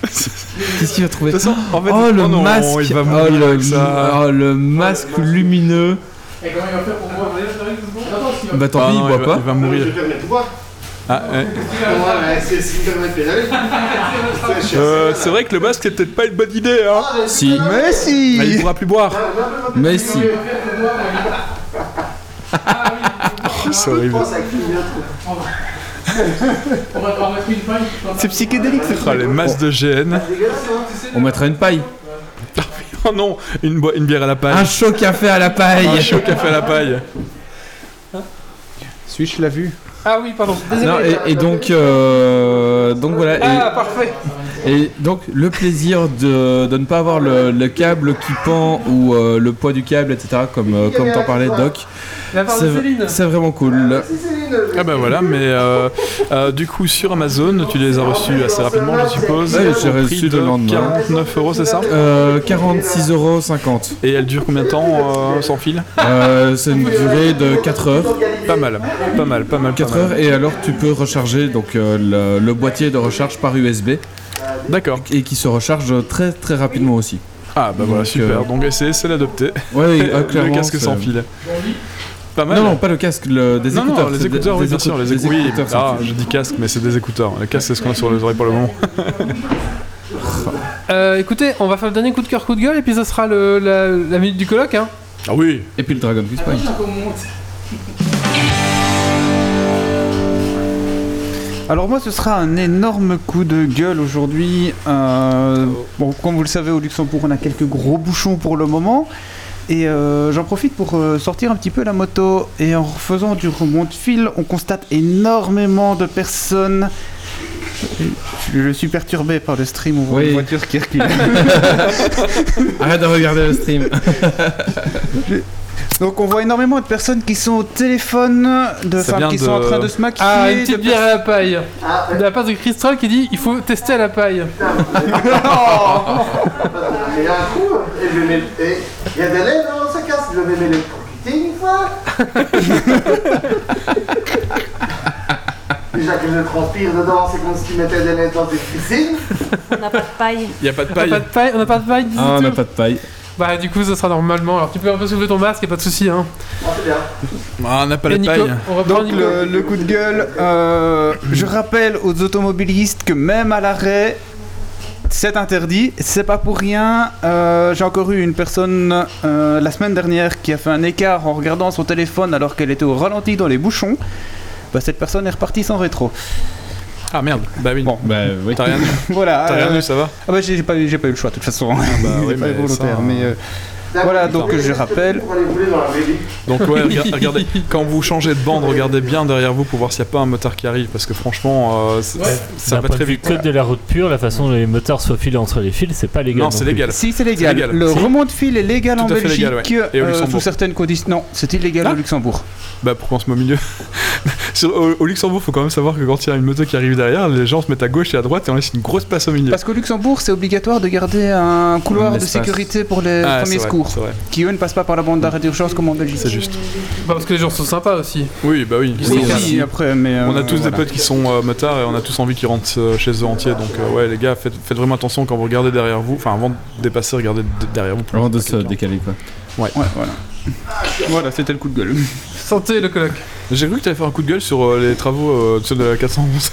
B: parce que- Qu'est-ce qu'il va trouver
C: De toute façon, en fait,
B: Oh le
C: non,
B: masque
C: il va
B: oh,
C: mourir
B: le,
C: avec ça. Ah,
B: oh, le masque lumineux Bah tant
C: Ah
B: pis,
C: non,
B: il voit
C: va-
B: pas.
C: Il va mourir.
F: Je vais permettre de voir.
C: Ah, ouais.
F: Ouais, c'est c'est une permettre de pédaler. C'est chiant.
C: Euh, c'est vrai que le masque, c'est peut-être pas une bonne idée, hein
B: Si,
D: Mais si
C: Mais il pourra plus boire
B: mais si.
C: Ah, C'est horrible.
D: C'est psychédélique, c'est
C: Ah, les masses de GN. hein.
B: On mettra une paille.
C: [LAUGHS] Oh non, une, boi- une bière à la
B: Un
C: paille.
B: chaud café à la paille.
C: Un chaud café à la paille.
D: Switch l'a vu.
A: Ah oui, pardon, désolé.
B: Non, et, et donc, euh, donc voilà. et-
A: Ah, parfait
B: Et donc le plaisir de, de ne pas avoir le, le câble qui pend ou euh, le poids du câble, etc. Comme euh, comme t'en parlais, Doc.
A: La part de Céline
B: C'est c'est vraiment cool.
C: Ah bah voilà, mais euh, euh, du coup sur Amazon, tu les as reçus assez rapidement, je suppose.
B: Ouais,
C: au
B: j'ai
C: prix
B: reçu
C: de
B: le lendemain.
C: 49 euros, c'est ça
B: Euh, 46,50€.
C: Et elle dure combien de temps euh, sans fil
B: Euh, c'est une durée de 4 heures.
C: Pas mal, pas mal, pas mal.
B: 4
C: pas mal.
B: heures et alors tu peux recharger donc euh, le, le boîtier de recharge par USB
C: D'accord.
B: et qui se recharge très très rapidement aussi.
C: Ah bah voilà,
B: Donc,
C: super.
B: euh,
C: Donc essayez, c'est l'adopter. [LAUGHS]
B: Ouais, euh,
C: Le
B: clairement,
C: casque
B: c'est-
C: sans fil. Pas mal.
B: Non, non, pas le casque, le, des
C: Non, non,
B: écouteurs.
C: les
B: c'est des-
C: écouteurs,
B: des
C: oui, bien sûr,
B: écoute-
C: les
B: des
C: écouteurs. Oui,
B: écouteurs sans
C: ah,
B: fil.
C: je dis casque, mais c'est des écouteurs. Le casque, c'est ce qu'on a sur les oreilles pour le moment.
A: Euh, écoutez, on va faire le dernier coup de cœur, coup de gueule, et puis ça sera le, la, la minute du colloque. Hein.
C: Ah oui
B: Et puis le Dragon Quest Point.
D: Alors moi ce sera un énorme coup de gueule aujourd'hui. Euh, bon, comme vous le savez au Luxembourg on a quelques gros bouchons pour le moment. Et euh, j'en profite pour euh, sortir un petit peu la moto. Et en faisant du remonte fil, on constate énormément de personnes. Je, je suis perturbé par le stream, on voit
B: Oui.
D: une voiture qui
A: [LAUGHS]
D: recule.
B: Arrête de regarder
D: [LAUGHS]
B: le stream.
D: Donc on voit énormément de personnes qui sont au téléphone, de
C: Ça
D: femmes
C: vient
D: qui sont en
C: de-
D: train de se maquiller.
A: Ah, une petite
D: de-
A: bière à la paille. Ah, De la part de Crystal qui dit il faut tester à la [LAUGHS] paille.
F: Mais il y a un trou, et je vais m'é- et Il y a des lèvres dans sa casque, je vais
B: [LAUGHS]
F: m'électrocuter une fois. Déjà que je je transpire dedans, c'est comme si tu mettais des lettres dans tes piscines.
H: On n'a pas de paille.
C: Il n'y Ah, a pas
A: On
C: de
A: n'a pas de paille, on n'a pas de paille,
K: Ah, on
A: dis-tu.
K: n'a pas de paille.
A: [LAUGHS] Bah, du coup, ça sera normalement. Alors, tu peux un peu soulever ton masque, y a pas de souci, hein.
C: Ah, on n'a pas
A: Et
C: la
A: Nico,
C: paille.
A: on reprend
D: Donc
A: Nico.
D: le, le coup de gueule, euh, je rappelle aux automobilistes que même à l'arrêt, c'est interdit. C'est pas pour rien. Euh, J'ai encore eu une personne euh, la semaine dernière qui a fait un écart en regardant son téléphone alors qu'elle était au ralenti dans les bouchons. Bah, cette personne est repartie sans rétro.
C: Ah merde, bah oui.
D: Bon.
K: Bah oui.
C: T'as rien,
D: [LAUGHS] Voilà.
C: t'as rien
D: euh,
C: vu, ça va
D: ah bah, J'ai j'ai pas, eu- j'ai pas eu le choix de toute façon. [LAUGHS]
C: bah oui,
D: C'est pas
C: mais
D: volontaire,
C: ça- hein.
D: mais, euh, voilà, donc je rappelle.
F: Pour aller voler dans la mairie.
C: Donc
B: [LAUGHS]
C: ouais, rega- regardez, quand vous changez de bande, regardez bien derrière vous pour voir s'il n'y a pas un motard qui arrive, parce que franchement, euh, c'est- ça
E: D'un
C: va
E: point
C: très
E: de vue
C: vite.
E: code de la route pure, la façon dont les moteurs soient filés entre les fils, c'est pas légal.
C: Non, c'est
E: plus.
C: légal.
D: Si, c'est légal.
C: légal.
D: Le
E: Si.
D: remont de fil est légal
C: Tout
D: en
C: à fait
D: Belgique.
C: légal, ouais. Et au
D: euh, sous
C: Luxembourg.
D: certaines conditions. Non, c'est illégal
C: Ah.
D: au Luxembourg.
C: Bah pourquoi on se met au milieu [LAUGHS] Sur- au, au Luxembourg, faut quand même savoir que quand il y a une moto qui arrive derrière, les gens se mettent à gauche et à droite et on laisse une grosse place au milieu.
D: Parce qu'au Luxembourg, c'est obligatoire de garder un couloir
K: Un
D: de
K: espace.
D: sécurité pour les
C: Ah, c'est
D: premiers
C: vrai,
D: secours,
C: c'est vrai.
D: qui eux ne passent pas par la bande d'arrêt d'urgence comme en Belgique.
C: C'est juste.
A: Bah, parce que les gens sont sympas aussi.
C: Oui, bah oui.
D: Oui,
C: on, a,
D: aussi, après, mais euh,
C: on a tous
D: voilà.
C: des potes qui sont euh, motards et on a tous envie qu'ils rentrent euh, chez eux entiers. Donc euh, ouais, les gars, faites, faites vraiment attention quand vous regardez derrière vous. Enfin, avant de dépasser, regardez de- derrière vous.
K: Avant de se décaler quoi.
D: Ouais, voilà. Voilà, c'était le coup de gueule.
A: [LAUGHS] Santé, le coloc.
C: J'ai cru que t'avais fait un coup de gueule sur euh, les travaux euh, de ceux de la 411.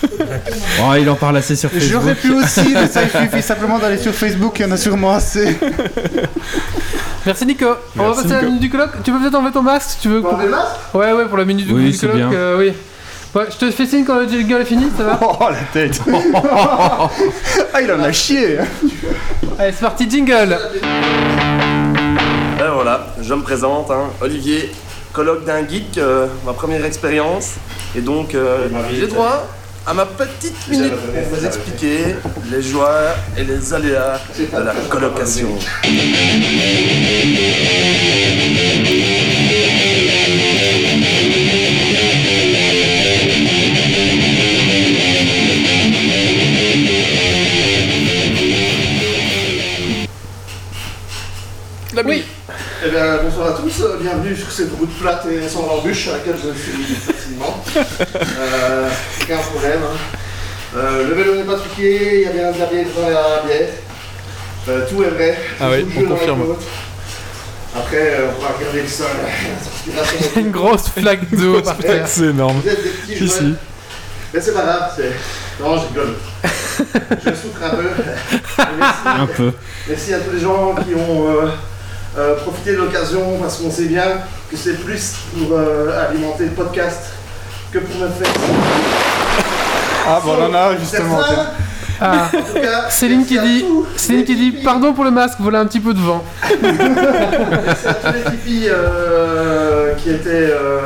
K: Oh, il en parle assez sur Facebook.
D: J'aurais pu
K: [LAUGHS]
D: aussi, mais ça il suffit simplement d'aller sur Facebook, il y en a sûrement assez.
A: Merci, Nico. on va
C: Merci,
A: passer à la
C: Nico.
A: minute du coloc. Tu peux peut-être enlever ton masque si tu veux.
F: Pour les masques
A: Ouais, ouais, pour la minute du,
K: Oui,
A: du
K: c'est
A: coloc.
K: bien.
A: euh, oui. Ouais, je te fais signe quand le jingle est fini, ça va
D: [LAUGHS] Oh la tête Ah, il en a chié
A: Allez, c'est parti, jingle.
F: Ben voilà, je me présente, hein, Olivier, colloque d'un geek, euh, ma première expérience. Et donc, euh, j'ai droit à ma petite minute pour vous expliquer les joies et les aléas de la colocation.
A: Oui.
F: Eh bien, bonsoir à tous, euh, bienvenue sur cette route plate et sans embûche à laquelle je suis facilement. Euh, aucun problème. hein. Euh, le vélo n'est pas truqué, il y a bien un dernier dans la bière. Euh, tout est vrai.
C: Ah oui,
F: Tout le
C: on
F: jeu dans la
C: confirme.
F: côte. Après, euh, on va regarder le sol. La transpiration.
A: Une grosse flaque
C: [LAUGHS]
A: d'eau par terre.
C: c'est énorme.
F: Vous êtes des petits jouets.
C: Ici.
F: Mais c'est pas grave, c'est... Non, je
C: [LAUGHS]
F: rigole. je souffre un peu. Merci,
K: Un peu.
F: merci à tous les gens qui ont euh, euh, profité de l'occasion, parce qu'on sait bien que c'est plus pour euh, alimenter le podcast que pour me faire...
D: Ah, bon, on en a justement.
F: C'est
D: tiens.
F: ça
A: Ah.
F: En tout cas,
A: [LAUGHS] Céline qui
F: merci à
A: dit,
F: tous.
A: Céline qui dit, pardon pour le masque, voilà un petit peu de vent.
F: Merci à tous les tipis euh, qui étaient euh,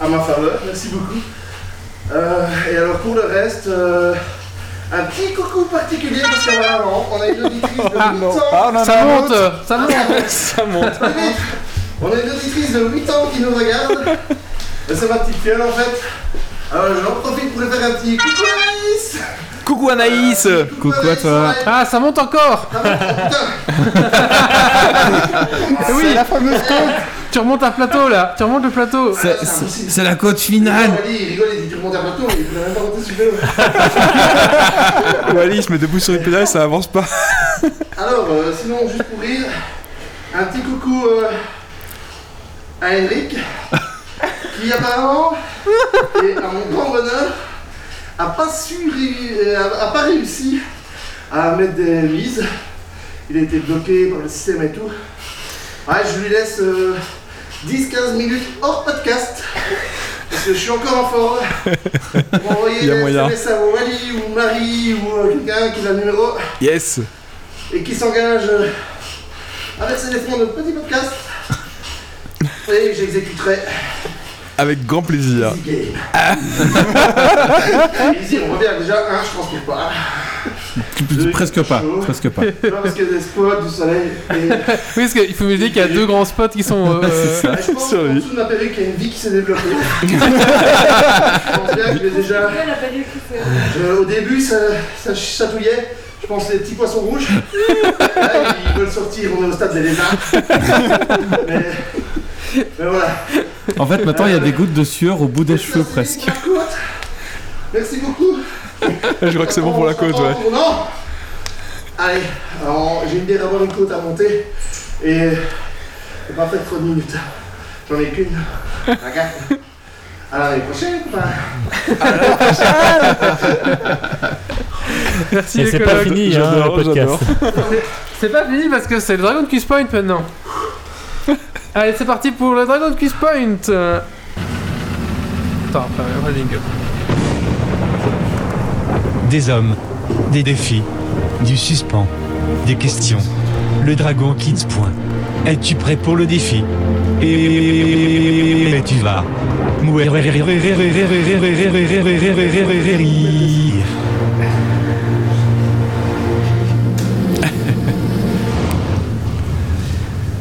F: à ma faveur, merci beaucoup. Euh, et alors pour le reste, euh, un petit coucou particulier parce qu'on a, on a une auditrice de 8 ans.
D: Ah, on en a
A: Ça
D: un
A: monte,
D: autre.
A: ça monte.
D: [LAUGHS]
F: On a une auditrice de 8 ans qui nous regarde. Et C'est ma petite fiole en fait. Alors j'en profite pour lui faire un petit coucou Anaïs
C: Coucou Anaïs
K: Coucou à toi.
F: Anaïs,
A: Ah, ça monte encore.
F: ouais. Ah, putain.
A: Eh oui, la fameuse Tu remontes un plateau là, tu remontes le plateau.
F: Ah,
K: C'est- C'est c'est la côte finale.
F: Allez, il rigole, il dit tu remontes un plateau, mais il ne même pas monter sur le vélo.
C: Wally se met debout sur une pédale, ça avance pas.
F: Alors, euh, sinon, juste pour rire, un petit coucou euh, à
C: [LAUGHS]
F: Henrik, qui apparemment, et à mon grand bonheur, a pas su, ré- euh, a, a pas réussi à mettre des mises. Il a été bloqué par le système et tout. Ouais, je lui laisse euh, 10-15 minutes hors podcast. Parce que je suis encore en forme. Pour envoyer
C: [LAUGHS] Il y a
F: des
C: moyen.
F: SMS à Wally ou Marie ou euh, quelqu'un qui a le numéro
C: Yes
F: et qui s'engage euh, à verser des fonds de petits podcasts. Et j'exécuterai
C: Avec grand plaisir.
F: Easy Game. Easy, on revient déjà, un, je transpire pas.
K: Presque pas. Presque pas.
F: Tu vois, Parce que euh, des spots, du soleil. Et...
A: [LAUGHS] Oui, parce qu'il faut me dire qu'il y a deux grands spots qui sont. euh,
F: Ah, je pense
C: Sur
F: qu'en
C: lui.
F: dessous de ma perruque, il y a une vie qui s'est développée. je pense bien que j'ai déjà.
H: la perruque qui fait.
F: je- au début, ça, ça ch- chatouillait. Je pense les petits poissons rouges. Là, ils veulent sortir, on est au stade des lézards. mais, mais voilà.
K: En fait, maintenant, il y a des gouttes de sueur au bout des cheveux presque.
F: Merci beaucoup.
C: Je crois que c'est bon pour la côte, ouais.
F: Non Allez, alors, j'ai une bière avant une côte à monter et je vais pas faire trop de minutes. J'en ai qu'une. Regarde. À l'année prochaine, copain. À l'année prochaine.
A: Et
L: les
A: c'est
L: collègues.
A: pas fini, hein,
L: J'adore,
A: le podcast.
L: j'adore.
A: [LAUGHS] c'est pas fini parce que c'est le Dragon Quiz Point maintenant. Allez, c'est parti pour le Dragon Quiz Point. Euh, Attends, euh, après, après le jingle.
M: Des hommes, des défis, du suspens, des questions. Le dragon quitte point. Es-tu prêt pour le défi Et tu vas.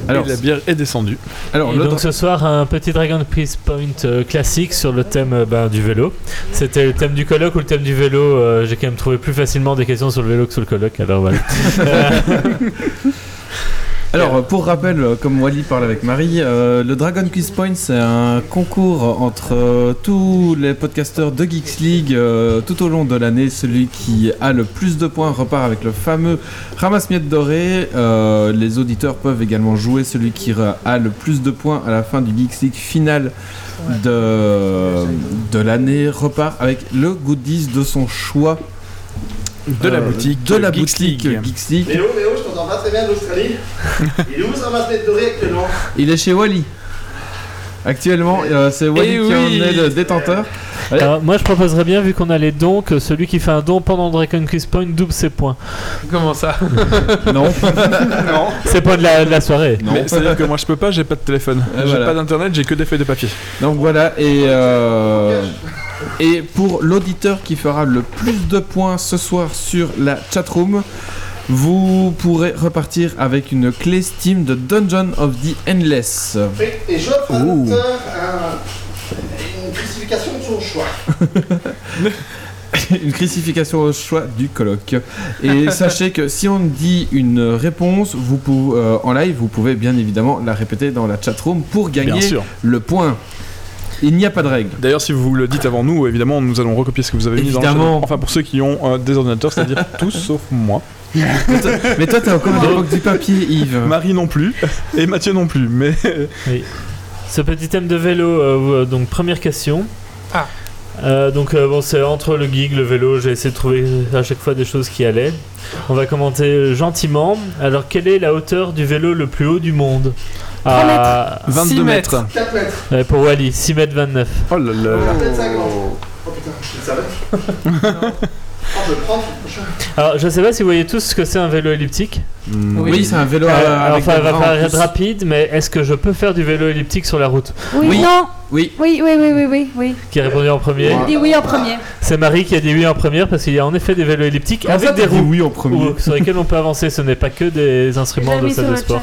L: Alors,
C: la bière est descendue.
L: Alors,
E: Et donc ce soir, un petit Dragon Quiz Point euh, classique sur le thème euh, ben, du vélo. C'était le thème du colloque ou le thème du vélo. euh, J'ai quand même trouvé plus facilement des questions sur le vélo que sur le colloque, alors voilà.
B: Alors, pour rappel, euh, comme Wally parle avec Marie, euh, le Dragon Quiz Point, c'est un concours entre euh, tous les podcasteurs de Geeks League euh, tout au long de l'année. Celui qui a le plus de points repart avec le fameux ramasse-miettes doré. Euh, les auditeurs peuvent également jouer celui qui re- a le plus de points à la fin du Geeks League final de, de l'année repart avec le goodies de son choix.
C: De la
B: Euh,
C: boutique
B: de la
C: Geeks
B: boutique
C: League.
B: Geeks League.
F: Léo, Léo, je t'entends pas très bien d'Australie. Il est où ça va se dorée actuellement
B: Il est chez Wally. [LAUGHS] Actuellement, euh, c'est Wally
C: Eh
B: qui en est le détenteur.
E: Alors, Euh, moi je proposerais bien, vu qu'on a les dons, que celui qui fait un don pendant le Dragon Quiz Point double ses points.
A: Comment ça
B: [LAUGHS]
C: [LAUGHS]
B: Non.
C: non.
E: C'est pas de la, de la soirée.
C: Mais c'est-à-dire que moi je peux pas, j'ai pas de téléphone.
B: Euh,
C: j'ai
B: voilà.
C: pas d'internet, j'ai que des feuilles de papier.
B: Donc voilà, et, euh, et pour l'auditeur qui fera le plus de points ce soir sur la chatroom, vous pourrez repartir avec une clé Steam de Dungeon of the Endless.
F: Et je offre à
B: Ouh.
F: l'auteur un- hein. une crucifixion de son choix.
B: [LAUGHS] une crucifixion au choix du colloque. Et sachez que si on dit une réponse vous pou- euh, en live, vous pouvez bien évidemment la répéter dans la chatroom pour gagner
C: Bien sûr.
B: le point. Il n'y a pas de règle.
C: D'ailleurs, si vous le dites avant nous, évidemment, nous allons recopier ce que vous avez mis dans le
B: Évidemment.
C: chat. Enfin, pour ceux qui ont euh, des ordinateurs, [LAUGHS] c'est-à-dire tous sauf moi.
B: Mais toi, t'es encore à l'époque
C: [LAUGHS]
B: du papier, Yves.
C: Marie non plus, et Mathieu non plus, mais.
E: [LAUGHS] Oui. Ce petit thème de vélo, euh, euh, donc première question.
A: Ah.
E: Euh, donc euh, bon, c'est entre le gig, le vélo, j'ai essayé de trouver à chaque fois des choses qui allaient. On va commenter gentiment. Alors, quelle est la hauteur du vélo le plus haut du monde À-
C: 22
E: 6
C: mètres.
F: 4 mètres.
E: Ouais, pour Wally, 6 mètres 29.
C: Oh là là.
F: Peut-être 50. Oh putain, je le savais. Oh, je vais le prendre.
E: Alors, je sais pas si vous voyez tous ce que c'est un vélo elliptique.
A: Mm.
B: Oui, Oui, c'est un vélo, euh, avec
E: enfin,
B: des
E: elle va
B: bras en
E: paraître
B: plus.
E: rapide, mais est-ce que je peux faire du vélo elliptique sur la route
H: Oui, non.
B: Oui.
H: Oui, oui, oui, oui, oui, oui.
E: Qui a répondu en premier
H: Il dit oui en premier.
E: C'est Marie qui a dit oui en première parce qu'il y a en effet des vélos elliptiques
B: Comment
E: avec
B: ça,
E: des
B: t'as dit
E: roues
B: oui en premier
E: ou- sur lesquels on peut avancer. Ce n'est pas que des instruments
A: Je l'ai
E: de
A: mis
E: salle
A: sur
E: de
A: le
E: sport.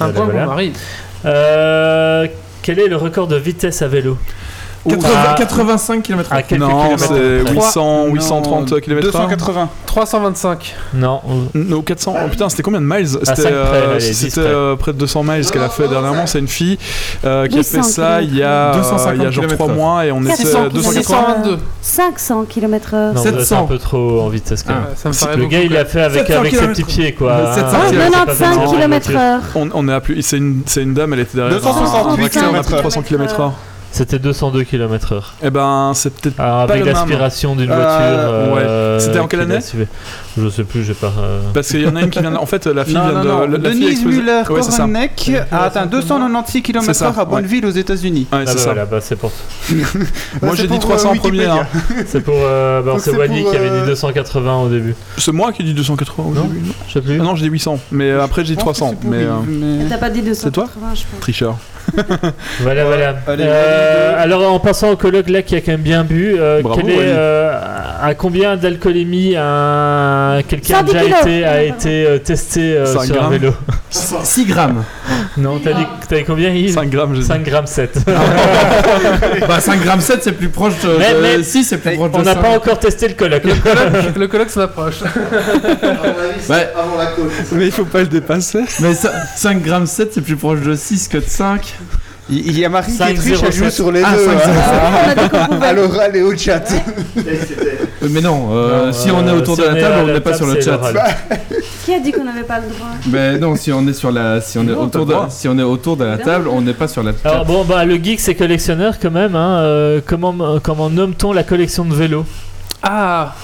E: Ah,
A: Un point pour
E: Marie. Euh, quel est le record de vitesse à vélo
B: 80 85 km/h.
C: Ah,
E: À quelques
C: Non,
E: kilomètres
C: c'est
E: près.
C: 800, 830 km/h.
A: 325.
E: Non.
C: Non, 400. Oh putain, c'était combien de miles
E: À
C: C'était
E: cinq Ah, près,
C: euh,
E: allez, dix
C: c'était
E: près.
C: euh, près de 200 miles qu'elle a fait dernièrement. C'est une fille euh, qui a fait
H: 800
C: ça il y a, euh,
B: 250
C: il y a genre 3
B: kilomètres.
C: mois et on était à 280.
H: 500 km/h.
E: Non, vous êtes un peu trop en vitesse
C: Ah,
E: quand même.
A: ça me paraît
E: le
A: beaucoup,
E: gars, il
A: quoi.
E: l'a fait avec,
A: 700
E: avec ses petits
A: kilomètres.
E: pieds, quoi.
A: Mais 700
E: Hein,
A: kilomètres.
E: c'est pas vraiment une voiture.
C: On, on est à plus. C'est une, c'est une dame, elle était derrière.
E: 268
C: un- un vaccin, on a plus de 300 km/h.
E: C'était 202 km/h.
C: Eh ben, c'est peut-être pas
E: Ah, Avec
C: le même.
E: l'aspiration d'une voiture.
C: Euh, ouais.
E: euh,
C: C'était en quelle
E: qui la
C: année
E: suivait. Je sais plus, j'ai pas. euh,
C: Parce qu'il y en a une qui vient. de- En fait,
D: [LAUGHS]
C: la fille
D: Non,
C: vient
D: non,
C: de.
D: non.
C: la- la fille a
D: Denise
C: explosé- Ouais, c'est ça.
D: Muller-Korenek a atteint 296
C: C'est
D: km/h
C: ça,
D: à Bonneville aux États-Unis.
C: Ouais,
E: Ah
C: c'est
E: bah
C: ça.
E: voilà, bah c'est pour.
C: Moi,
D: c'est
C: j'ai dit
D: pour,
C: 300 en
D: euh,
C: premier. hein.
E: C'est pour. euh, bah,
C: Donc
E: c'est
C: c'est
E: Wally
C: pour,
E: qui avait
C: euh,
E: dit 280 au début.
C: C'est moi qui ai dit 280 au début. non
E: Je sais plus.
C: Ah non, j'ai dit 800. Mais après, j'ai dit 300. Mais. euh,
H: T'as pas dit
C: C'est toi
H: 280, je pense.
C: Tricheur. [LAUGHS]
E: Voilà, voilà.
C: allez,
E: Euh, alors en passant au colloque là qui a quand même bien bu, euh,
C: Bravo,
E: quel est,
C: Wally.
E: euh, à combien d'alcoolémie un... quelqu'un a
H: 110
E: déjà
H: kilos.
E: été, a été euh, testé euh,
C: Cinq
E: sur un
C: grammes.
E: vélo
B: 6 grammes.
E: Non, t'as dit t'as dit combien Yves
C: 5 grammes, j'ai dit.
E: 5 grammes 7.
B: Bah 5 grammes 7 c'est plus proche de,
E: Mais-
B: de-
E: mais-
B: si c'est plus proche de
E: On n'a
B: ça.
E: pas encore testé le colloque. [LAUGHS]
A: colloque- le colloque s'en approche.
F: À mon avis, c'est
B: Ouais.
F: avant la côte.
C: Mais il faut pas le dépasser.
B: Mais 5 grammes 7 c'est plus proche de 6 que de 5.
D: Il il y a Marie qui
E: 5-0-7.
D: triche, elle joue sur les
E: Ah,
D: deux.
E: 5-0-7.
D: [LAUGHS]
E: [LAUGHS]
D: hein.
E: On a dit qu'on pouvait.
D: À l'oral et au chat.
H: Euh,
B: Mais non, euh,
D: Non,
B: si
D: euh,
B: on est autour
D: si
B: de
D: on
B: la
D: est
B: table,
D: à
B: on
D: la
B: n'est pas
D: table,
B: sur le
D: c'est
B: chat.
D: l'oral.
H: Qui a dit qu'on n'avait pas le droit
B: [LAUGHS] Mais non, si on est sur la, si on est
E: Non, t'as
B: autour
E: le
B: de,
E: droit.
B: si on est autour de la table, on n'est pas sur la
E: Alors
B: table.
E: bon, bah le geek c'est collectionneur quand même. Hein. euh, comment comment nomme-t-on la collection de vélos
A: [LAUGHS] Ah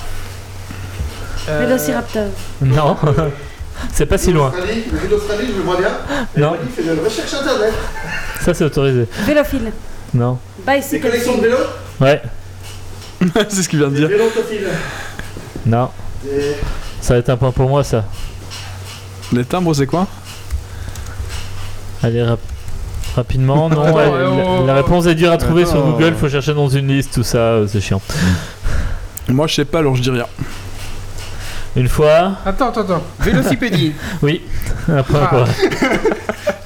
F: Euh,
H: Vélociraptor.
E: Non, [LAUGHS] c'est pas si loin.
F: Australie, le d'Australie, je le vois bien.
E: Non,
F: Il fait de la recherche internet.
E: ça c'est autorisé.
H: Vélophile.
E: Non.
H: Bicycle.
F: Des collections de vélos
E: Ouais,
C: C'est ce qu'il vient de
F: Des
C: dire.
F: vélos autophiles.
E: non.
F: Des-
E: Ça va être un point pour moi ça.
C: Les timbres, c'est quoi
E: Allez, rap- rapidement. Non,
C: Attends,
E: elle-
C: ouais,
E: la-
C: oh.
E: Ah bah, la réponse est dure à trouver sur
C: Attends.
E: Google. Faut chercher dans une liste, tout ça, euh, c'est chiant.
C: [LAUGHS] Moi, je sais pas, alors je dis rien.
E: Une fois.
A: Attends, attends, attends.
D: Vélocipédie.
E: [LAUGHS] Oui. Un point
A: Ah.
E: pour-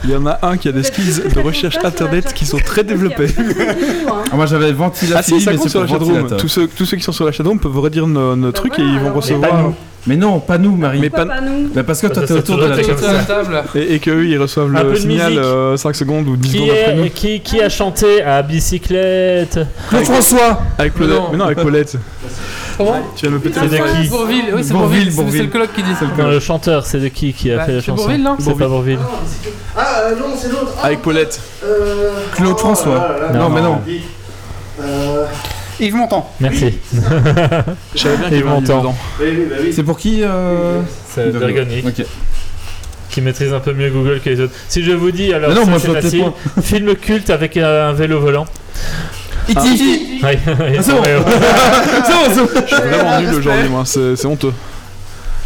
C: Il y en a un qui a des skills de recherche internet qui sont très développés.
B: [LAUGHS] Ah, moi j'avais ventilation.
C: Ah si, ça
B: mais
C: compte
B: c'est
C: sur la
B: pour
C: chatroom.
B: ventilateur.
C: Tous ceux, tous ceux qui sont sur la chatroom peuvent redire nos, nos trucs et ils vont
B: Mais pas
C: recevoir.
B: nous. Mais non, pas nous, Marie.
C: Mais Pourquoi pas- pas
B: nous. parce que toi
C: Parce
B: t'es
C: que
B: autour
C: c'est
B: de la table.
C: toujours
A: table.
C: Et, et qu'eux, ils reçoivent
E: Un peu
C: le
E: de
C: signal
E: musique.
C: 5 secondes ou 10
E: Qui,
C: secondes
E: [LAUGHS]
C: après nous.
E: est, qui, qui a chanté à bicyclette
C: Avec-
A: François.
C: Avec Paulette.
A: Non.
C: Mais non, avec Paulette.
A: Comment
C: Tu viens de me péter
E: C'est de
C: le
E: qui
A: Bourville, oui, c'est Bourville, c'est- c'est le coloc qui dit.
E: Non, le chanteur, c'est de qui qui a
A: Bah,
E: fait la
A: c'est
E: chanson
A: Bourville, non
E: C'est pas Bourville.
F: Ah euh, non, c'est l'autre. Ah,
C: Avec Paulette.
F: euh,
B: Claude
F: oh,
B: François.
F: là, là, là,
B: Non, mais non.
F: Euh,
D: Yves Montand.
E: Merci.
C: Je savais bien qu'il y
E: Et
C: avait un livre
E: Montand.
C: dedans.
F: oui, oui, bah oui.
B: C'est pour qui euh...
E: C'est
B: Bergogne.
E: Bergonic.
B: Ok.
E: Qui maîtrise un peu mieux Google que les autres. Si je vous dis, alors
B: Mais non,
E: ça,
B: moi,
E: c'est
B: je vois tes
E: facile.
B: [LAUGHS]
E: Film culte avec euh, un vélo volant.
B: E.T.
E: Ouais, il y a
B: Ah. c'est bon.
E: ton vélo.
B: [LAUGHS] C'est bon, c'est bon.
C: Je suis vraiment nul aujourd'hui, moi. C'est c'est honteux.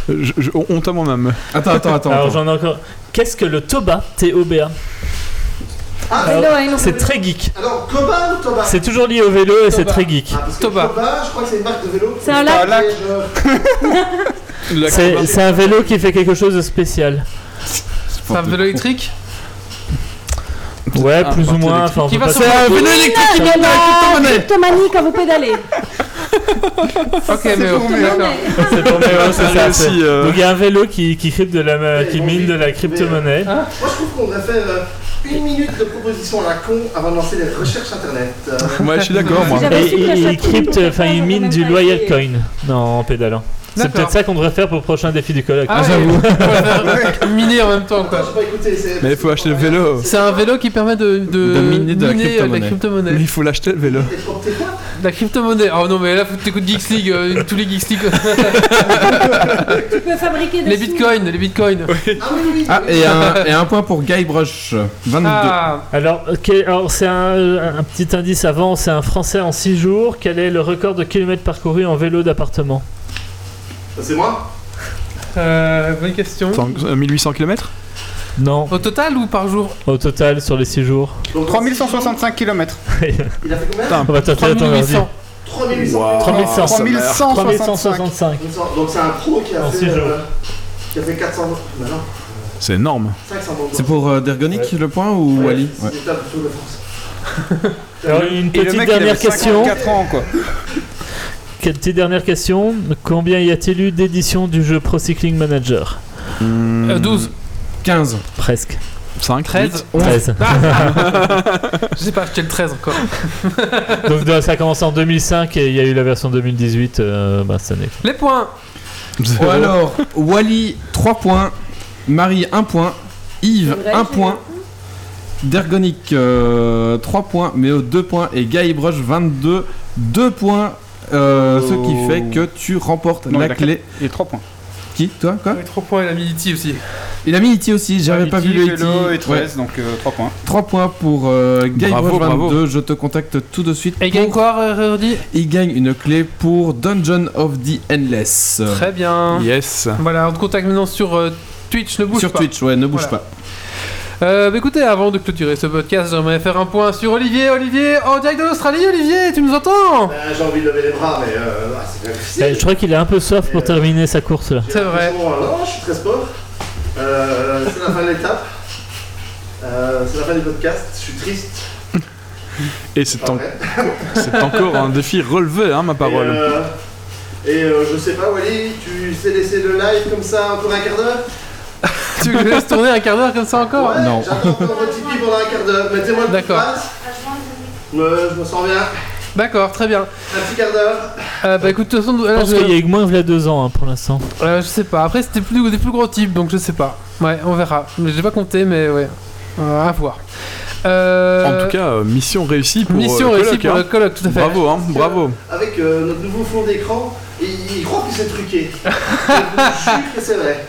C: Je, je- honte à moi-même.
B: Attends, attends, attends.
E: Alors
B: attends.
E: j'en ai encore. Qu'est-ce que le Toba T-O-B-A
F: Ah,
E: Alors,
F: vélo, hein, non.
E: C'est très geek.
F: Alors, Coba ou Toba
E: C'est toujours lié au vélo et c'est très geek.
F: Ah, parce que
A: Toba.
F: Coba, je crois que c'est une marque de vélo.
H: C'est un
D: Ah,
H: lac.
D: là,
F: Et je- [LAUGHS]
E: C'est c'est un vélo qui fait quelque chose de spécial.
A: C'est un vélo électrique Ah,
E: Ouais, plus ou
C: parti
E: moins.
C: électrique.
E: Enfin, on
A: qui
E: peut
A: va
E: pas-
A: se faire
E: C'est un vélo
H: [LAUGHS] qui vient de la Ah, bah, cryptomanie quand vous pédalez.
A: Ok, mais
D: pour mieux.
A: d'accord.
E: C'est ton vélo, c'est ça. c'est-
C: aussi, euh,
E: Donc il y a un vélo qui, qui, crypte de la, qui
F: bon,
E: mine
F: oui.
E: de la [LAUGHS] crypto-monnaie.
F: euh,
A: Ah.
F: Moi, je trouve qu'on devrait faire euh, une minute de proposition à la con avant de lancer les recherches internet. Euh,
C: Ouais, je suis d'accord, moi.
H: J'avais
E: Et
H: su que la
E: il,
H: chatroom
E: il crypte,
H: était
E: enfin
H: pas
E: il
H: dans
E: mine
H: le
E: du
H: même
E: Loyal
H: palier.
E: Coin. Non, en pédalant. C'est
A: D'accord.
E: peut-être ça qu'on devrait faire pour le prochain défi du colloque.
A: Ah, j'avoue. miner en même temps,
F: J'ai
A: quoi.
F: pas écouté. c'est-
C: Mais il faut acheter le vélo.
A: C'est un vélo qui permet de, de,
B: De miner de la
A: euh,
B: crypto-monnaie.
C: Mais
A: crypto-monnaie.
C: il faut l'acheter le vélo.
F: Et pour tes quoi
A: La crypto-monnaie. Oh non, mais là, faut que t'écoutes Geeks League, euh, tous les Geeks League.
H: Tu peux fabriquer des
A: les bitcoins, les bitcoins.
F: Ah oui, oui, oui.
B: Ah, et un, et un point pour Guybrush. 22.
A: Ah,
E: Alors, ok, alors, c'est un, un petit indice avant, c'est un Français en 6 jours. Quel est le record de kilomètres parcourus en vélo d'appartement
F: C'est moi
A: euh, bonne question.
C: Attends, euh, 1800 km
E: Non,
A: Au total ou par jour
E: au total sur les 6 jours.
F: Donc,
D: 3165 km.
F: [LAUGHS] Il a fait combien
E: On va tenter à ton ordi.
A: 3800.
F: 3800.
E: 3500.
D: 3165.
E: 3165.
F: Ah, Donc, c'est un pro qui a
E: En
F: fait.
E: six jours.
F: euh, qui a fait 400. Bah non,
C: C'est énorme.
F: 500 bandes.
B: C'est pour euh, Dergonic le point ou
F: Ouais,
B: Wally
F: c'est l'état de Tour de France.
E: Alors, une
D: Et le
E: petite
D: mec, il avait
E: dernière question.
D: 54 ans, quoi.
E: Quelle petite dernière question. Combien y a-t-il eu d'éditions du jeu Pro Cycling Manager Hmm.
A: Euh, 12,
B: 15.
E: Presque.
C: 5,
A: 13.
E: 13.
A: Ah,
K: [LAUGHS]
B: [LAUGHS]
A: Je sais pas, j'étais le 13 encore.
E: [LAUGHS] Donc dans- ça a commencé en 2005 et il y a eu la version 2018 euh, bah, cette année.
A: Les
B: [LAUGHS]
A: points
B: Ou alors, Wally 3 points, Marie 1 point, Yves
H: C'est vrai,
B: 1
H: j'ai
B: point, Dergonic 3 points, Méo 2 points et Guybrush 22 2 points. euh, Ce qui
D: Oh.
B: fait que tu remportes
D: Non,
B: la
D: il a
B: clé.
D: Il y a 3 points.
B: Qui Toi Quoi
A: Avec 3 points et la Militi aussi.
B: Il a mis E.T. aussi, j'avais pas vu le
D: vélo
B: E.T.
D: et 13, donc 3 points.
B: 3 points pour euh, Guybrush
C: Bravo,
B: 22.
C: bravo.
B: Je te contacte tout de suite.
A: Et gagne
B: pour-
A: quoi, euh, Rudy
B: Il gagne une clé pour Dungeon of the Endless.
A: Très bien.
C: Yes.
A: Voilà, on te contacte maintenant sur euh, Twitch, ne bouge
B: Sur
A: pas.
B: Twitch, ouais, ne bouge
A: Voilà.
B: pas.
A: Euh, bah, écoutez, avant de clôturer ce podcast, j'aimerais faire un point sur Olivier. Olivier, en direct de l'Australie, Olivier, tu nous entends
F: Ben, J'ai envie de lever les bras, mais euh, ah, c'est bien difficile.
E: Eh, je crois qu'il est un peu soif
F: Euh,
E: pour terminer sa course là.
A: C'est vrai.
F: Bon, alors, je suis très sport. Euh, c'est la fin de l'étape. Euh, c'est la fin du podcast. Je suis triste.
C: Et c'est en-
F: Après.
C: c'est encore un défi relevé, hein, ma
F: Et,
C: parole.
F: euh, et, euh, je sais pas, Wally, tu sais laisser le live comme ça encore un quart d'heure
A: tu veux que je laisse tourner un quart d'heure comme ça encore
F: Ouais, J'attends encore votre Tipeee pendant un quart d'heure. Mettez-moi le
A: D'accord.
F: Euh, je me sens bien.
A: D'accord, très bien.
F: Un petit quart d'heure.
A: Euh, bah écoute, de toute façon,
E: Je
A: là,
E: pense
A: je-
E: qu'il y a eu moins de là deux ans hein, pour l'instant.
A: Euh, je sais pas. Après, c'était plus des plus gros types, donc je sais pas. Ouais, on verra. Mais J'ai pas compté, mais ouais. Euh, à voir. Euh,
C: En tout cas, euh, mission réussie pour
A: Mission
C: euh, le
A: réussie
C: colloque,
A: pour
C: hein.
A: le colloque, tout à fait.
C: Bravo, hein, bravo.
F: Avec euh, notre nouveau fond d'écran, il, il croit que c'est
C: [LAUGHS]
F: truqué. Je vous jure que c'est vrai.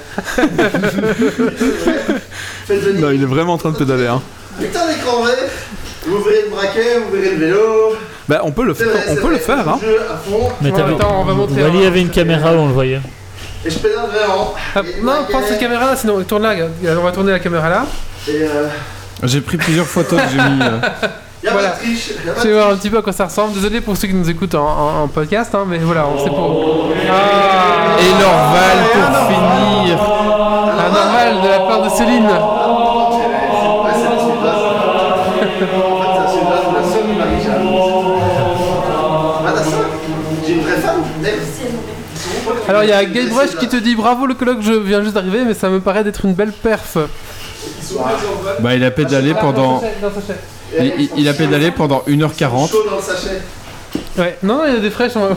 C: Non, il est vraiment en train de pédaler. Hein.
F: Putain d'écran vert. Vous verrez le braquet, vous verrez le vélo.
C: Bah, on peut le
F: C'est
C: faire,
F: vrai,
C: on
F: c'est
C: peut
F: vrai,
C: le faire. Hein.
F: Je joue à fond.
E: Mais t'avais-
F: hein.
E: Wally avait une caméra où on le voyait.
F: Et je pédale vraiment.
A: Hop, Ah, non, prends cette caméra là, sinon tourne là. regarde. On va tourner la caméra là.
F: Et euh,
K: J'ai pris plusieurs photos que j'ai mis.
F: [LAUGHS]
A: [LAUGHS]
K: euh,
F: y a
A: Voilà.
F: pas de triche. y a pas
A: Je vais voir un petit peu à quoi ça ressemble. Désolé pour ceux qui nous écoutent en, en- en podcast, hein, mais voilà, on sait pour. Ah, et l'orval pour finir. Un normal Ah, de la part de Céline.
F: J'ai une vraie femme, merde.
A: Alors il y a Gatebrush qui te dit bravo le colloque, je viens juste d'arriver, mais ça me paraît d'être une belle perf.
K: Bah, il a pédalé pendant. Il, il- il a pédalé pendant 1h40,
F: Chaud dans le sachet.
A: Ouais, non, non, il y a des fraîches. on-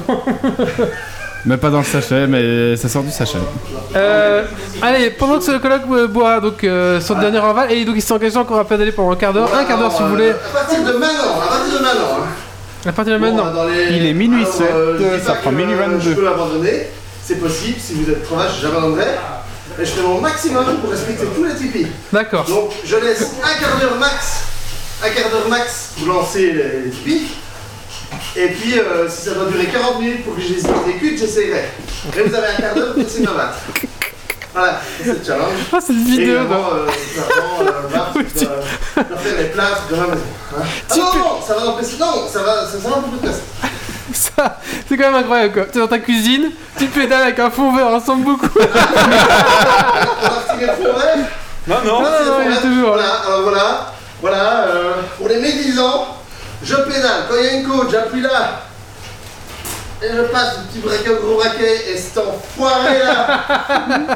K: mais pas dans le sachet, mais ça sort du sachet.
A: Euh, allez, pendant que le colloque euh, boit donc euh, son dernier orval, et donc il s'est engagé encore à pédaler pendant un quart d'heure, un quart d'heure si vous voulez.
F: À partir de maintenant, à partir de maintenant. hein.
A: À partir de
F: Bon,
A: maintenant.
F: dans les-
D: Il est minuit sept,
F: je dis
D: ça
F: pas
D: fera
F: que,
D: minuit
F: euh,
D: 22.
F: Je peux l'abandonner, c'est possible, si vous êtes trop vache, j'abandonnerai. Et je ferai mon maximum pour respecter tous les tipis.
A: D'accord.
F: Donc je laisse un quart d'heure max, un quart d'heure max, vous lancez les tipis. Et puis euh, si ça doit durer 40 minutes pour que je les exécute, j'essaierai. Et vous avez un quart d'heure pour essayer de me battre. Voilà, c'est le challenge.
A: Ah, cette vidéo,
F: Et évidemment, euh, clairement, euh, Marc, doit- doit faire les plâtres de la maison. hein. Ah non, non, ça va remplacer. Non, ça va, ça, ça va beaucoup de place.
A: Ça, c'est quand même incroyable quoi. T'es dans ta cuisine, tu pédales avec un fond vert, ressemble beaucoup.
F: Martine Forêt.
C: Non,
A: Ah, non,
C: non.
A: non, il est toujours hein.
F: Voilà, alors voilà, voilà, euh, pour les médisants, je pédale. Quand il y a une côte, j'appuie là. Et je passe du petit braquet au gros braquet et cet enfoiré là,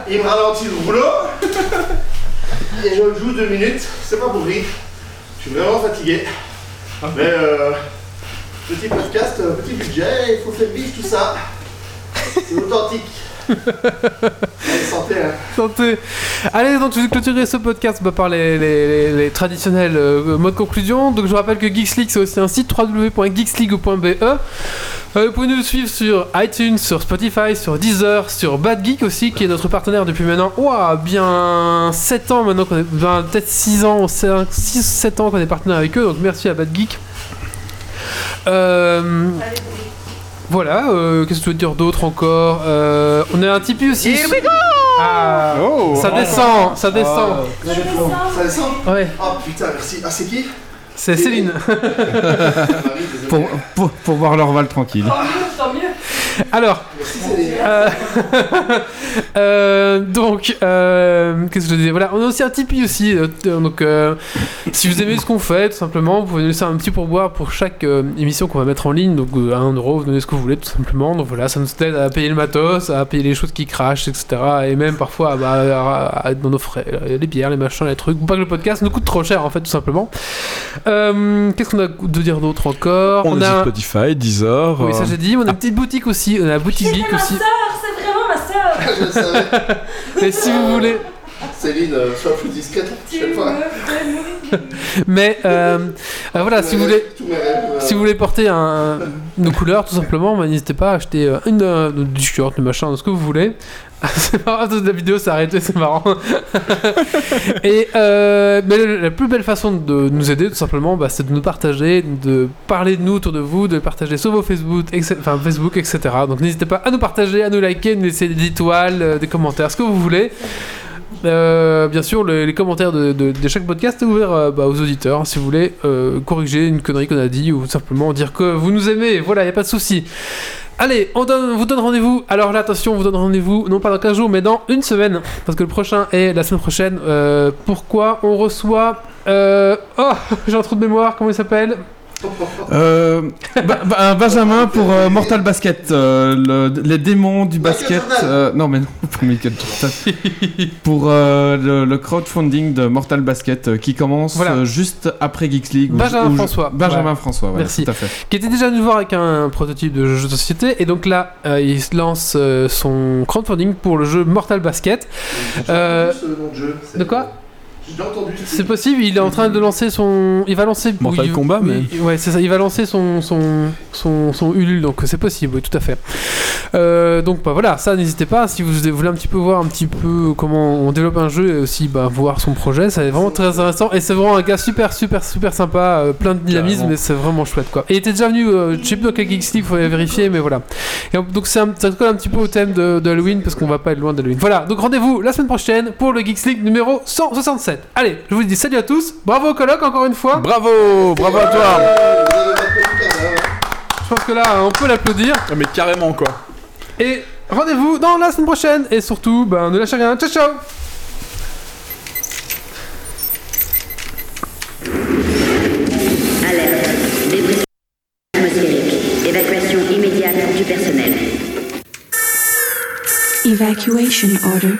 A: [LAUGHS]
F: il me ralentit le rouleau. Et je le joue deux minutes, c'est pas pour rire. Je suis vraiment fatigué.
C: Ah
F: Mais euh, petit podcast, euh, petit budget, il faut faire vivre tout ça. C'est authentique. Allez, santé, hein.
A: Santé. Allez, donc je vais clôturer ce podcast bah, par les, les- les- les traditionnels euh, mots de conclusion. Donc je vous rappelle que Geeks League c'est aussi un site www.geeksleague.be. Euh, vous pouvez nous suivre sur iTunes, sur Spotify, sur Deezer, sur Bad Geek aussi, qui est notre partenaire depuis maintenant, ouah, bien 7 ans maintenant, qu'on est- ben, peut-être 6 ans, 5, 6, 7 ans qu'on est partenaire avec eux. Donc merci à Bad Geek. Euh, voilà, euh, qu'est-ce que tu veux dire d'autre encore Euh, On a un Tipeee aussi. Ah,
D: Oh,
A: ça
D: enfin.
A: descend, ça descend.
F: Ça descend. Ah, Ça descend
A: Ouais,
F: Oh putain, merci. Ah, c'est
A: [LAUGHS]
F: qui
A: c'est
B: [LAUGHS]
A: Céline.
K: Pour, pour, pour voir l'orval tranquille.
A: Alors, euh, [LAUGHS] euh, donc, euh, qu'est-ce que je disais Voilà, on a aussi un Tipeee aussi. euh, donc, euh, si vous aimez ce qu'on fait, tout simplement, vous pouvez nous laisser un petit pourboire pour chaque euh, émission qu'on va mettre en ligne. Donc, euh, à 1 euro, vous donnez ce que vous voulez, tout simplement. Donc, voilà, ça nous aide à payer le matos, à payer les choses qui crachent, etc. Et même parfois bah, à, à- à- dans nos frais, euh, les bières, les machins, les trucs. Pas que le podcast nous coûte trop cher, en fait, tout simplement. Euh, qu'est-ce qu'on a de dire d'autre encore
C: On, est
A: a
C: sur
A: un-
C: Spotify, Deezer.
A: oui, ça
C: euh,
A: j'ai dit. On a une petite boutique aussi. On a la boutique geek aussi.
N: C'est vraiment ma sœur.
F: Je le savais.
A: Mais si vous voulez.
F: Céline, euh, sois plus discrète je sais pas.
A: [LAUGHS] Mais euh, euh, voilà, si vous voulez.
F: Tous mes rêves. euh,
A: Si vous voulez porter un, nos couleurs, tout simplement, bah, n'hésitez pas à acheter euh, une, euh, du shirt, du machin, ce que vous voulez. [LAUGHS] c'est marrant, toute la vidéo s'est arrêtée, c'est marrant. Et euh, mais le- la plus belle façon de nous aider, tout simplement, bah, c'est de nous partager, de parler de nous autour de vous, de partager sur vos Facebook, etc. Enfin, Facebook, etc. Donc n'hésitez pas à nous partager, à nous liker, nous laisser des étoiles, euh, des commentaires, ce que vous voulez. Euh, bien sûr, le- les commentaires de, de- de chaque podcast est ouvert euh, bah, aux auditeurs. Si vous voulez euh, corriger une connerie qu'on a dit ou simplement dire que vous nous aimez, voilà, il a pas de souci. Allez, on donne- vous donne rendez-vous. Alors là, attention, on vous donne rendez-vous non pas dans 15 jours, mais dans une semaine. Parce que le prochain est la semaine prochaine. [LAUGHS] Euh, pourquoi on reçoit. euh, oh, j'ai un trou de mémoire, comment il s'appelle
B: Euh, Ba- Ba- Benjamin pour euh, Mortal Basket, euh, le- les démons du basket. euh, non [LAUGHS] mais non, pour Michael Jordan. pour euh, le, le crowdfunding de Mortal Basket euh, qui commence
A: Voilà.
B: euh, juste après Geeks League. ou-
A: Benjamin
B: ou-
A: François.
B: Benjamin
A: Ouais.
B: François, voilà,
A: Merci.
B: tout à fait.
A: Qui était déjà venu voir avec un prototype de jeu de société. Et donc là, euh, il se lance euh, son crowdfunding pour le jeu Mortal Basket. Euh,
O: C'est le nom de jeu. c'est-
A: de quoi
O: J'ai entendu.
A: C'est possible, il est en train de lancer son. Il va lancer.
F: Mortal
A: oui, il-
F: Kombat, mais-
A: oui, Ouais, c'est ça, il va lancer son, son, son, son Ulule, donc c'est possible, oui, tout à fait. Euh, donc bah, voilà, ça, n'hésitez pas, si vous voulez un petit peu voir un petit peu comment on développe un jeu et aussi bah, voir son projet, ça est vraiment très intéressant. Et c'est vraiment un gars super, super, super sympa, euh, plein de dynamisme,
B: Carrément.
A: et c'est vraiment chouette quoi. Et il était déjà venu, euh, je sais plus dans quel Geeks League, faut aller vérifier, mais voilà. Et on- donc c'est un, ça colle un petit peu au thème de, de Halloween, parce qu'on va pas être loin d'Halloween. Voilà, donc rendez-vous la semaine prochaine pour le Geeks League numéro 167. Allez, je vous dis salut à tous, bravo au colloque encore une fois.
F: Bravo, bravo à toi.
A: Je pense que là, on peut l'applaudir.
F: Ah, Mais carrément quoi.
A: Et rendez-vous dans la semaine prochaine, et surtout, ben, ne lâchez rien, ciao ciao
H: Évacuation immédiate du personnel.
P: Evacuation order.